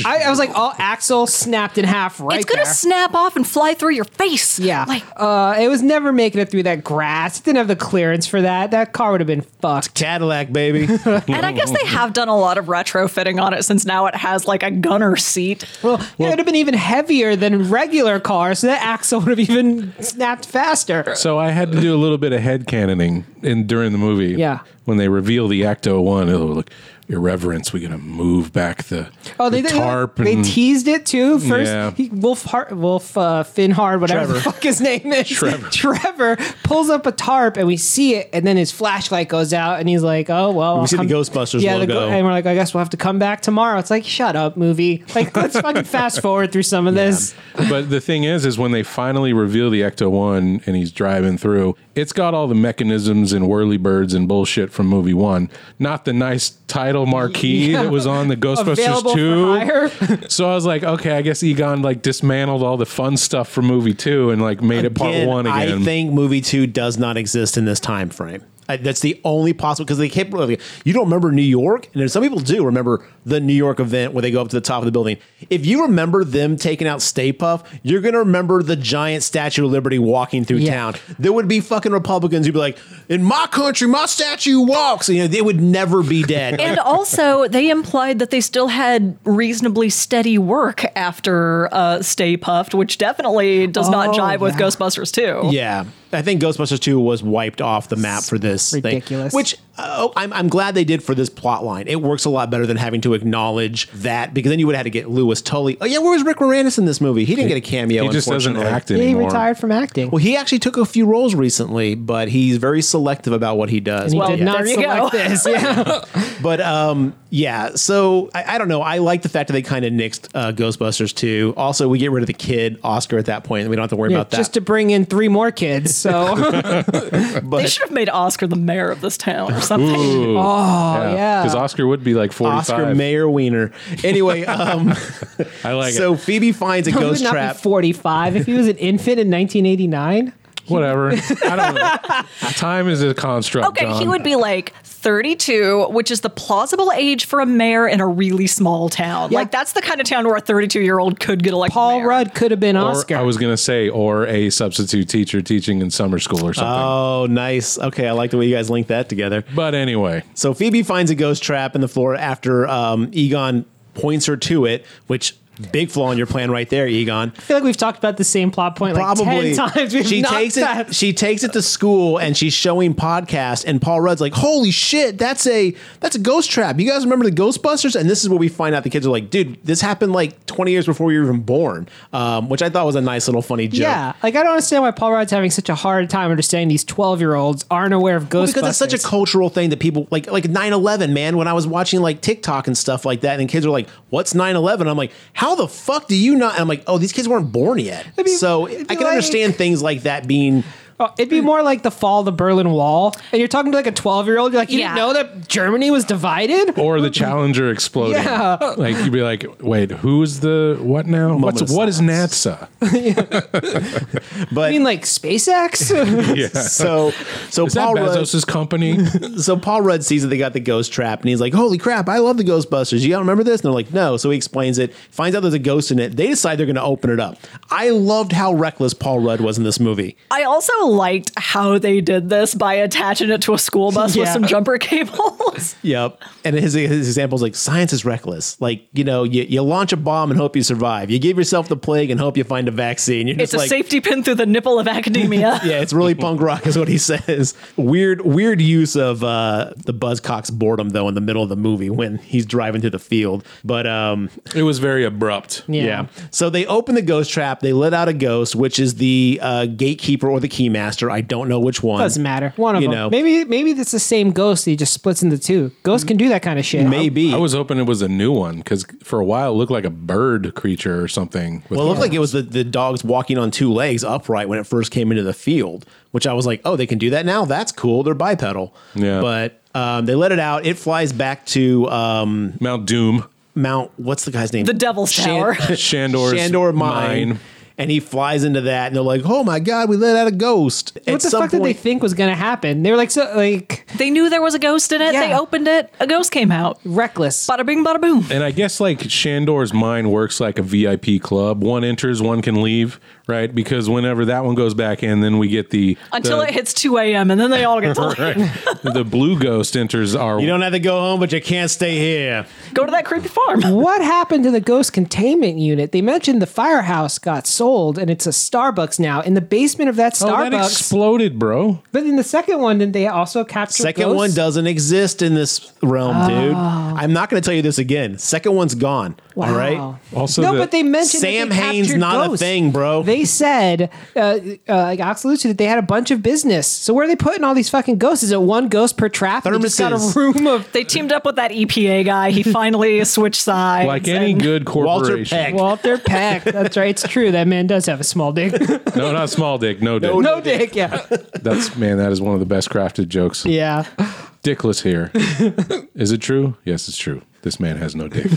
Speaker 4: I, I was like, oh, Axel snapped in half right
Speaker 2: it's gonna
Speaker 4: there.
Speaker 2: snap off and fly through your face.
Speaker 4: yeah,
Speaker 2: like
Speaker 4: uh, it was never making it through that grass. It didn't have the clearance for that. That car would have been fucked.
Speaker 3: Cadillac, baby.
Speaker 2: and I guess they have done a lot of retrofitting on it since now it has like a gunner seat.
Speaker 4: Well, yeah, it would have been even heavier than regular cars, so that axle would have even snapped faster.
Speaker 1: So I had to do a little bit of head cannoning in during the movie.
Speaker 4: Yeah.
Speaker 1: When they reveal the Ecto one, it'll look irreverence. We're gonna move back the,
Speaker 4: Oh, they
Speaker 1: the
Speaker 4: they,
Speaker 1: tarp.
Speaker 4: they
Speaker 1: and
Speaker 4: teased it too. First,
Speaker 1: Yeah.
Speaker 4: he, Wolf Hart, Wolf uh, Finhard, whatever
Speaker 3: Trevor.
Speaker 4: the fuck his name is,
Speaker 1: Trevor.
Speaker 4: Trevor pulls up a tarp, and we see it, and then his flashlight goes out, and he's like, "Oh well." I'll
Speaker 3: see the
Speaker 4: come-
Speaker 3: Ghostbusters
Speaker 4: the
Speaker 3: logo.
Speaker 4: and we're like, "I guess we'll have to come back tomorrow." It's like, "Shut up, movie!" Like, let's fucking fast forward through some of this.
Speaker 1: but the thing is, is when they finally reveal the Ecto one and he's driving through, it's got all the mechanisms and whirly birds and bullshit from movie one, not the nice title marquee that was on the
Speaker 4: Available
Speaker 1: Ghostbusters two.
Speaker 4: for hire.
Speaker 1: So I was like, okay, I guess Egon like dismantled all the fun stuff from movie two and like made it part
Speaker 3: Again,
Speaker 1: one again.
Speaker 3: I think movie two does not exist in this time frame. I, that's the only possible because they kept really. You don't remember New York, and then some people do remember the New York event where they go up to the top of the building. If you remember them taking out Stay Puff, you're gonna remember the giant Statue of Liberty walking through
Speaker 4: Yeah.
Speaker 3: town. There would be fucking Republicans who'd be like, "In my country, my statue walks." You know, they would never be dead.
Speaker 2: And also, they implied that they still had reasonably steady work after uh, Stay Puffed, which definitely does not
Speaker 4: Oh,
Speaker 2: jive with
Speaker 4: yeah.
Speaker 2: Ghostbusters 2.
Speaker 3: Yeah, I think Ghostbusters Two was wiped off the map for this. thing.
Speaker 4: ridiculous.
Speaker 3: Which uh, oh, I'm I'm glad they did for this plot line. It works a lot better than having to acknowledge that because then you would have had to get Lewis Tully. Oh yeah, where was Rick Moranis in this movie? He didn't get a cameo.
Speaker 1: he just doesn't
Speaker 3: unfortunately.
Speaker 1: act
Speaker 4: he
Speaker 1: anymore.
Speaker 4: retired from acting.
Speaker 3: Well, he actually took a few roles recently, but he's very selective about what he does.
Speaker 4: He
Speaker 2: Well,
Speaker 4: did
Speaker 2: yeah.
Speaker 4: not
Speaker 2: there you
Speaker 4: select
Speaker 2: go.
Speaker 4: this. Yeah.
Speaker 3: But um, yeah, so I, I don't know. I like the fact that they kind of nixed uh, Ghostbusters 2. Also, we get rid of the kid Oscar at that point, and we don't have to worry about that.
Speaker 4: Just to bring in three more kids. So,
Speaker 2: They should have made Oscar the mayor of this town or something.
Speaker 1: oh
Speaker 4: yeah.
Speaker 1: because Oscar would be like forty-five.
Speaker 3: Oscar Mayer Wiener. Anyway, um,
Speaker 1: I like
Speaker 3: so
Speaker 1: it.
Speaker 3: Phoebe finds a
Speaker 4: he
Speaker 3: ghost
Speaker 4: would not
Speaker 3: trap.
Speaker 4: be 45 if he was an infant in 1989.
Speaker 1: Whatever. I don't know. Time is a construct.
Speaker 2: Okay, he
Speaker 1: John.
Speaker 2: would be like 32, which is the plausible age for a mayor in a really small town.
Speaker 4: Yeah.
Speaker 2: Like that's the kind of town where a 32 year old could get elected.
Speaker 4: Paul
Speaker 2: mayor.
Speaker 4: Rudd could have been
Speaker 1: Or
Speaker 4: Oscar.
Speaker 1: I was gonna say, or a substitute teacher teaching in summer school or something.
Speaker 3: Oh, nice. Okay, I like the way you guys link that together.
Speaker 1: but anyway,
Speaker 3: So Phoebe finds a ghost trap in the floor after um, Egon points her to it, which big flaw in your plan right there, Egon.
Speaker 4: I feel like we've talked about the same plot point
Speaker 3: Probably
Speaker 4: like 10 times. We've
Speaker 3: she takes it. She takes it to school and she's showing podcast. And Paul Rudd's like, "Holy shit, that's a that's a ghost trap." You guys remember the Ghostbusters? And this is where we find out the kids are like, "Dude, this happened like 20 years before you were even born," um, which I thought was a nice little funny joke.
Speaker 4: yeah, like I don't understand why Paul Rudd's having such a hard time understanding these 12 year olds aren't aware of Ghostbusters.
Speaker 3: Well, because it's such a cultural thing that people like like 9-11 man when i was watching like tiktok and stuff like that and kids are like what's 9-11 i'm like how the fuck do you not and i'm like oh these kids weren't born yet
Speaker 4: It'd be-
Speaker 3: so i
Speaker 4: it'd
Speaker 3: can
Speaker 4: be like-
Speaker 3: understand things like that being
Speaker 4: Oh, it'd be more like the fall of the Berlin Wall, and you're talking to like a 12 year old. You're like, you
Speaker 2: Yeah.
Speaker 4: didn't know that Germany was divided.
Speaker 1: or the Challenger exploding.
Speaker 4: Yeah.
Speaker 1: Like you'd be like, wait, who's the what now? What's
Speaker 3: of
Speaker 1: what is NATSA?
Speaker 3: but
Speaker 4: I mean, like SpaceX.
Speaker 3: so so
Speaker 1: Is that
Speaker 3: paul rudd,
Speaker 1: Bezos's company?
Speaker 3: so paul rudd sees that they got the ghost trap and he's like holy crap i love the ghostbusters you don't remember this and they're like no so he explains it finds out there's a ghost in it they decide they're going to open it up i loved how reckless paul rudd was in this movie
Speaker 2: I also also liked how they did this by attaching it to a school bus with
Speaker 3: Yeah.
Speaker 2: some jumper cables.
Speaker 3: Yep. And his, his example is like science is reckless. Like, you know, you, you launch a bomb and hope you survive. You give yourself the plague and hope you find a vaccine. You're
Speaker 2: it's
Speaker 3: just
Speaker 2: a
Speaker 3: like,
Speaker 2: safety pin through the nipple of academia.
Speaker 3: yeah, it's really punk rock is what he says. Weird, weird use of uh, the Buzzcocks boredom though in the middle of the movie when he's driving through the field. But um,
Speaker 1: It was very abrupt.
Speaker 3: yeah. So they open the ghost trap. They let out a ghost, which is the uh, gatekeeper or the keymaster. I don't know which one.
Speaker 4: Doesn't matter. One of
Speaker 3: You
Speaker 4: them.
Speaker 3: know.
Speaker 4: Maybe maybe it's the same ghost. He just splits into two. Ghosts can do that kind of shit.
Speaker 3: Maybe.
Speaker 1: I was hoping it was a new one because for a while it looked like a bird creature or something. with
Speaker 3: Well, it looked
Speaker 1: arms.
Speaker 3: like it was the, the dogs walking on two legs upright when it first came into the field, which I was like, oh, they can do that now? That's cool. They're bipedal.
Speaker 1: Yeah.
Speaker 3: But um, they let it out. It flies back to um,
Speaker 1: Mount Doom,
Speaker 3: Mount, what's the guy's name?
Speaker 2: The Devil's Tower.
Speaker 1: Shandor's
Speaker 3: Shandor Mine.
Speaker 1: Mine.
Speaker 3: And he flies into that, and they're like, oh my God, we let out a ghost.
Speaker 4: What the fuck did they think was gonna happen? They were like so like
Speaker 2: They knew there was a ghost in it. They
Speaker 4: Yeah.
Speaker 2: opened it. A ghost came out.
Speaker 4: reckless.
Speaker 2: Bada bing, bada boom.
Speaker 1: And I guess like Shandor's mine works like a VIP club. One enters, one can leave, right? Because whenever that one goes back in, then we get the
Speaker 2: Until
Speaker 1: the,
Speaker 2: it hits 2 a.m. and then they all get to
Speaker 1: right, the blue ghost enters our
Speaker 3: you don't have to go home, but you can't stay here.
Speaker 2: go to that creepy farm.
Speaker 4: What happened to the ghost containment unit? They mentioned the firehouse got sold and it's a Starbucks now. In the basement of that
Speaker 1: Oh, that
Speaker 4: Starbucks.
Speaker 1: exploded, bro.
Speaker 4: but in the second one, didn't they also capture
Speaker 3: Second
Speaker 4: ghosts?
Speaker 3: one doesn't exist in this realm,
Speaker 4: Oh.
Speaker 3: dude. I'm not going to tell you this again. Second one's gone.
Speaker 4: Wow.
Speaker 3: All right.
Speaker 1: Also
Speaker 4: no,
Speaker 1: the-
Speaker 4: but they mentioned that
Speaker 3: Sam
Speaker 4: they
Speaker 3: Hain's
Speaker 4: captured
Speaker 3: not a
Speaker 4: ghosts.
Speaker 3: thing, bro.
Speaker 4: They said, uh, uh, like Ox alluded to, that they had a bunch of business. So where are they putting all these fucking ghosts? Is it one ghost per trap? They just got
Speaker 3: Thermoses.
Speaker 4: a room of
Speaker 2: They teamed up with that EPA guy. He finally switched sides.
Speaker 1: Like any
Speaker 2: and-
Speaker 1: good
Speaker 3: Walter
Speaker 1: corporation.
Speaker 3: Peck.
Speaker 4: Walter Peck. That's right. It's true. That man does have a small dick.
Speaker 1: No, not small dick, no
Speaker 3: Oh,
Speaker 1: dick.
Speaker 4: no dick. Yeah.
Speaker 1: That's man, that is one of the best crafted jokes.
Speaker 4: Yeah.
Speaker 1: Dickless here. is it true? Yes, it's true. This man has no dick.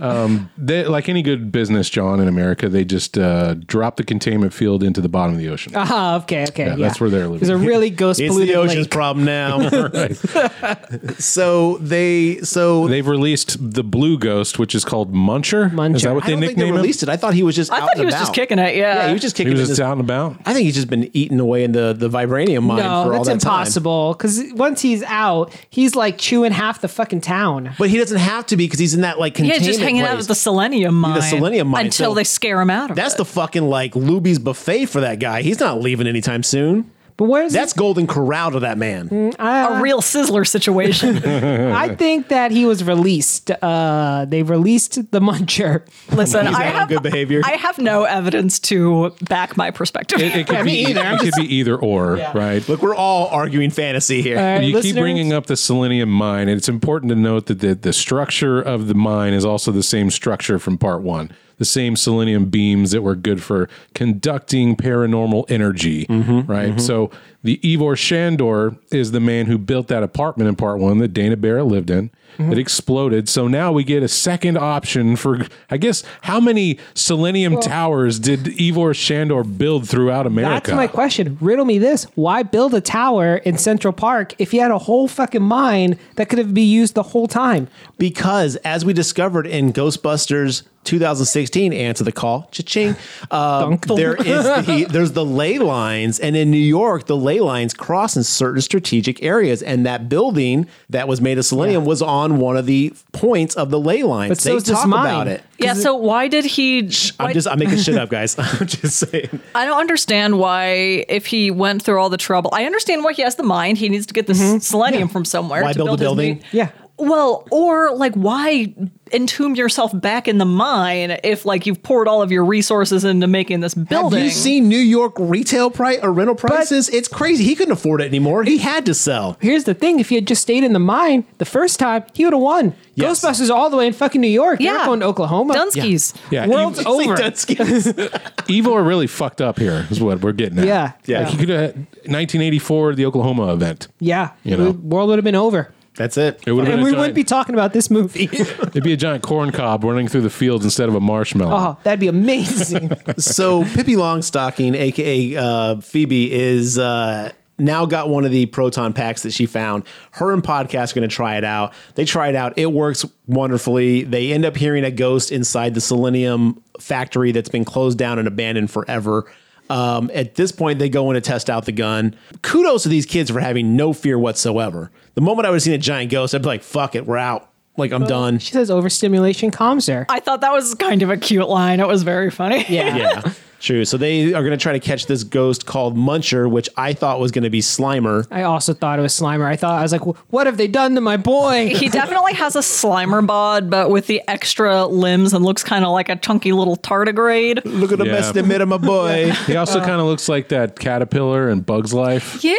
Speaker 1: um, they, like any good business, John, in America, they just uh, drop the containment field into the bottom of the ocean.
Speaker 4: Ah, okay. Okay.
Speaker 1: Yeah, that's where they're living.
Speaker 4: There's a really ghost
Speaker 3: It's the
Speaker 4: polluted
Speaker 3: ocean's
Speaker 4: lake.
Speaker 3: problem now.
Speaker 1: Right.
Speaker 3: so they, so
Speaker 1: They've released the blue ghost, which is called Muncher. Is
Speaker 4: Muncher.
Speaker 1: that what
Speaker 3: I
Speaker 1: they
Speaker 3: don't think they
Speaker 1: nickname him?
Speaker 3: released it. I thought he was just.
Speaker 2: I
Speaker 3: out
Speaker 2: thought
Speaker 3: and
Speaker 2: he was
Speaker 3: about.
Speaker 2: just kicking it. Yeah.
Speaker 3: Yeah, he was just
Speaker 1: He
Speaker 3: kicking
Speaker 1: was
Speaker 3: it.
Speaker 1: just
Speaker 3: Just-
Speaker 1: out and about.
Speaker 3: I think he's just been eating away in the the vibranium mine
Speaker 4: No,
Speaker 3: for all
Speaker 4: that's
Speaker 3: that time.
Speaker 4: impossible. Because once he's out, he's like chewing half the fucking town.
Speaker 3: But he doesn't have to be because he's in that like
Speaker 2: Yeah,
Speaker 3: containment
Speaker 2: just hanging out
Speaker 3: place.
Speaker 2: at the selenium mine.
Speaker 3: selenium mine,
Speaker 2: Until
Speaker 3: so-
Speaker 2: they scare him out of
Speaker 3: That's
Speaker 2: it.
Speaker 3: the fucking like Luby's buffet for that guy. He's not leaving anytime soon.
Speaker 4: But where's
Speaker 3: That's Golden Corral to that man.
Speaker 2: Mm-hmm. a real sizzler situation.
Speaker 4: I think that he was released. Uh, they released the muncher.
Speaker 2: Listen,
Speaker 3: He's
Speaker 2: I
Speaker 3: not on
Speaker 2: have
Speaker 3: good behavior.
Speaker 2: I have no evidence to back my perspective.
Speaker 1: It, it could
Speaker 4: Yeah,
Speaker 1: be
Speaker 4: me
Speaker 1: either.
Speaker 4: either. I'm
Speaker 1: It could be either or, right?
Speaker 3: Look, we're all arguing fantasy here.
Speaker 4: All right,
Speaker 1: you
Speaker 4: listeners,
Speaker 1: keep bringing up the selenium mine, and it's important to note that the, the structure of the mine is also the same structure from part one. The same selenium beams that were good for conducting paranormal energy, right? So the Ivor Shandor is the man who built that apartment in part one that Dana Barrett lived in.
Speaker 4: Mm-hmm.
Speaker 1: It exploded. So now we get a second option for, I guess, how many selenium towers did Ivor Shandor build throughout America?
Speaker 4: That's my question. Riddle me this: Why build a tower in Central Park if you had a whole fucking mine that could have been used the whole time?
Speaker 3: because as we discovered in Ghostbusters 2016, answer the call, cha-ching. Um, there is the, there's the ley lines, and in New York, the ley lines cross in certain strategic areas, and that building that was made of selenium was on one of the points of the ley lines.
Speaker 4: But so
Speaker 3: they
Speaker 4: is this
Speaker 3: talk
Speaker 4: mine.
Speaker 3: about it.
Speaker 2: yeah, so why did he why-
Speaker 3: I'm just I'm making shit up, guys. I'm just saying.
Speaker 2: I don't understand why if he went through all the trouble. I understand why he has the mine. He needs to get the s selenium from somewhere.
Speaker 3: Mm-hmm. Why
Speaker 2: to
Speaker 3: build a
Speaker 2: his
Speaker 3: building?
Speaker 2: new-
Speaker 4: Yeah.
Speaker 2: Well, or like why entomb yourself back in the mine if like you've poured all of your resources into making this building?
Speaker 3: Have you seen New York retail price or rental prices? it's crazy. He couldn't afford it anymore. He had to sell.
Speaker 4: Here's the thing: If he had just stayed in the mine the first time, he would have won.
Speaker 3: Yes.
Speaker 4: Ghostbusters all the way in fucking New York. They
Speaker 2: yeah,
Speaker 4: weren't going to Oklahoma.
Speaker 2: Dunskies.
Speaker 1: Yeah,
Speaker 4: World's
Speaker 1: Ev-
Speaker 4: over.
Speaker 1: Ivor really fucked up here. Is what we're getting at.
Speaker 4: Yeah.
Speaker 3: Yeah.
Speaker 1: Like, he could have 1984 the Oklahoma event.
Speaker 4: Yeah,
Speaker 1: You know.
Speaker 4: The world would have been over,
Speaker 3: That's it.
Speaker 1: It would have
Speaker 4: and
Speaker 1: been
Speaker 4: we
Speaker 1: a
Speaker 4: wouldn't
Speaker 1: giant,
Speaker 4: be talking about this movie.
Speaker 1: it'd be a giant corn cob running through the fields instead of a marshmallow.
Speaker 4: oh, that'd be amazing.
Speaker 3: so Pippi Longstocking, aka uh, Phoebe, is uh, now got one of the proton packs that she found. Her and Podcast are going to try it out. They try it out. It works wonderfully. They end up hearing a ghost inside the selenium factory that's been closed down and abandoned forever. Um, at this point, they go in to test out the gun. Kudos to these kids for having no fear whatsoever. The moment I would have seen a giant ghost, I'd be like, fuck it, we're out. Like, I'm done.
Speaker 4: She says overstimulation calms her.
Speaker 2: I thought that was kind of a cute line. It was very funny.
Speaker 4: Yeah.
Speaker 3: Yeah, true. So they are going to try to catch this ghost called Muncher, which I thought was going to be Slimer.
Speaker 4: I also thought it was Slimer. I thought I was like, "Wh- what have they done to my boy?
Speaker 2: He definitely has a Slimer bod, but with the extra limbs and looks kind of like a chunky little tardigrade.
Speaker 3: Look at the
Speaker 1: Yeah.
Speaker 3: best they made of my boy.
Speaker 1: He also
Speaker 4: Uh-huh.
Speaker 1: kind of looks like that caterpillar in Bug's Life.
Speaker 2: Yeah,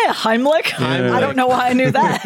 Speaker 2: Uh, Heimlich. I don't know why I knew that.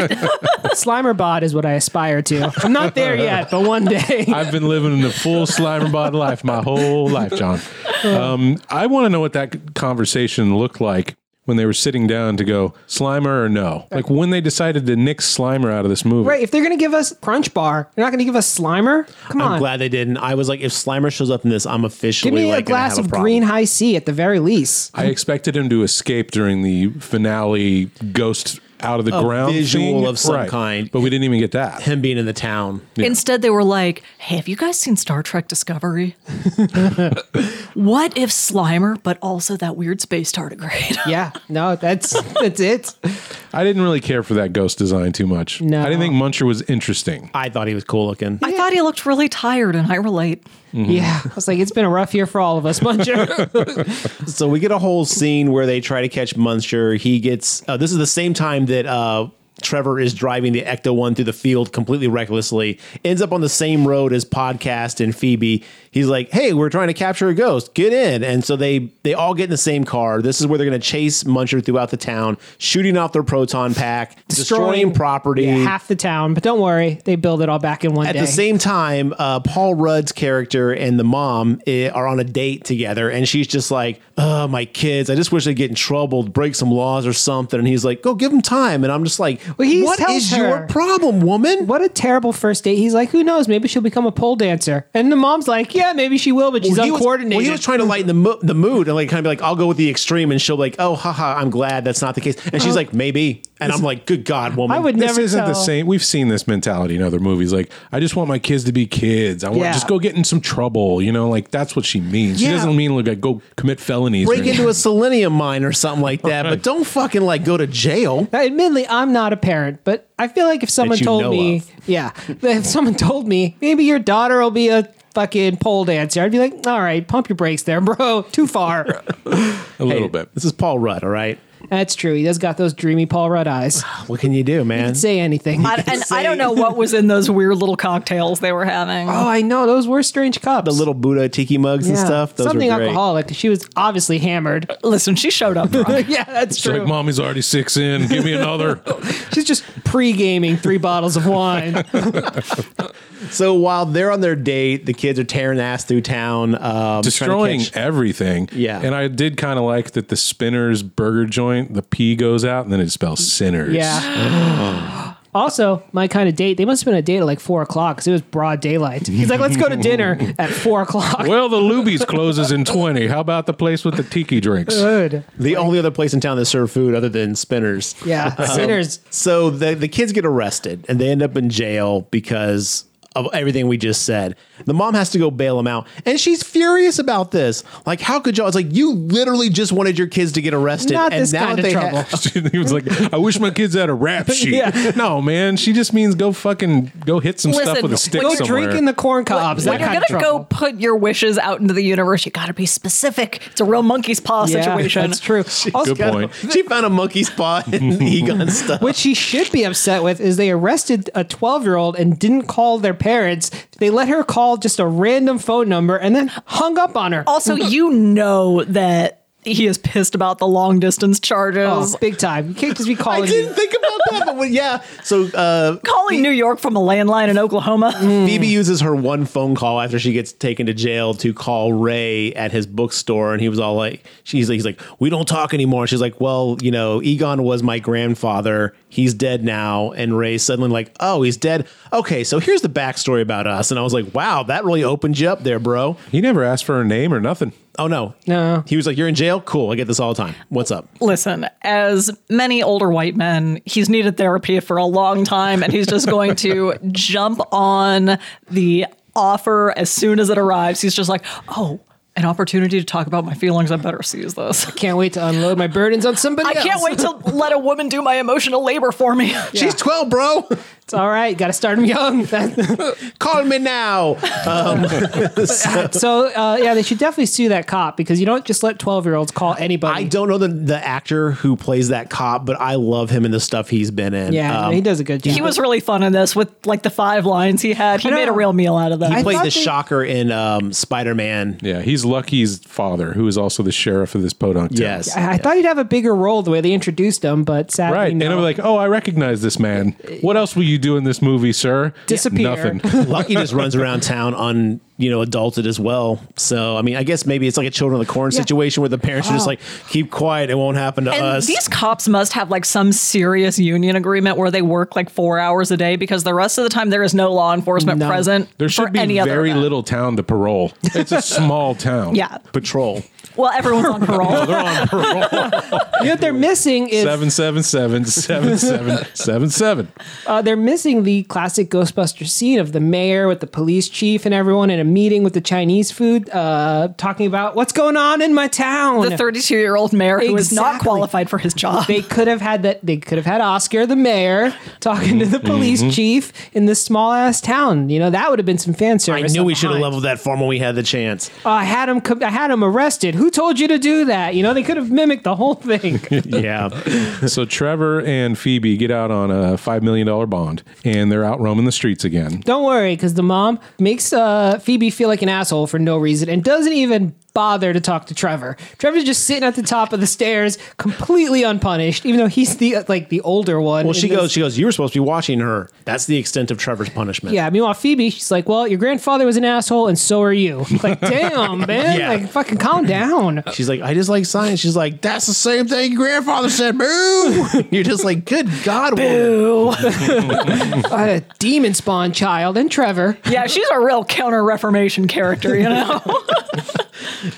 Speaker 4: Slimer bod is what I aspire to. I'm not there yet, but one day.
Speaker 1: I've been living the full Slimer Bod life my whole life, John.
Speaker 4: Uh-huh.
Speaker 1: Um, I want to know what that conversation looked like when they were sitting down to go Slimer or no. Like when they decided to nix Slimer out of this movie.
Speaker 4: Right, if they're gonna give us Crunch Bar, they're not gonna give us Slimer. Come on,
Speaker 3: I'm glad they didn't. I was like, if Slimer shows up in this, I'm officially
Speaker 4: give me
Speaker 3: like
Speaker 4: a glass
Speaker 3: gonna have
Speaker 4: of
Speaker 3: a
Speaker 4: green
Speaker 3: problem.
Speaker 4: high C at the very least.
Speaker 1: I expected him to escape during the finale ghost out of the ground
Speaker 3: visual
Speaker 1: thing.
Speaker 3: of some kind.
Speaker 1: But we didn't even get that.
Speaker 3: Him being in the town.
Speaker 2: Instead, they were like, hey, have you guys seen Star Trek Discovery? what if Slimer, but also that weird space tardigrade?
Speaker 4: Yeah, no, that's that's it.
Speaker 1: I didn't really care for that ghost design too much.
Speaker 4: No.
Speaker 1: I didn't think Muncher was interesting.
Speaker 3: I thought he was cool looking.
Speaker 2: I thought he looked really tired, and I relate.
Speaker 3: Mm-hmm.
Speaker 4: Yeah, I was like, it's been a rough year for all of us, Muncher.
Speaker 3: So we get a whole scene where they try to catch Muncher. He gets. Uh, this is the same time that uh, Trevor is driving the Ecto One through the field completely recklessly. Ends up on the same road as Podcast and Phoebe. He's like, "Hey, we're trying to capture a ghost. Get in!" And so they they all get in the same car. This is where they're going to chase Muncher throughout the town, shooting off their proton pack, destroying, property.
Speaker 4: Yeah, half the town. But don't worry, they build it all back in one
Speaker 3: At
Speaker 4: day.
Speaker 3: the same time, uh, Paul Rudd's character and the mom eh, are on a date together, and she's just like, "Oh, my kids! I just wish they'd get in trouble, break some laws or something." And he's like, "Go give them time." And I'm just like,
Speaker 4: Well, he
Speaker 3: "What
Speaker 4: tells
Speaker 3: is
Speaker 4: her-
Speaker 3: your problem, woman?"
Speaker 4: what a terrible first date. He's like, who knows? Maybe she'll become a pole dancer. And the mom's like, yeah, maybe she will, but she's
Speaker 3: Well, he was-
Speaker 4: uncoordinated.
Speaker 3: well, he was trying to lighten the, mo- the mood and like kind of be like, "I'll go with the extreme," and she'll be like, "Oh, haha, I'm glad that's not the case." And she's like, "Maybe," and I'm like, "Good God, woman!"
Speaker 4: Uh-huh. I would
Speaker 1: this
Speaker 4: never
Speaker 1: isn't
Speaker 4: tell.
Speaker 1: the same. We've seen this mentality in other movies. Like, I just want my kids to be kids. I want
Speaker 4: Yeah.
Speaker 1: just go get in some trouble. You know, like that's what she means.
Speaker 3: Yeah.
Speaker 1: She doesn't mean like go commit felonies. or
Speaker 3: break into
Speaker 1: anything.
Speaker 3: a selenium mine or something like that, but don't fucking like go to jail.
Speaker 4: Now, admittedly, I'm not a parent, but I feel like if someone
Speaker 3: you know
Speaker 4: told me,
Speaker 3: of.
Speaker 4: yeah, that if someone told me, maybe your daughter will be a fucking pole dancer, I'd be like, all right, pump your brakes there, bro. Too far.
Speaker 1: a little bit.
Speaker 3: This is Paul Rudd, all right.
Speaker 4: That's true. He does got those dreamy Paul Rudd eyes.
Speaker 3: What can you do, man?
Speaker 4: Say anything.
Speaker 2: I, and I don't know what was in those weird little cocktails they were having.
Speaker 4: Oh, I know those were strange cups.
Speaker 3: the little Buddha tiki mugs and
Speaker 4: Yeah.
Speaker 3: stuff. Those
Speaker 4: Something
Speaker 3: were great.
Speaker 4: alcoholic. She was obviously hammered.
Speaker 2: Listen, she showed up drunk.
Speaker 4: yeah, that's
Speaker 1: It's
Speaker 4: true.
Speaker 1: like mommy's already six in. Give me another.
Speaker 4: She's just pre-gaming three bottles of wine.
Speaker 3: So while they're on their date, the kids are tearing ass through town, um,
Speaker 1: destroying
Speaker 3: trying to catch-
Speaker 1: everything.
Speaker 3: Yeah.
Speaker 1: And I did kind of like that the Spinner's burger joint, the P goes out and then it spells sinners.
Speaker 4: Yeah. also, my kind of date. They must have been a date at like four o'clock because it was broad daylight. He's like, "Let's go to dinner at four o'clock."
Speaker 1: Well, the Luby's closes in 20. How about the place with the tiki drinks?
Speaker 4: Good.
Speaker 3: the only other place in town that served food other than Spinners. Um,
Speaker 4: Yeah. Sinners.
Speaker 3: So the the kids get arrested and they end up in jail because of everything we just said. The mom has to go bail them out, and she's furious about this. Like, how could y'all? It's like you literally just wanted your kids to get arrested,
Speaker 4: Not
Speaker 3: and
Speaker 4: this kind of
Speaker 3: they
Speaker 4: trouble.
Speaker 3: ha-
Speaker 1: he was like, I wish my kids had a rap sheet.
Speaker 4: Yeah.
Speaker 1: No, man. She just means go fucking go hit some stuff
Speaker 2: Listen,
Speaker 1: with a stick
Speaker 4: Go
Speaker 1: somewhere.
Speaker 4: drink in the corn cobs.
Speaker 2: When
Speaker 4: That
Speaker 2: you're
Speaker 4: kind of
Speaker 2: gonna go
Speaker 4: trouble.
Speaker 2: put your wishes out into the universe, you gotta be specific. It's a real monkey's paw
Speaker 4: Yeah,
Speaker 2: situation.
Speaker 4: That's true. Also,
Speaker 1: Good point.
Speaker 3: She found a monkey's paw in the Egon stuff.
Speaker 4: What she should be upset with is they arrested a 12 year old and didn't call their parents. They let her call just a random phone number and then hung up on her.
Speaker 2: Also, you know that he is pissed about the long distance charges.
Speaker 4: Oh, big time. You can't just be
Speaker 3: I
Speaker 4: calling.
Speaker 3: didn't think about that, but when- yeah. So uh,
Speaker 2: Calling New York from a landline in Oklahoma.
Speaker 4: Mm.
Speaker 3: Phoebe uses her one phone call after she gets taken to jail to call Ray at his bookstore, and he was all like, "She's he's like, we don't talk anymore." She's like, "Well, you know, Egon was my grandfather. He's dead now." And Ray's suddenly like, "Oh, he's dead. Okay, so here's the backstory about us." And I was like, "Wow, that really opened you up there, bro."
Speaker 1: He never asked for her name or nothing.
Speaker 3: Oh no,
Speaker 4: No.
Speaker 3: He was like, "You're in jail. Cool. I get this all the time. What's up?"
Speaker 2: Listen, as many older white men, he's needed therapy for a long time, and he's just going to jump on the offer as soon as it arrives. He's just like, oh, an opportunity to talk about my feelings, I better seize this.
Speaker 4: Can't wait to unload my burdens on somebody
Speaker 2: I
Speaker 4: else.
Speaker 2: can't wait to let a woman do my emotional labor for me.
Speaker 3: She's 12, bro.
Speaker 4: It's all right. Got to start them young. That-
Speaker 3: Call me now. Um,
Speaker 4: so, uh, yeah, they should definitely sue that cop because you don't just let 12 year olds call anybody.
Speaker 3: I don't know the, the actor who plays that cop, but I love him in the stuff he's been in.
Speaker 4: Yeah, no,
Speaker 3: Um,
Speaker 4: he does a good job.
Speaker 2: He was really fun in this with like the five lines he had. He
Speaker 4: I know.
Speaker 2: made a real meal out of that.
Speaker 3: He played the
Speaker 4: thought they-
Speaker 3: shocker in um, Spider Man.
Speaker 1: Yeah, he's Lucky's father, who is also the sheriff of this podunk. town.
Speaker 3: Yes.
Speaker 4: I, I thought he'd have a bigger role the way they introduced him, but sadly,
Speaker 1: Right.
Speaker 4: no. Uh,
Speaker 1: And I'm like, oh, I recognize this man. What else will you do in this movie, sir?
Speaker 4: Disappear.
Speaker 1: Nothing.
Speaker 3: Lucky just runs around town on you know adulted as well. So I mean, I guess maybe it's like a children of the corn situation where the parents are just like, keep quiet, it won't happen to
Speaker 2: and
Speaker 3: us.
Speaker 2: these cops must have like some serious union agreement where they work like four hours a day because the rest of the time there is no law enforcement
Speaker 4: No.
Speaker 2: present.
Speaker 1: There
Speaker 2: for
Speaker 1: should be
Speaker 2: any other
Speaker 1: very
Speaker 2: event.
Speaker 1: little town to parole. It's a small town.
Speaker 2: Yeah.
Speaker 1: Patrol.
Speaker 2: Well, everyone's on parole.
Speaker 1: They're on parole.
Speaker 4: you know what they're missing is
Speaker 1: Seven seven seven seven seven seven seven.
Speaker 4: uh, they're missing the classic Ghostbuster scene of the mayor with the police chief and everyone in a meeting with the Chinese food, uh, talking about what's going on in my town.
Speaker 2: the 32 year old mayor who is not
Speaker 4: Exactly.
Speaker 2: qualified for his job.
Speaker 4: they could have had that. They could have had Oscar the mayor talking to the
Speaker 3: Mm-hmm.
Speaker 4: police chief in this small ass town. You know that would have been some fan
Speaker 3: I
Speaker 4: service.
Speaker 3: knew
Speaker 4: on
Speaker 3: we should have
Speaker 4: behind.
Speaker 3: leveled that farm when we had the chance.
Speaker 4: Oh, I had him. co- I had him arrested. Who told you to do that? You know they could have mimicked the whole thing.
Speaker 3: Yeah,
Speaker 1: So Trevor and Phoebe get out on a five million dollar bond, and they're out roaming the streets again.
Speaker 4: Don't worry, because the mom makes uh, Phoebe feel like an asshole for no reason and doesn't even bother to talk to Trevor. Trevor's just sitting at the top of the stairs, completely unpunished, even though he's the uh, like the older one.
Speaker 3: well,
Speaker 4: in
Speaker 3: she
Speaker 4: this-
Speaker 3: goes. She goes. You were supposed to be watching her. That's the extent of Trevor's punishment.
Speaker 4: Yeah. Meanwhile, Phoebe, she's like, "Well, your grandfather was an asshole, and so are you." Like, damn, man.
Speaker 3: Yeah.
Speaker 4: Like, fucking calm down.
Speaker 3: She's like, I just like science. She's like, that's the same thing your grandfather said. Boo! You're just like, good God, woman.
Speaker 4: I had a demon spawn child and Trevor.
Speaker 2: yeah, she's a real counter Reformation character, you know?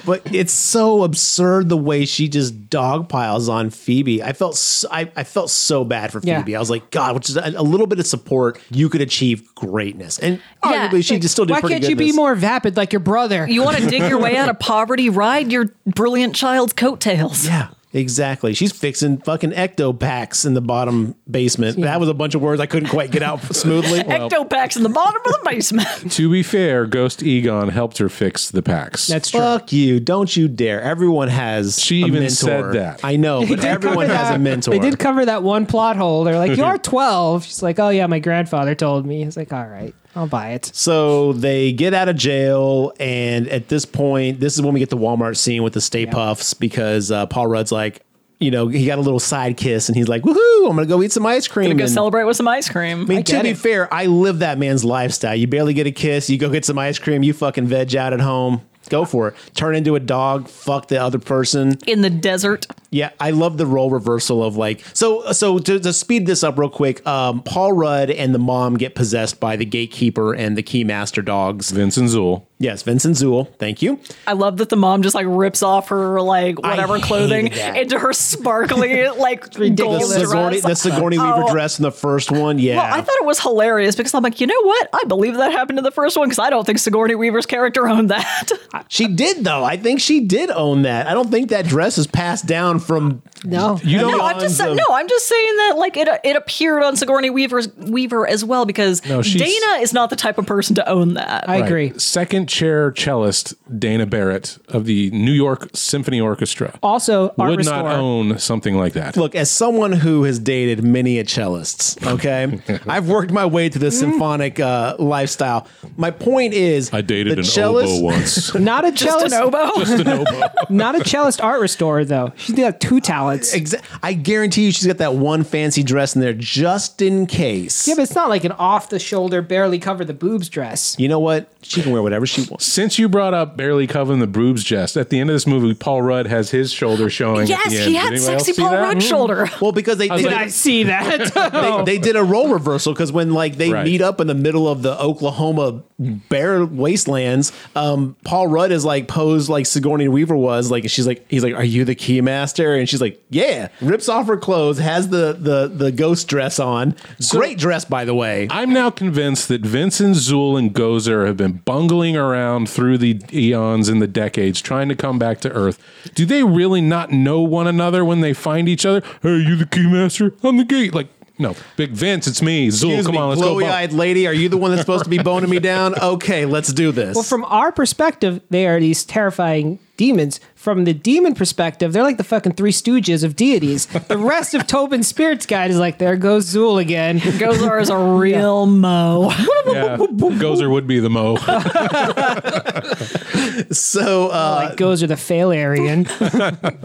Speaker 3: But it's so absurd the way she just dogpiles on Phoebe. I felt so, I, I felt so bad for
Speaker 4: Yeah.
Speaker 3: Phoebe. I was like, God, which is a, a little bit of support, you could achieve greatness. And
Speaker 2: Yeah,
Speaker 3: arguably, she
Speaker 2: like,
Speaker 3: just still did
Speaker 4: Why
Speaker 3: pretty
Speaker 4: can't
Speaker 3: good
Speaker 4: you
Speaker 3: in
Speaker 4: be
Speaker 3: this.
Speaker 4: more vapid like your brother?
Speaker 2: you want to dig your way out of poverty, ride your brilliant child's coattails.
Speaker 3: Yeah, exactly. She's fixing fucking ecto packs in the bottom basement. That was a bunch of words I couldn't quite get out smoothly.
Speaker 2: Ecto packs in the bottom of the basement.
Speaker 1: To be fair, Ghost Egon helped her fix the packs.
Speaker 4: That's true.
Speaker 3: Fuck you! Don't you dare! Everyone has.
Speaker 1: She
Speaker 3: a
Speaker 1: even
Speaker 3: mentor.
Speaker 1: said that.
Speaker 3: I know, but
Speaker 4: did cover
Speaker 3: everyone has
Speaker 4: that-
Speaker 3: a mentor.
Speaker 4: They did cover that one plot hole. They're like, "You're 12." She's like, "Oh yeah, my grandfather told me." He's like, "All right, I'll buy it."
Speaker 3: So they get out of jail, and at this point, this is when we get the Walmart scene with the Stay Puffs because uh, Paul Rudd's like, you know, he got a little side kiss, and he's like, "Woohoo! I'm gonna go eat some ice cream."
Speaker 2: Gonna go
Speaker 3: and-
Speaker 2: celebrate with some ice cream.
Speaker 3: I mean, to be fair, I live that man's lifestyle. You barely get a kiss. You go get some ice cream. You fucking veg out at home. Go for it. Turn into a dog. Fuck the other person.
Speaker 2: in the desert.
Speaker 3: Yeah, I love the role reversal of like so. So to, to speed this up real quick, um, Paul Rudd and the mom get possessed by the gatekeeper and the keymaster dogs.
Speaker 1: Vincent Zool.
Speaker 3: Yes, Vincent Zool. Thank you.
Speaker 2: I love that the mom just like rips off her like
Speaker 3: I
Speaker 2: whatever
Speaker 3: hated
Speaker 2: clothing
Speaker 3: that.
Speaker 2: into her sparkly like
Speaker 3: The
Speaker 2: gold
Speaker 3: Sigourney,
Speaker 2: dress.
Speaker 3: the Sigourney Weaver
Speaker 2: Oh.
Speaker 3: dress in the first one. Yeah.
Speaker 2: Well, I thought it was hilarious because I'm like, you know what? I believe that happened in the first one because I don't think Sigourney Weaver's character owned that.
Speaker 3: she did though. I think she did own that. I don't think that dress is passed down from
Speaker 4: No,
Speaker 3: you
Speaker 2: no, I'm just
Speaker 3: eons of-
Speaker 2: no, I'm just saying that like it it appeared on Sigourney Weaver's Weaver as well because
Speaker 1: No, she's-
Speaker 2: Dana is not the type of person to own that.
Speaker 4: I
Speaker 1: Right.
Speaker 4: agree.
Speaker 1: Second chair cellist Dana Barrett of the New York Symphony Orchestra
Speaker 4: Also, art
Speaker 1: would
Speaker 4: restore.
Speaker 1: not own something like that.
Speaker 3: Look, as someone who has dated many a cellists, okay, I've worked my way to the
Speaker 2: Mm.
Speaker 3: symphonic uh, lifestyle. My point is,
Speaker 1: I dated
Speaker 3: the
Speaker 1: an oboe once.
Speaker 4: not a
Speaker 2: Just an
Speaker 4: cellist.
Speaker 2: oboe.
Speaker 4: not a cellist art restorer though. She's got two talents.
Speaker 3: Exa- I guarantee you, she's got that one fancy dress in there just in case.
Speaker 4: Yeah, but it's not like an off-the-shoulder, barely cover the boobs dress.
Speaker 3: you know what? She can wear whatever she wants.
Speaker 1: Since you brought up barely covering the boobs, Jess, at the end of this movie, Paul Rudd has his shoulder showing. at
Speaker 2: yes,
Speaker 1: the end.
Speaker 2: he
Speaker 1: Did
Speaker 2: had
Speaker 1: anyone
Speaker 2: sexy
Speaker 1: else see
Speaker 2: Paul
Speaker 1: that?
Speaker 3: Mm.
Speaker 2: Rudd shoulder.
Speaker 3: Well, because they they,
Speaker 1: was
Speaker 3: did-
Speaker 1: like-
Speaker 4: see that.
Speaker 3: they, they did a role reversal because when like they
Speaker 1: Oh. Right.
Speaker 3: meet up in the middle of the Oklahoma bare wastelands, um, Paul Rudd is like posed like Sigourney Weaver was like, and she's like, he's like, "Are you the key master?" And she's like, "Yeah." Rips off her clothes, has the the the ghost dress on. Great dress, by the way.
Speaker 1: I'm now convinced that Vincent Zool and Gozer have been bungling around through the eons and the decades trying to come back to Earth. Do they really not know one another when they find each other? Hey, you the keymaster? I'm the gate. Like, no, Big Vince, it's me. Zool,
Speaker 3: Excuse
Speaker 1: come
Speaker 3: me,
Speaker 1: on, let's go. bump.
Speaker 3: glowy-eyed lady, are you the one that's supposed to be boning me down? Okay, let's do this.
Speaker 4: Well, from our perspective, they are these terrifying demons. From the demon perspective, they're like the fucking three stooges of deities. The rest of Tobin's Spirit's Guide is like, there goes Zool again.
Speaker 2: Gozar is a real mo.
Speaker 1: Yeah. Gozer would be the mo.
Speaker 3: so uh,
Speaker 4: Like, goes are the failarian.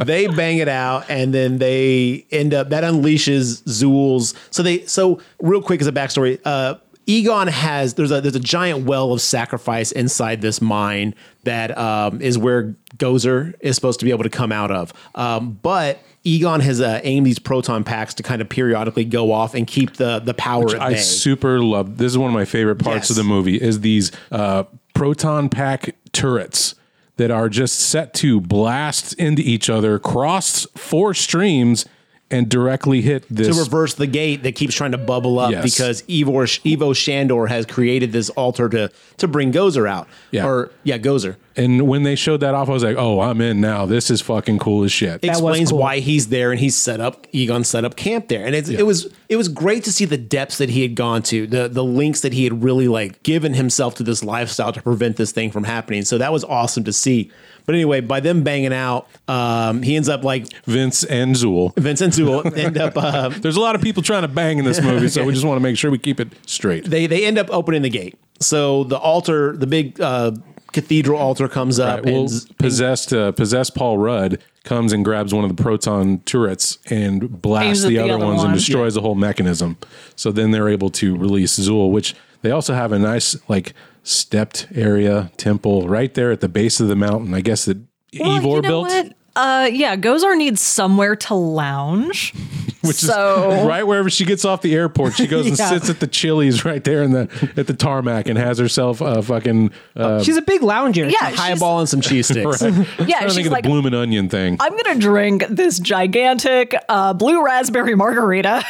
Speaker 3: they bang it out and then they end up that unleashes Zool's so they so real quick as a backstory, uh Egon has there's a there's a giant well of sacrifice inside this mine that um is where Gozer is supposed to be able to come out of. Um but Egon has uh, aimed these proton packs to kind of periodically go off and keep the the power at
Speaker 1: I
Speaker 3: bay.
Speaker 1: super love. This is one of my favorite parts
Speaker 3: Yes.
Speaker 1: of the movie is these uh, proton pack turrets that are just set to blast into each other, cross four streams, and directly hit
Speaker 3: to
Speaker 1: this.
Speaker 3: reverse the gate that keeps trying to bubble up
Speaker 1: Yes.
Speaker 3: because Evo Evo Shandor has created this altar to to bring Gozer out.
Speaker 1: Yeah.
Speaker 3: Or yeah, Gozer.
Speaker 1: and when they showed that off, I was like, "Oh, I'm in now. This is fucking cool as shit."
Speaker 4: was
Speaker 3: explains
Speaker 4: cool.
Speaker 3: why he's there and he's set up Egon set up camp there. And it's, it was it was great to see the depths that he had gone to, the the links that he had really like given himself to this lifestyle to prevent this thing from happening. So that was awesome to see. But anyway, by them banging out, um, he ends up like
Speaker 1: Vince and Zool.
Speaker 3: Vincent Zool end up uh,
Speaker 1: There's a lot of people trying to bang in this movie, so we just want to make sure we keep it straight.
Speaker 3: they they end up opening the gate. So the altar, the big uh, cathedral altar comes up
Speaker 1: Right, well,
Speaker 3: and z-
Speaker 1: possessed uh, possessed Paul Rudd comes and grabs one of the proton turrets and blasts
Speaker 2: Aims at
Speaker 1: the,
Speaker 2: the
Speaker 1: other
Speaker 2: other
Speaker 1: ones and
Speaker 2: one.
Speaker 1: destroys the whole mechanism. So then they're able to release Zool, which they also have a nice like stepped area temple right there at the base of the mountain. I guess that Evor built,
Speaker 2: Uh, yeah, Gozar needs somewhere to lounge.
Speaker 1: which is
Speaker 2: so-
Speaker 1: right wherever she gets off the airport, she goes and
Speaker 4: Yeah.
Speaker 1: sits at the Chili's right there in the at the tarmac and has herself a fucking uh,
Speaker 4: Uh, She's a big lounger.
Speaker 2: Yeah, she's-
Speaker 3: highball and some cheese sticks.
Speaker 1: yeah. I
Speaker 2: Yeah,
Speaker 1: think
Speaker 2: she's
Speaker 1: of
Speaker 2: like,
Speaker 1: the blooming onion thing.
Speaker 2: I'm gonna drink this gigantic uh, blue raspberry margarita.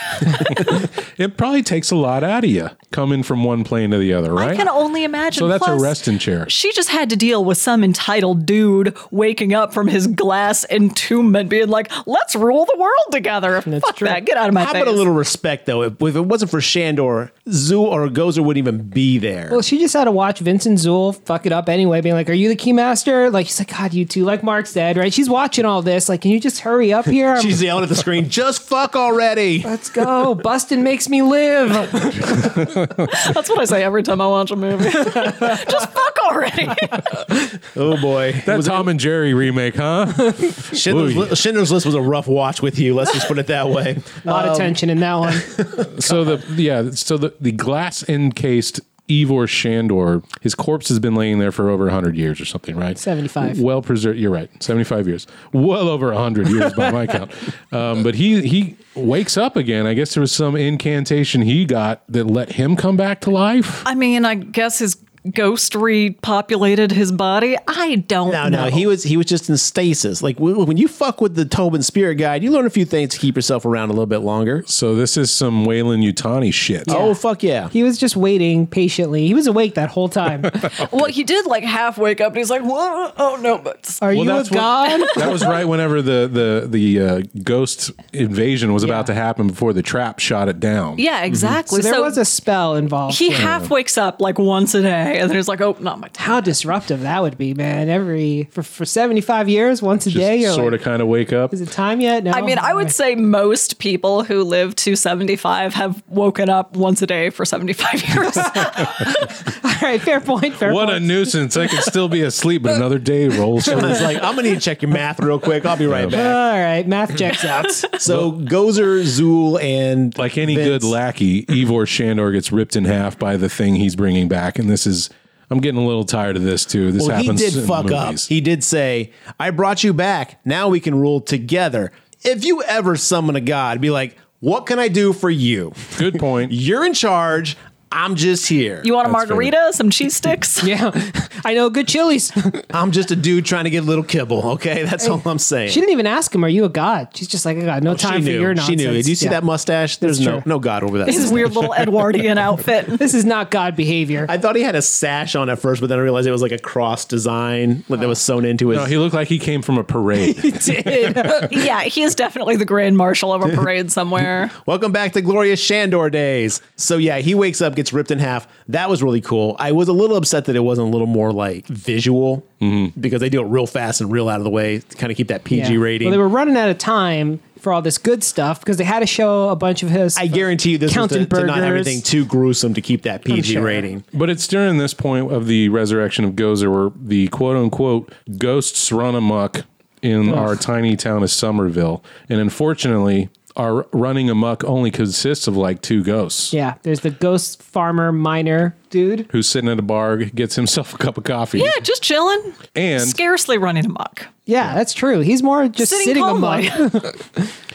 Speaker 1: It probably takes a lot out of you coming from one plane to the other, right?
Speaker 2: I can only imagine.
Speaker 1: so that's
Speaker 2: Plus,
Speaker 1: a resting chair.
Speaker 2: She just had to deal with some entitled dude waking up from his glass entombment, being like, "Let's rule the world together." Fuck
Speaker 4: true.
Speaker 2: that. Get out of my
Speaker 3: How
Speaker 2: face.
Speaker 3: about a little respect though? If, if it wasn't for Shandor, Zoo or Gozer wouldn't even be there.
Speaker 4: Well, she just had to watch Vincent Zool fuck it up anyway, being like, Are you the keymaster? Like, she's like, God, you two, like Mark said, right? She's watching all this. Like, can you just hurry up here? I'm-
Speaker 3: She's yelling at the screen, "Just fuck already!"
Speaker 4: Let's go. Bustin' makes me live.
Speaker 2: That's what I say every time I watch a movie. just fuck already.
Speaker 3: Oh boy,
Speaker 1: That Tom and Jerry remake, huh?
Speaker 3: Schindler's,
Speaker 1: Ooh.
Speaker 3: Li- Schindler's List was a rough watch with you. Let's just put it that way.
Speaker 4: A
Speaker 1: Oh,
Speaker 4: lot of tension in that one.
Speaker 1: so the yeah, so the, the glass encased Ivor Shandor, his corpse has been laying there for over 100 years or something, right?
Speaker 4: 75.
Speaker 1: Well preserved. You're right. 75 years. Well over 100 years by my count. Um, but he he wakes up again. I guess there was some incantation he got that let him come back to life.
Speaker 2: I mean, I guess his ghost repopulated his body. I don't
Speaker 3: No,
Speaker 2: know.
Speaker 3: no, he was he was just in stasis. Like w- when you fuck with the Tobin Spirit Guide, you learn a few things to keep yourself around a little bit longer.
Speaker 1: So this is some Waylon Utani shit.
Speaker 3: Oh fuck yeah!
Speaker 4: He was just waiting patiently. He was awake that whole time.
Speaker 2: well, he did like half wake up and he's like, "Whoa, oh no, but
Speaker 4: Are you a
Speaker 1: that's what-
Speaker 4: god?
Speaker 1: that was right whenever the the the uh, ghost invasion was about to happen before the trap shot it down.
Speaker 2: yeah, exactly.
Speaker 4: Mm-hmm. There
Speaker 2: So,
Speaker 4: was a spell involved.
Speaker 2: he half wakes up like once a day and then he's like, oh, not my time.
Speaker 4: How disruptive that would be, man. Every for, for 75 years, once a day, you're
Speaker 1: sort of kind of wake up.
Speaker 4: Is it time yet? No.
Speaker 2: I mean, I would say most people who live to 75 have woken up once a day for 75 years.
Speaker 4: All right, fair point. Fair
Speaker 1: What a
Speaker 4: point.
Speaker 1: nuisance! I could still be asleep, but another day rolls.
Speaker 3: It's like I'm gonna need to check your math real quick. I'll be right back.
Speaker 4: All right, math checks out.
Speaker 3: So Gozer, Zool, and
Speaker 1: like any
Speaker 3: Vince.
Speaker 1: good lackey, Ivor Shandor gets ripped in half by the thing he's bringing back, and this is. I'm getting a little tired of this too. This
Speaker 3: Well, he
Speaker 1: happens.
Speaker 3: did
Speaker 1: in
Speaker 3: fuck up.
Speaker 1: movies.
Speaker 3: He did say, "I brought you back. Now we can rule together." If you ever summon a god, be like, "What can I do for you?
Speaker 1: Good point.
Speaker 3: You're in charge. I'm just here.
Speaker 2: You want a
Speaker 1: That's fair.
Speaker 2: margarita, some cheese sticks?
Speaker 4: Yeah, I know good chilies. she
Speaker 3: I'm just a dude trying to get a little kibble. Okay, that's all I'm saying.
Speaker 4: didn't even ask him, "Are you a god?" She's just like, "I got no
Speaker 3: Oh, She
Speaker 4: time for
Speaker 3: knew.
Speaker 4: your nonsense."
Speaker 3: She knew. Did you see
Speaker 4: Yeah.
Speaker 3: that mustache? There's
Speaker 4: That's
Speaker 3: no
Speaker 4: true.
Speaker 3: no god over that.
Speaker 2: His weird little Edwardian outfit.
Speaker 4: This is not god behavior.
Speaker 3: I thought he had a sash on at first, but then I realized it was like a cross design like, that was sewn into his.
Speaker 1: No, he looked like he came from a parade.
Speaker 2: yeah, he is definitely the grand marshal of a parade somewhere.
Speaker 3: Welcome back to glorious Shandor days. So yeah, he wakes up, gets ripped in half. That was really cool. I was a little upset that it wasn't a little more like visual
Speaker 1: Mm-hmm.
Speaker 3: because they do it real fast and real out of the way to kind of keep that PG
Speaker 4: Yeah.
Speaker 3: rating.
Speaker 4: Well, they were running out of time for all this good stuff because they had to show a bunch of his.
Speaker 3: I guarantee you this was to,
Speaker 4: Counting
Speaker 3: to not have
Speaker 4: burgers.
Speaker 3: anything too gruesome to keep that PG
Speaker 4: sure.
Speaker 3: rating.
Speaker 1: but it's during this point of the resurrection of Gozer where the quote unquote ghosts run amok in our tiny town of Somerville. And unfortunately, our running amok only consists of like two ghosts.
Speaker 4: yeah, there's the ghost farmer miner dude.
Speaker 1: Who's sitting at a bar, gets himself a cup of coffee,
Speaker 2: Yeah, just chilling.
Speaker 1: and
Speaker 2: Scarcely running amok.
Speaker 4: Yeah, that's true. He's more just
Speaker 2: Sitting
Speaker 4: sitting, among.
Speaker 2: calmly.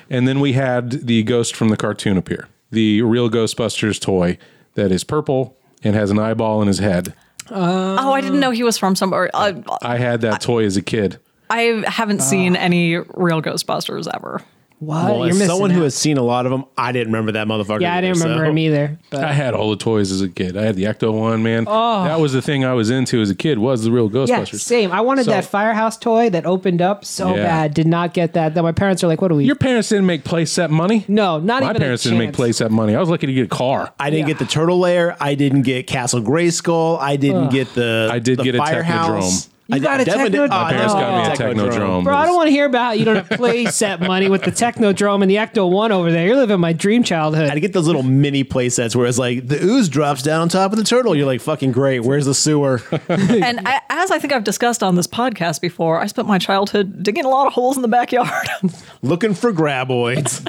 Speaker 1: And then we had the ghost from the cartoon appear, the real Ghostbusters toy that is purple and has an eyeball in his head.
Speaker 2: oh, I didn't know he was from somewhere. Uh,
Speaker 1: I had that toy as a kid.
Speaker 2: I haven't seen any real Ghostbusters ever.
Speaker 4: What?
Speaker 3: Well,
Speaker 4: Uh, You're
Speaker 3: as
Speaker 4: missing
Speaker 3: someone who
Speaker 4: out.
Speaker 3: has seen a lot of them, I didn't remember that motherfucker.
Speaker 4: Yeah, I didn't
Speaker 3: either,
Speaker 4: remember
Speaker 3: so-
Speaker 4: him either. But Oh.
Speaker 1: I had all the toys as a kid. I had the Ecto One, man. That was the thing I was into as a kid. Was the real
Speaker 4: yeah,
Speaker 1: Ghostbusters?
Speaker 4: same. I wanted
Speaker 1: So-
Speaker 4: that firehouse toy that opened up so
Speaker 1: Yeah.
Speaker 4: bad. Did not get that. That my parents are like, "What do we?"
Speaker 1: Your parents didn't make playset money.
Speaker 4: no, not
Speaker 1: my
Speaker 4: even.
Speaker 1: parents
Speaker 4: a
Speaker 1: didn't make
Speaker 4: chance.
Speaker 1: playset money. I was lucky to get a car.
Speaker 3: I didn't
Speaker 4: Yeah.
Speaker 3: get the turtle lair. I didn't get Castle Grayskull. I didn't get the.
Speaker 1: I did
Speaker 3: the
Speaker 1: get a
Speaker 3: firehouse.
Speaker 1: Technodrome.
Speaker 4: You
Speaker 3: I-
Speaker 4: got
Speaker 3: I
Speaker 4: a
Speaker 3: definitely-
Speaker 4: Technodrome?
Speaker 3: oh,
Speaker 1: My parents got me a Technodrome.
Speaker 4: Bro, I don't want to hear about it. you don't have play set money with the Technodrome and the Ecto One over there. You're living my dream childhood.
Speaker 3: I did get those little mini play sets where it's like the ooze drops down on top of the turtle. You're like, fucking great. Where's the sewer?
Speaker 2: And I, as I think I've discussed on this podcast before, I spent my childhood digging a lot of holes in the backyard.
Speaker 3: Looking for graboids.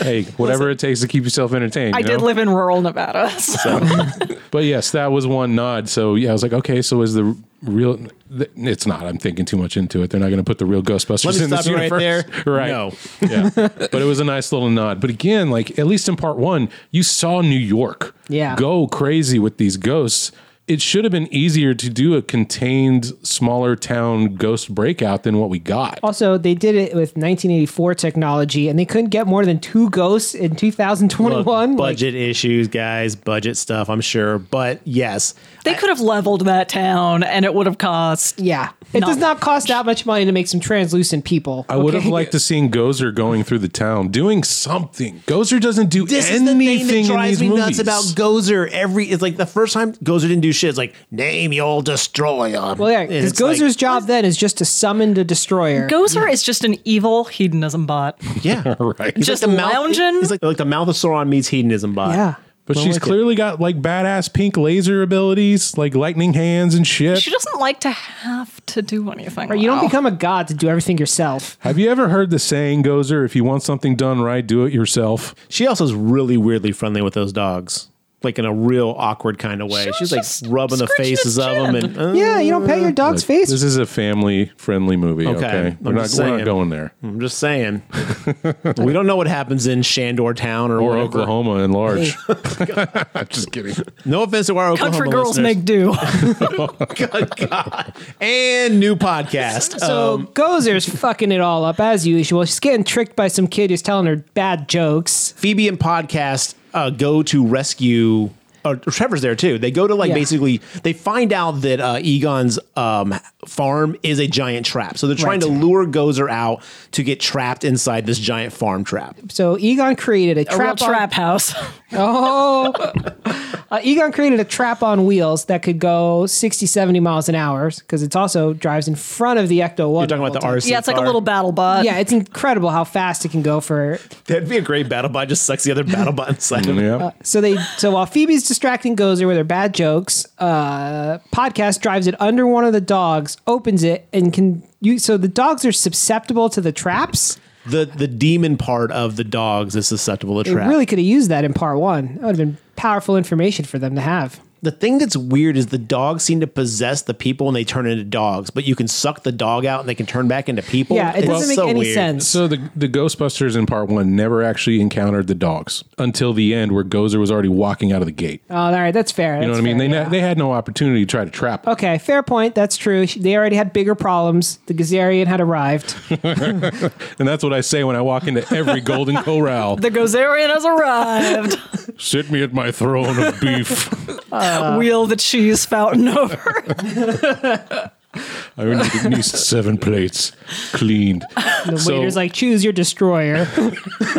Speaker 1: Hey, whatever it takes to keep yourself entertained.
Speaker 2: I
Speaker 1: you
Speaker 2: did
Speaker 1: know?
Speaker 2: live in rural Nevada. So.
Speaker 1: But yes, that was one nod. So yeah, I was like, okay, so is the real? th- It's not. I'm thinking too much into it. They're not going to put the real Ghostbusters
Speaker 3: Let me
Speaker 1: in
Speaker 3: stop
Speaker 1: this
Speaker 3: you right
Speaker 1: universe,
Speaker 3: there.
Speaker 1: right?
Speaker 3: No.
Speaker 1: yeah, but it was a nice little nod. But again, like at least in part one, you saw New York,
Speaker 4: Yeah.
Speaker 1: go crazy with these ghosts. It should have been easier to do a contained, smaller town ghost breakout than what we got.
Speaker 4: also, they did it with 1984 technology, and they couldn't get more than two ghosts in 2021.
Speaker 3: Look,
Speaker 4: Like,
Speaker 3: budget issues, guys. Budget stuff, I'm sure. But yes,
Speaker 2: They could have leveled that town and it would have cost.
Speaker 4: yeah, it
Speaker 2: Not
Speaker 4: does not cost that much money to make some translucent people.
Speaker 1: I would have liked to seen Gozer going through the town doing something. Gozer doesn't do anything in these movies.
Speaker 3: Gozer. Every it's like the first time Gozer didn't do shit. It's like name you'll destroy him.
Speaker 4: Well, yeah, because Gozer's job then is just to summon the destroyer.
Speaker 2: Gozer is just an evil hedonism bot.
Speaker 3: yeah, right. He's
Speaker 2: Just
Speaker 3: the mouth-
Speaker 2: lounging?
Speaker 3: He's like, like the mouth of Sauron meets hedonism bot.
Speaker 4: yeah.
Speaker 1: But she's clearly got like badass pink laser abilities, like lightning hands and shit.
Speaker 2: She doesn't like to have to do anything.
Speaker 4: You don't
Speaker 2: well.
Speaker 4: become a god to do everything yourself.
Speaker 1: Have you ever heard the saying, Gozer, if you want something done right, do it yourself?
Speaker 3: She also is really weirdly friendly with those dogs, like in a real awkward kind of way.
Speaker 2: was
Speaker 3: She's like
Speaker 2: just
Speaker 3: rubbing the
Speaker 2: scratching his
Speaker 3: faces of them, and uh,
Speaker 4: Yeah, you don't pet your dog's face.
Speaker 1: This is a family friendly movie. Okay.
Speaker 3: I'm
Speaker 1: We're, not,
Speaker 3: just
Speaker 1: we're not
Speaker 3: saying. Mm-hmm.
Speaker 1: going there.
Speaker 3: I'm just saying, we don't know what happens in Shandor Town or,
Speaker 1: Or
Speaker 3: whatever.
Speaker 1: Oklahoma in large. I'm just kidding.
Speaker 3: No offense to our Oklahoma
Speaker 2: Country girls
Speaker 3: listeners.
Speaker 2: make do.
Speaker 3: Good God. And new podcast.
Speaker 4: So Gozer's fucking it all up as usual. She's getting tricked by some kid who's telling her bad jokes.
Speaker 3: Phoebe and podcast uh, go to rescue. Or Trevor's there too. They go to like
Speaker 4: Yeah.
Speaker 3: basically. They find out that uh, Egon's um, farm is a giant trap, so they're trying
Speaker 4: Right.
Speaker 3: to lure Gozer out to get trapped inside this giant farm trap.
Speaker 4: So Egon created a
Speaker 2: A real
Speaker 4: trap. on-
Speaker 2: trap house.
Speaker 4: Oh. Uh, Egon created a trap on wheels that could go 60, 70 miles an hour because it's also drives in front of the Ecto One.
Speaker 3: You're talking about the RC.
Speaker 2: yeah, it's like a
Speaker 3: car.
Speaker 2: little battle bot.
Speaker 4: Yeah, it's incredible how fast it can go for.
Speaker 3: That'd be a great battle bot. Just sucks the other battle bot inside. of it.
Speaker 1: Yeah.
Speaker 4: So they so while Phoebe's distracting Gozer with her bad jokes, uh, podcast drives it under one of the dogs, opens it, and can you. So the dogs are susceptible to the traps.
Speaker 3: The the demon part of the dogs is susceptible to
Speaker 4: They
Speaker 3: trap.
Speaker 4: really could have used that in part one. That would have been powerful information for them to have.
Speaker 3: the thing that's weird is the dogs seem to possess the people and they turn into dogs, but you can suck the dog out and they can turn back into people.
Speaker 4: Yeah, it
Speaker 3: It's
Speaker 4: doesn't make
Speaker 3: so
Speaker 4: any
Speaker 3: weird.
Speaker 4: sense.
Speaker 1: So the the Ghostbusters in part one never actually encountered the dogs until the end, where Gozer was already walking out of the gate.
Speaker 4: oh, all right, that's fair.
Speaker 1: you know what I mean? They ne- they had no opportunity to try to trap. them.
Speaker 4: Okay, fair point. That's true. She- They already had bigger problems. The Gazarian had arrived.
Speaker 1: And that's what I say when I walk into every Golden Corral.
Speaker 2: The Gozerian has arrived.
Speaker 1: Sit me at my throne of beef.
Speaker 4: Uh.
Speaker 2: Wheel the cheese fountain over.
Speaker 1: I would need at least seven plates cleaned.
Speaker 4: The
Speaker 1: So-
Speaker 4: waiter's like, choose your destroyer.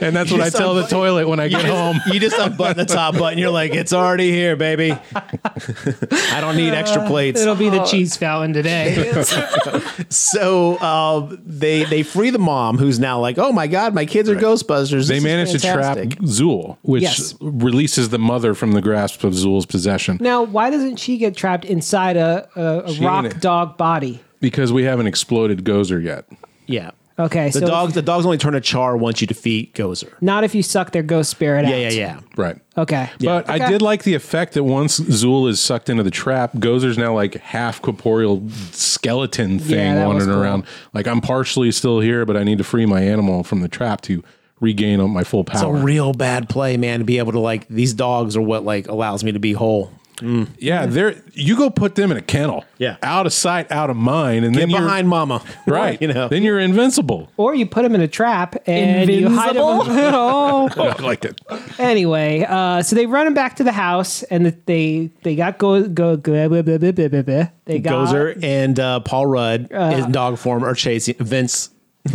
Speaker 1: And that's what I tell the toilet when I get home.
Speaker 3: You just unbutton the top button. You're like, it's already here, baby. I don't need extra plates.
Speaker 4: It'll be the
Speaker 1: Oh.
Speaker 4: cheese fountain today.
Speaker 3: So uh, they they free the mom, who's now like, oh my god, my kids are Ghostbusters.
Speaker 1: They managed to trap Zool, which
Speaker 4: Yes.
Speaker 1: releases the mother from the grasp of Zool's possession.
Speaker 4: now, why doesn't she get trapped inside a, a, a
Speaker 1: She ain't
Speaker 4: rock
Speaker 1: it.
Speaker 4: dog body?
Speaker 1: Because we haven't exploded Gozer yet.
Speaker 3: Yeah.
Speaker 4: Okay,
Speaker 3: The
Speaker 4: so
Speaker 3: dogs the dogs only turn a char once you defeat Gozer.
Speaker 4: not if you suck their ghost spirit
Speaker 3: Yeah,
Speaker 4: out.
Speaker 3: yeah, yeah.
Speaker 1: Right.
Speaker 4: Okay.
Speaker 1: But I
Speaker 4: Okay.
Speaker 1: did like the effect that once Zool is sucked into the trap, Gozer's now like half corporeal skeleton thing
Speaker 4: that was
Speaker 1: wandering
Speaker 4: cool.
Speaker 1: around. Like I'm partially still here, but I need to free my animal from the trap to regain my full
Speaker 3: It's a
Speaker 1: power.
Speaker 3: real bad play, man, to be able to like these dogs are what like allows me to be whole.
Speaker 1: yeah, there you go put them in a kennel.
Speaker 3: Yeah.
Speaker 1: Out of sight, out of mind, and
Speaker 3: Get
Speaker 1: then you're-
Speaker 3: behind mama.
Speaker 1: Right.
Speaker 3: You know.
Speaker 1: Then you're invincible.
Speaker 4: Or you put them in a trap and you hide 'em-
Speaker 2: Invincible?
Speaker 4: Oh.
Speaker 1: I liked it.
Speaker 4: Anyway, uh, so they run him back to the house, and they they got go go blah, blah, blah, blah, blah, blah, blah. they got
Speaker 3: Gozer and uh, Paul Rudd in dog form are chasing Vince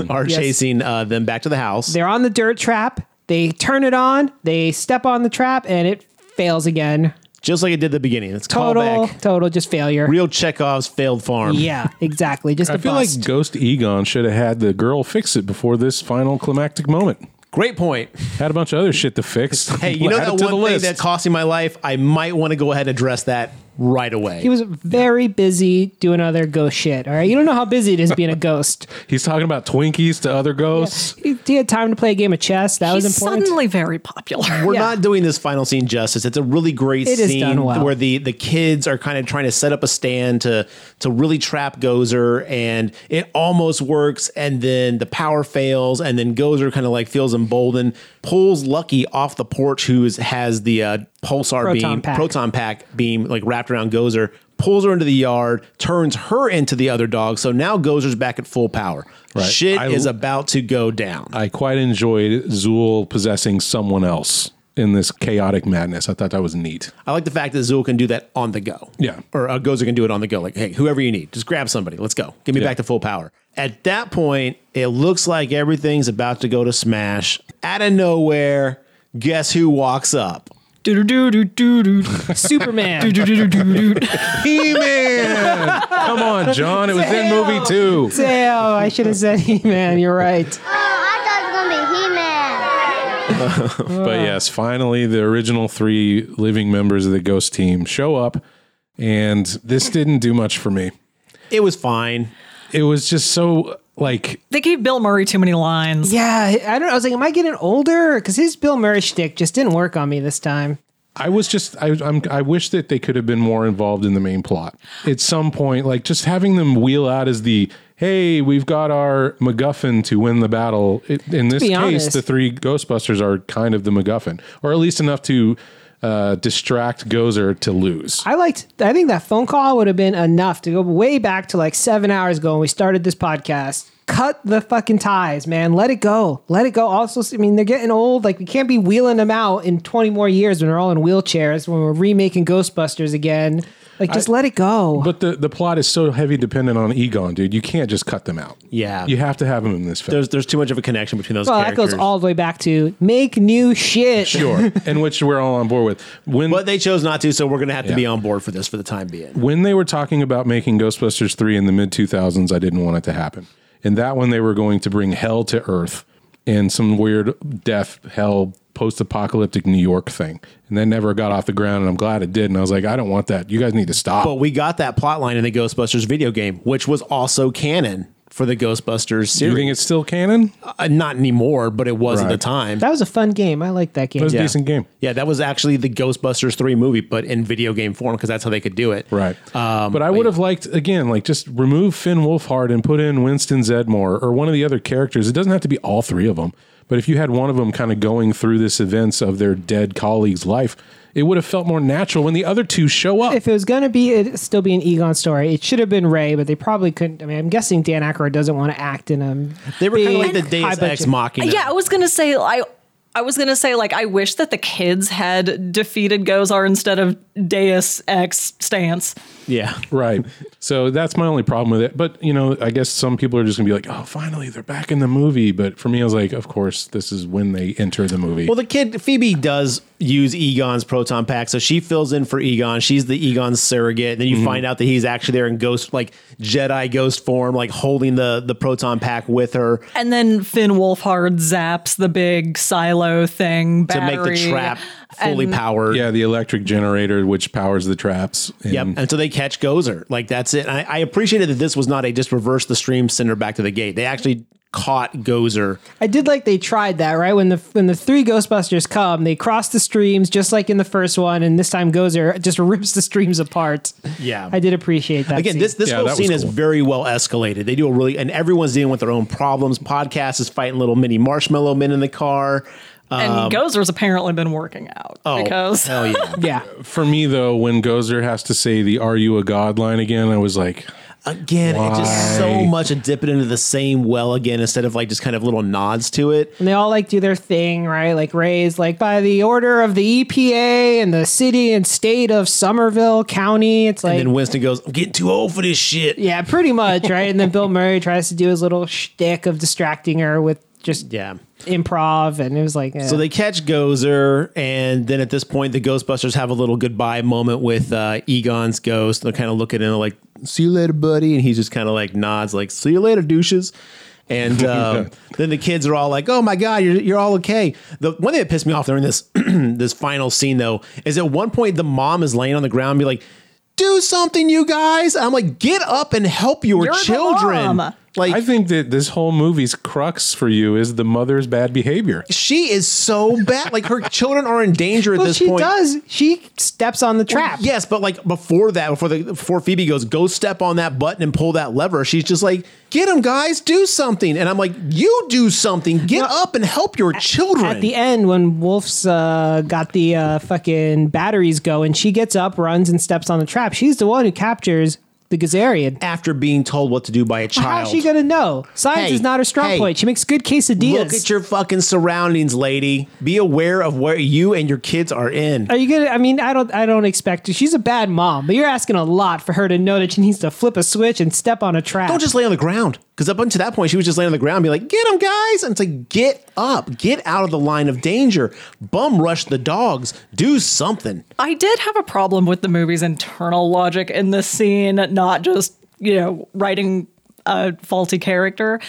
Speaker 3: are
Speaker 4: Yes.
Speaker 3: chasing uh, them back to the house.
Speaker 4: They're on the dirt trap. They turn it on. They step on the trap, and it fails again.
Speaker 3: Just like it did at the beginning. It's
Speaker 4: Total
Speaker 3: callback.
Speaker 4: total just failure.
Speaker 3: Real Chekhov's failed farm.
Speaker 4: yeah, exactly. Just a
Speaker 1: I feel
Speaker 4: bust.
Speaker 1: like Ghost Egon should have had the girl fix it before this final climactic moment.
Speaker 3: Great point.
Speaker 1: Had a bunch of other shit to fix.
Speaker 3: Hey, you know
Speaker 1: Add it
Speaker 3: that
Speaker 1: to
Speaker 3: one
Speaker 1: the
Speaker 3: thing
Speaker 1: list.
Speaker 3: that cost me my life? I might want to go ahead and address that right away.
Speaker 4: he was very busy doing other ghost shit. All right, you don't know how busy it is being a ghost.
Speaker 1: He's talking about Twinkies to other ghosts.
Speaker 4: He, he had time to play a game of chess. That was
Speaker 2: He's
Speaker 4: important.
Speaker 2: suddenly very popular.
Speaker 3: We're
Speaker 4: yeah.
Speaker 3: not doing this final scene justice. It's a really great
Speaker 4: It is
Speaker 3: scene
Speaker 4: done well.
Speaker 3: where the, the kids are kind of trying to set up a stand to to really trap Gozer, and it almost works. And then the power fails, and then Gozer kind of like feels emboldened, pulls Lucky off the porch, who is, has the uh, pulsar
Speaker 4: Proton
Speaker 3: beam,
Speaker 4: pack.
Speaker 3: proton pack beam, like wrapped around Gozer. Pulls her into the yard, turns her into the other dog. So now Gozer's back at full power.
Speaker 1: Right.
Speaker 3: Shit
Speaker 1: I-
Speaker 3: is about to go down.
Speaker 1: I quite enjoyed Zool possessing someone else in this chaotic madness. I thought that was neat.
Speaker 3: I like the fact that Zool can do that on the go.
Speaker 1: Yeah.
Speaker 3: Or uh, Gozer can do it on the go. Like, hey, whoever you need, just grab somebody. Let's go. Give me
Speaker 1: Yeah.
Speaker 3: back to full power. At that point, it looks like everything's about to go to smash. Out of nowhere, guess who walks up?
Speaker 2: Do do do do do do.
Speaker 4: Superman.
Speaker 1: He Man! Come on, John. It was in movie two.
Speaker 4: Damn, I should have said he man. You're right.
Speaker 6: Oh, I thought it was gonna be He-Man.
Speaker 1: But
Speaker 4: Uh-huh.
Speaker 1: yes, finally, the original three living members of the ghost team show up, and this didn't do much for me.
Speaker 3: It was fine.
Speaker 1: It was just so like
Speaker 2: They gave Bill Murray too many lines.
Speaker 4: Yeah, I don't. I was like, am I getting older? Because his Bill Murray shtick just didn't work on me this time.
Speaker 1: I was just I I'm, I wish that they could have been more involved in the main plot at some point. Like just having them wheel out as the hey, we've got our MacGuffin to win the battle. It, in this
Speaker 4: be
Speaker 1: case,
Speaker 4: honest.
Speaker 1: the three Ghostbusters are kind of the MacGuffin, or at least enough to uh, distract Gozer to lose.
Speaker 4: I liked. I think that phone call would have been enough to go way back to like seven hours ago when we started this podcast. Cut the fucking ties, man. Let it go. Let it go. Also, I mean, they're getting old. Like we can't be wheeling them out in twenty more years when they're all in wheelchairs. When we're remaking Ghostbusters again, like just let it go.
Speaker 1: but the, the plot is so heavy dependent on Egon, dude. You can't just cut them out.
Speaker 3: Yeah.
Speaker 1: You have to have them in this film.
Speaker 3: There's there's too much of a connection between those
Speaker 4: Well, that
Speaker 3: characters.
Speaker 4: goes all the way back to make new shit.
Speaker 1: sure. and which we're all on board with. When
Speaker 3: but they chose not to, so we're gonna have to
Speaker 1: Yeah.
Speaker 3: be on board for this for the time being.
Speaker 1: when they were talking about making Ghostbusters 3 in the mid 2000s, I didn't want it to happen. In that one, they were going to bring hell to earth and some weird death, hell, post apocalyptic New York thing. And that never got off the ground. And I'm glad it did. And I was like, I don't want that. You guys need to stop.
Speaker 3: But we got that plot line in the Ghostbusters video game, which was also canon. for the Ghostbusters
Speaker 1: Do you
Speaker 3: series.
Speaker 1: think it's still canon?
Speaker 3: Uh, not anymore, but it was at the
Speaker 1: Right.
Speaker 3: time.
Speaker 4: That was a fun game. I like that game.
Speaker 1: It was a decent game.
Speaker 3: yeah, that was actually the Ghostbusters 3 movie, but in video game form because that's how they could do it.
Speaker 1: Right.
Speaker 3: Um,
Speaker 1: but I would have liked, again, like just remove Finn Wolfhard and put in Winston Zedmore or one of the other characters. It doesn't have to be all three of them. But if you had one of them kind of going through this events of their dead colleague's life, it would have felt more natural when the other two show up.
Speaker 4: If it was gonna be, it still be an Egon story. It should have been Ray, but they probably couldn't. I mean, I'm guessing Dan Aykroyd doesn't want to act in them.
Speaker 3: They were kind of like the Deus Ex Machina.
Speaker 2: Yeah, I was gonna say I. I was gonna say, like, I wish that the kids had defeated Gozar instead of Deus Ex stance.
Speaker 3: Yeah.
Speaker 1: Right. So that's my only problem with it. But, you know, I guess some people are just going to be like, oh, finally they're back in the movie. But for me, I was like, of course, this is when they enter the movie.
Speaker 3: Well, the kid Phoebe does use Egon's proton pack, so she fills in for Egon. She's the Egon surrogate. Then you
Speaker 1: Mm-hmm.
Speaker 3: find out that he's actually there in ghost, like Jedi ghost form, like holding the the proton pack with her
Speaker 2: And then Finn Wolfhard zaps the big silo thing
Speaker 3: to
Speaker 2: battery.
Speaker 3: make the trap fully
Speaker 2: and-
Speaker 3: powered.
Speaker 1: yeah, the electric generator, which powers the traps. And
Speaker 3: Yep. And so they catch Gozer. Like that's it. And I, I appreciated that this was not a just reverse the stream, send her back to the gate. They actually caught Gozer.
Speaker 4: I did like they tried that right when the when the three Ghostbusters come, they cross the streams just like in the first one, and this time Gozer just rips the streams apart.
Speaker 3: Yeah.
Speaker 4: I did appreciate that.
Speaker 3: Again,
Speaker 4: scene.
Speaker 3: this this
Speaker 1: Yeah,
Speaker 3: whole
Speaker 1: that was
Speaker 3: scene is
Speaker 1: cool.
Speaker 3: very well escalated. They do a really, and everyone's dealing with their own problems. Podcast is fighting little mini marshmallow men in the car.
Speaker 2: And Gozer's apparently been working out because
Speaker 3: um, oh, hell yeah.
Speaker 4: yeah,
Speaker 1: for me, though, when Gozer has to say the Are You a God line again, I was like,
Speaker 3: Again, it's just so
Speaker 1: Why?
Speaker 3: much a dipping into the same well again instead of like just kind of little nods to it.
Speaker 4: and they all like do their thing, right? Like Ray's like by the order of the EPA and the city and state of Somerville County. It's like
Speaker 3: And then Winston goes, I'm getting too old for this shit.
Speaker 4: yeah, pretty much, right? And then Bill Murray tries to do his little shtick of distracting her with just
Speaker 3: Yeah.
Speaker 4: improv, and it was like eh.
Speaker 3: So they catch Gozer, and then at this point, the Ghostbusters have a little goodbye moment with uh, Egon's ghost. They're kind of looking in like, see you later, buddy. And he just kind of like nods, like, see you later, douches. And um, then the kids are all like, oh my God, you're, you're all okay. The one thing that pissed me off during this this final scene, though, is at one point the mom is laying on the ground and be like, do something, you guys. I'm like, get up and help your
Speaker 2: You're the
Speaker 3: children.
Speaker 2: mom.
Speaker 3: Like,
Speaker 1: I think that this whole movie's crux for you is the mother's bad behavior.
Speaker 3: she is so bad. Like, her children are in danger at
Speaker 4: well,
Speaker 3: this
Speaker 4: she
Speaker 3: point.
Speaker 4: does. She steps on the trap.
Speaker 3: Yes, but like before that, before the before Phoebe goes, go step on that button and pull that lever. She's just like, get them, guys, do something. And I'm like, you do something. Get up and help your children.
Speaker 4: At the end, when Wolf's uh, got the uh, fucking batteries going, she gets up, runs, and steps on the trap. She's the one who captures the Gazarian.
Speaker 3: after being told what to do by a child.
Speaker 4: How is she gonna know? Science
Speaker 3: Hey,
Speaker 4: is not her strong
Speaker 3: hey.
Speaker 4: point. She makes good quesadillas.
Speaker 3: Look at your fucking surroundings, lady. Be aware of where you and your kids are in.
Speaker 4: Are you gonna? I mean, I don't. I don't expect to. She's a bad mom, but you're asking a lot for her to know that she needs to flip a switch and step on a trap.
Speaker 3: Don't just lay on the ground. Because up until that point, she was just laying on the ground, and be like, "Get them, guys!" And it's like, "Get up, get out of the line of danger, bum rush the dogs, do something."
Speaker 2: I did have a problem with the movie's internal logic in this scene, not just, you know, writing a faulty character.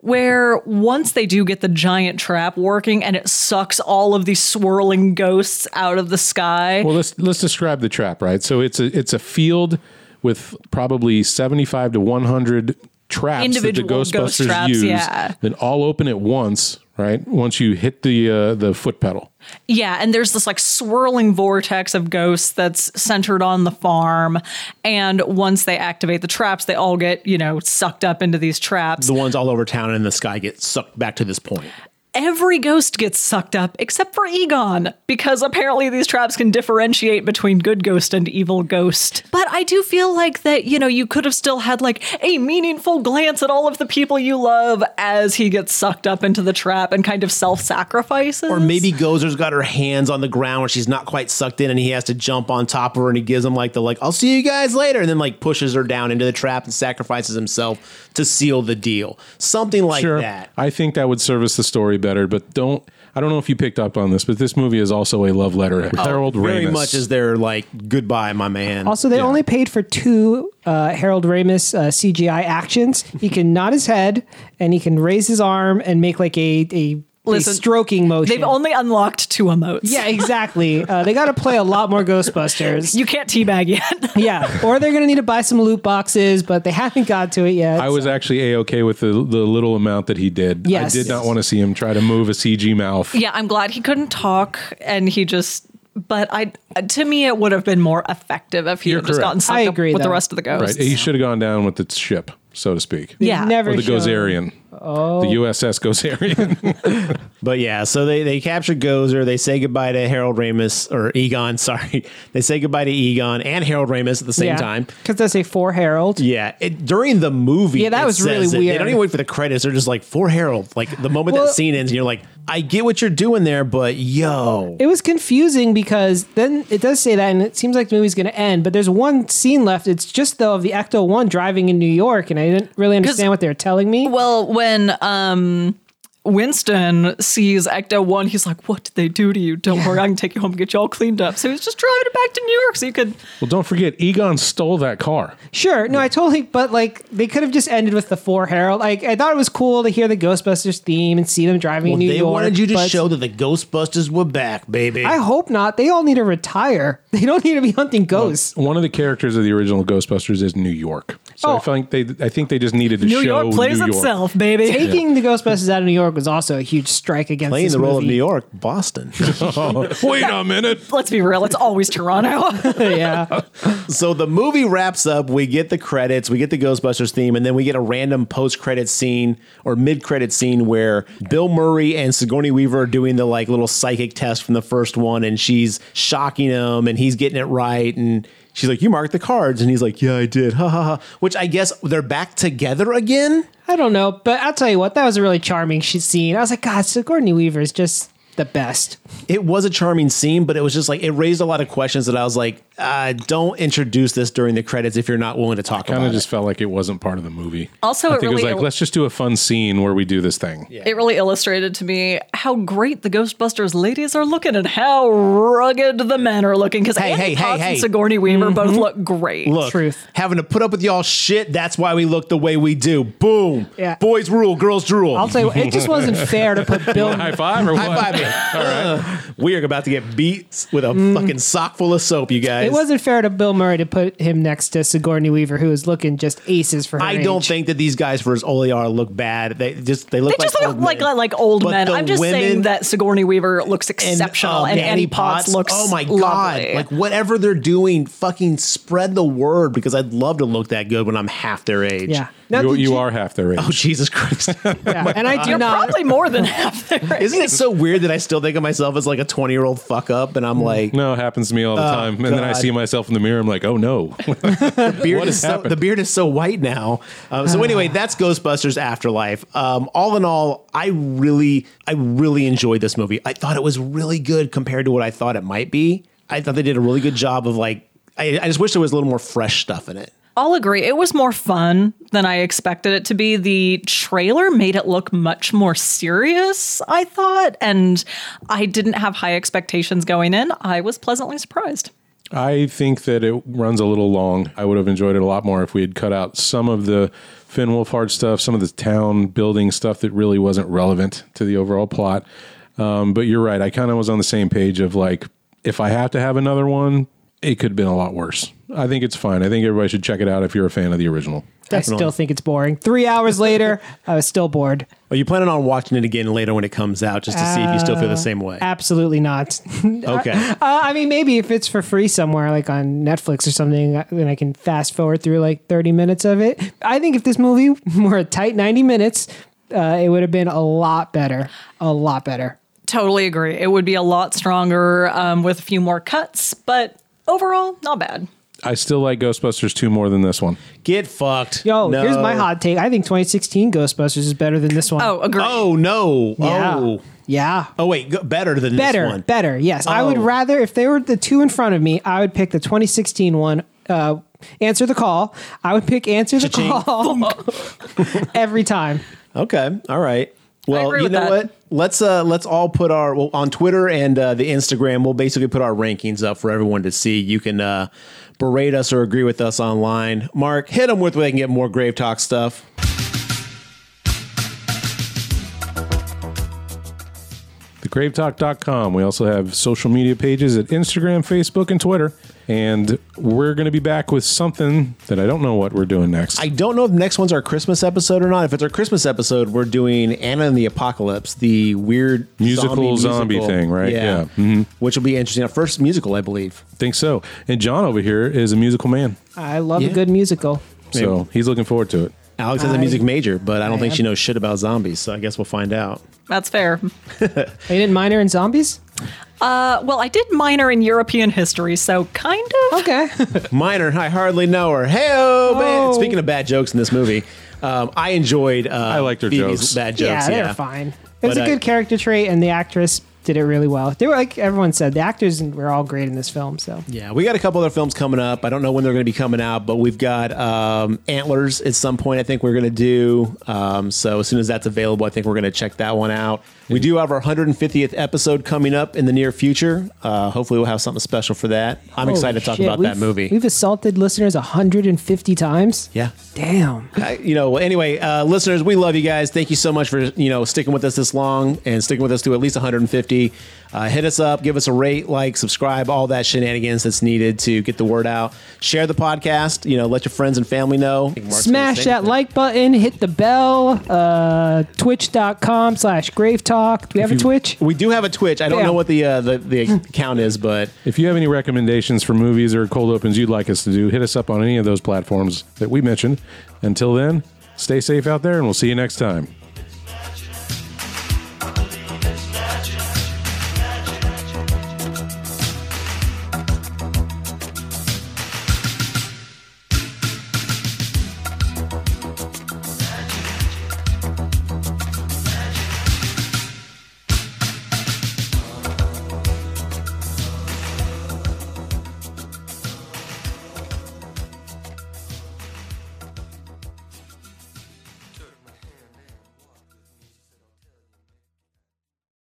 Speaker 2: Where once they do get the giant trap working and it sucks all of these swirling ghosts out of the sky,
Speaker 1: Well, let's let's describe the trap, right? So it's a it's a field with probably seventy five to one hundred traps
Speaker 2: Individual
Speaker 1: that the
Speaker 2: ghost
Speaker 1: Ghostbusters
Speaker 2: traps,
Speaker 1: use.
Speaker 2: yeah.
Speaker 1: Then all open at once, right? Once you hit the uh, the foot pedal.
Speaker 2: Yeah, and there's this like swirling vortex of ghosts that's centered on the farm. And once they activate the traps, they all get, you know, sucked up into these traps.
Speaker 3: the ones all over town and in the sky get sucked back to this point.
Speaker 2: Every ghost gets sucked up except for Egon, because apparently these traps can differentiate between good ghost and evil ghost. But I do feel like that, you know, you could have still had like a meaningful glance at all of the people you love as he gets sucked up into the trap and kind of self sacrifices.
Speaker 3: Or maybe Gozer's got her hands on the ground where she's not quite sucked in and he has to jump on top of her and he gives him like the like, I'll see you guys later, and then like pushes her down into the trap and sacrifices himself to seal the deal. Something like that.
Speaker 1: I think that would service the story better, but don't. I don't know if you picked up on this, but this movie is also a love letter to Harold
Speaker 3: Oh, Very
Speaker 1: Ramis.
Speaker 3: much as their like goodbye, my man.
Speaker 4: Also, they only paid for two uh, Harold Ramis uh, CGI actions. He can nod his head, and he can raise his arm and make like a a
Speaker 2: Listen,
Speaker 4: a stroking motion.
Speaker 2: They've only unlocked two emotes.
Speaker 4: yeah, exactly. Uh, they got to play a lot more Ghostbusters.
Speaker 2: You can't teabag yet.
Speaker 4: yeah, or they're gonna need to buy some loot boxes, but they haven't got to it yet.
Speaker 1: I was actually a okay with the, the little amount that he did.
Speaker 4: Yes.
Speaker 1: I did not want to see him try to move a CG mouth.
Speaker 2: yeah, I'm glad he couldn't talk and he just. But I, to me, it would have been more effective if he
Speaker 1: You're
Speaker 2: had just
Speaker 1: correct.
Speaker 2: gotten
Speaker 4: I
Speaker 2: sucked
Speaker 4: agree,
Speaker 2: up with
Speaker 4: though.
Speaker 2: the rest of the
Speaker 1: Right.
Speaker 2: ghosts.
Speaker 1: He should have gone down with the ship, so to speak.
Speaker 2: Yeah.
Speaker 4: never
Speaker 1: Or the
Speaker 4: shown-
Speaker 1: Gozerian. Oh. The USS Gozerian.
Speaker 3: But yeah, so they, they capture Gozer. They say goodbye to Harold Ramis or Egon. Sorry, they say goodbye to Egon and Harold Ramis at the same
Speaker 4: yeah.
Speaker 3: time.
Speaker 4: because that's a four Herald.
Speaker 3: Yeah, it, during the movie,
Speaker 4: Yeah, that
Speaker 3: it
Speaker 4: was
Speaker 3: says
Speaker 4: really
Speaker 3: it. They
Speaker 4: weird.
Speaker 3: don't even wait for the credits. They're just like for Harold. Like the moment
Speaker 4: Well-
Speaker 3: that scene ends, and you're like, I get what you're doing there, but yo,
Speaker 4: It was confusing because then it does say that, and it seems like the movie's going to end. But there's one scene left. It's just though of the Ecto One driving in New York, and I didn't really understand what they were telling me.
Speaker 2: Well, when um, Winston sees Ecto 1, he's like, What did they do to you? Don't worry, I can take you home and get you all cleaned up. So he's just driving it back to New York so you could.
Speaker 1: well, don't forget, Egon stole that car.
Speaker 4: Sure, no, I totally. But like, they could have just ended with the four Herald. Like, I thought it was cool to hear the Ghostbusters theme and see them driving
Speaker 3: well,
Speaker 4: in New
Speaker 3: they
Speaker 4: York.
Speaker 3: wanted you to
Speaker 4: but
Speaker 3: show that the Ghostbusters were back, baby.
Speaker 4: I hope not. They all need to retire. They don't need to be hunting ghosts.
Speaker 1: One of the characters of the original Ghostbusters is New York. So
Speaker 4: Oh.
Speaker 1: I think they I think they just needed to
Speaker 2: New
Speaker 1: show
Speaker 2: York plays
Speaker 1: New York.
Speaker 2: itself, baby.
Speaker 4: Taking the Ghostbusters out of New York was also a huge strike against
Speaker 3: Playing
Speaker 4: this
Speaker 3: the role
Speaker 4: movie.
Speaker 3: of New York, Boston.
Speaker 1: Wait a minute.
Speaker 2: Let's be real, it's always Toronto.
Speaker 4: yeah,
Speaker 3: so the movie wraps up. We get the credits, we get the Ghostbusters theme, and then we get a random post-credit scene or mid-credit scene where Bill Murray and Sigourney Weaver are doing the like little psychic test from the first one, and she's shocking him, and he's getting it right, and she's like, "You marked the cards," and he's like, "Yeah, I did." Ha ha ha. Which I guess they're back together again.
Speaker 4: I don't know, but I'll tell you what, that was a really charming sh- scene. I was like, God, Sigourney Weaver is just the best.
Speaker 3: It was a charming scene, but it was just like it raised a lot of questions that I was like, uh, "Don't introduce this during the credits if you're not willing to talk
Speaker 1: Kind
Speaker 3: about
Speaker 1: of
Speaker 3: it."
Speaker 1: just felt like it wasn't part of the movie.
Speaker 2: Also,
Speaker 1: I
Speaker 2: it
Speaker 1: think it, was
Speaker 2: really-
Speaker 1: like, let's just do a fun scene where we do this thing.
Speaker 2: It really illustrated to me how great the Ghostbusters ladies are looking and how rugged the men are looking. Because
Speaker 3: Hey,
Speaker 2: Andy
Speaker 3: hey, hey,
Speaker 2: Potts
Speaker 3: hey.
Speaker 2: and Sigourney
Speaker 1: Mm-hmm.
Speaker 2: Weaver both look great.
Speaker 3: Look,
Speaker 4: Truth.
Speaker 3: having to put up with y'all shit, that's why we look the way we do. Boom.
Speaker 4: Yeah.
Speaker 3: Boys rule, girls drool.
Speaker 4: I'll tell you, what, it just wasn't fair to put Bill.
Speaker 1: High five or what?
Speaker 3: High five me. We are about to get beat with a
Speaker 2: Mm.
Speaker 3: fucking sock full of soap, you guys.
Speaker 4: It wasn't fair to Bill Murray to put him next to Sigourney Weaver, who is looking just aces for her.
Speaker 3: I don't
Speaker 4: age.
Speaker 3: think that these guys for as old they are look bad. They just they
Speaker 2: They
Speaker 3: look like
Speaker 2: just look
Speaker 3: old
Speaker 2: like,
Speaker 3: men.
Speaker 2: like old
Speaker 3: But
Speaker 2: men.
Speaker 3: the
Speaker 2: I'm just
Speaker 3: women
Speaker 2: saying that Sigourney Weaver looks exceptional
Speaker 3: uh,
Speaker 2: and, Annie Potts, looks
Speaker 3: Oh my
Speaker 2: lovely.
Speaker 3: god! Like whatever they're doing, fucking spread the word because I'd love to look that good when I'm half their age.
Speaker 4: Yeah. Now,
Speaker 1: You,
Speaker 4: did
Speaker 1: you
Speaker 4: you-
Speaker 1: are half their age.
Speaker 3: Oh Jesus Christ!
Speaker 4: yeah, And I do
Speaker 2: You're
Speaker 4: not.
Speaker 2: probably more than half there.
Speaker 3: Isn't it so weird that I still think of myself as like a 20 year old fuck up and
Speaker 4: Mm.
Speaker 3: I'm like,
Speaker 1: No, it happens to me all the time. And then I
Speaker 3: God.
Speaker 1: see myself in the mirror. I'm like, oh no.
Speaker 3: beard
Speaker 1: What
Speaker 3: is
Speaker 1: has
Speaker 3: so,
Speaker 1: happened?
Speaker 3: the beard is so white now. Um, so
Speaker 4: Ah.
Speaker 3: anyway, that's Ghostbusters Afterlife. Um, all in all, I really, I really enjoyed this movie. I thought it was really good compared to what I thought it might be. I thought they did a really good job of like. I, I just wish there was a little more fresh stuff in it.
Speaker 2: I'll agree. It was more fun than I expected it to be. The trailer made it look much more serious, I thought, and I didn't have high expectations going in. I was pleasantly surprised.
Speaker 1: I think that it runs a little long. I would have enjoyed it a lot more if we had cut out some of the Finn Wolfhard stuff, some of the town building stuff that really wasn't relevant to the overall plot. Um, but you're right. I kind of was on the same page of like, if I have to have another one, it could have been a lot worse. I think it's fine. I think everybody should check it out if you're a fan of the original.
Speaker 4: I still think it's boring. Three hours later, I was still bored.
Speaker 3: Are you planning on watching it again later when it comes out, just to see if you still feel the same way?
Speaker 4: Uh, Absolutely not.
Speaker 3: Okay.
Speaker 4: Uh, I mean, maybe if it's for free somewhere, like on Netflix or something, I- then I can fast forward through like 30 minutes of it. I think if this movie were a tight 90 minutes, uh, it would have been a lot better. A lot better.
Speaker 2: Totally agree. It would be a lot stronger um, with a few more cuts, but overall, not bad.
Speaker 1: I still like Ghostbusters 2 more than this one.
Speaker 3: Get fucked.
Speaker 4: Yo,
Speaker 3: No.
Speaker 4: here's my hot take. I think 2016 Ghostbusters is better than this one.
Speaker 2: Oh, agree.
Speaker 3: Oh no.
Speaker 4: yeah.
Speaker 3: Oh.
Speaker 4: Yeah.
Speaker 3: Oh wait, go, better than this
Speaker 4: Better,
Speaker 3: one.
Speaker 4: better. Yes. I would
Speaker 3: Oh.
Speaker 4: rather, if they were the two in front of me, I would pick the 2016 one. Uh, answer the call. I would pick answer the
Speaker 3: Cha-ching.
Speaker 4: call every time.
Speaker 3: Okay. All right. Well,
Speaker 2: agree
Speaker 3: you
Speaker 2: with
Speaker 3: know
Speaker 2: that.
Speaker 3: what? Let's uh let's all put our well, on Twitter and uh, the Instagram. We'll basically put our rankings up for everyone to see. You can uh, berate us or agree with us online. Mark, hit them with where they can get more Grave Talk stuff.
Speaker 1: gravetalk.com. We also have social media pages at Instagram, Facebook, and Twitter. And we're going to be back with something that I don't know what we're doing next.
Speaker 3: I don't know if the next one's our Christmas episode or not. If it's our Christmas episode, we're doing Anna and the Apocalypse, the weird
Speaker 1: Musical zombie thing, right? Yeah. Mhm.
Speaker 3: Which will be interesting. Our first musical, I believe.
Speaker 1: think so. And John over here is a musical man.
Speaker 4: I love
Speaker 3: Yeah.
Speaker 4: a good musical.
Speaker 1: So he's looking forward to it.
Speaker 3: Alex is a
Speaker 4: I-
Speaker 3: music major, but I don't think
Speaker 4: I
Speaker 3: she
Speaker 4: am-
Speaker 3: knows shit about zombies. So I guess we'll find out.
Speaker 2: That's fair.
Speaker 4: Oh, you didn't minor in zombies?
Speaker 2: Uh, well, I did minor in European history, so kind of.
Speaker 4: Okay.
Speaker 3: Minor, I hardly know her. Hey, man.
Speaker 4: Oh.
Speaker 3: Speaking of bad jokes in this movie, um, I enjoyed. Uh, I
Speaker 1: liked her
Speaker 3: Phoebe's
Speaker 1: jokes.
Speaker 3: Bad jokes.
Speaker 4: yeah, they're
Speaker 3: yeah.
Speaker 4: fine. It was
Speaker 3: But,
Speaker 4: a
Speaker 3: uh,
Speaker 4: good character trait, and the actress did it really well. They were like everyone said, the actors were all great in this film. So
Speaker 3: Yeah, we got a couple other films coming up. I don't know when they're going to be coming out, but we've got um, Antlers at some point. I think we're going to do. Um, so as soon as that's available, I think we're going to check that one out. We do have our 150th episode coming up in the near future. Uh, hopefully, we'll have something special for that. I'm excited to talk about that movie.
Speaker 4: We've assaulted listeners 150 times.
Speaker 3: yeah.
Speaker 4: Damn.
Speaker 3: I- you know, well, anyway, uh, listeners, we love you guys. Thank you so much for, you know, sticking with us this long and sticking with us to at least 150. Uh, hit us up, give us a rate, like, subscribe, all that shenanigans that's needed to get the word out. Share the podcast, you know, let your friends and family know.
Speaker 4: Smash that like button, hit the bell, uh, twitch.com slash grave talk. Do we have a
Speaker 1: you-
Speaker 4: Twitch?
Speaker 3: We do have a Twitch. I don't
Speaker 4: Yeah.
Speaker 3: know what the, uh, the the account is, but
Speaker 1: If you have any recommendations for movies or cold opens you'd like us to do, hit us up on any of those platforms that we mentioned. Until then, stay safe out there and we'll see you next time.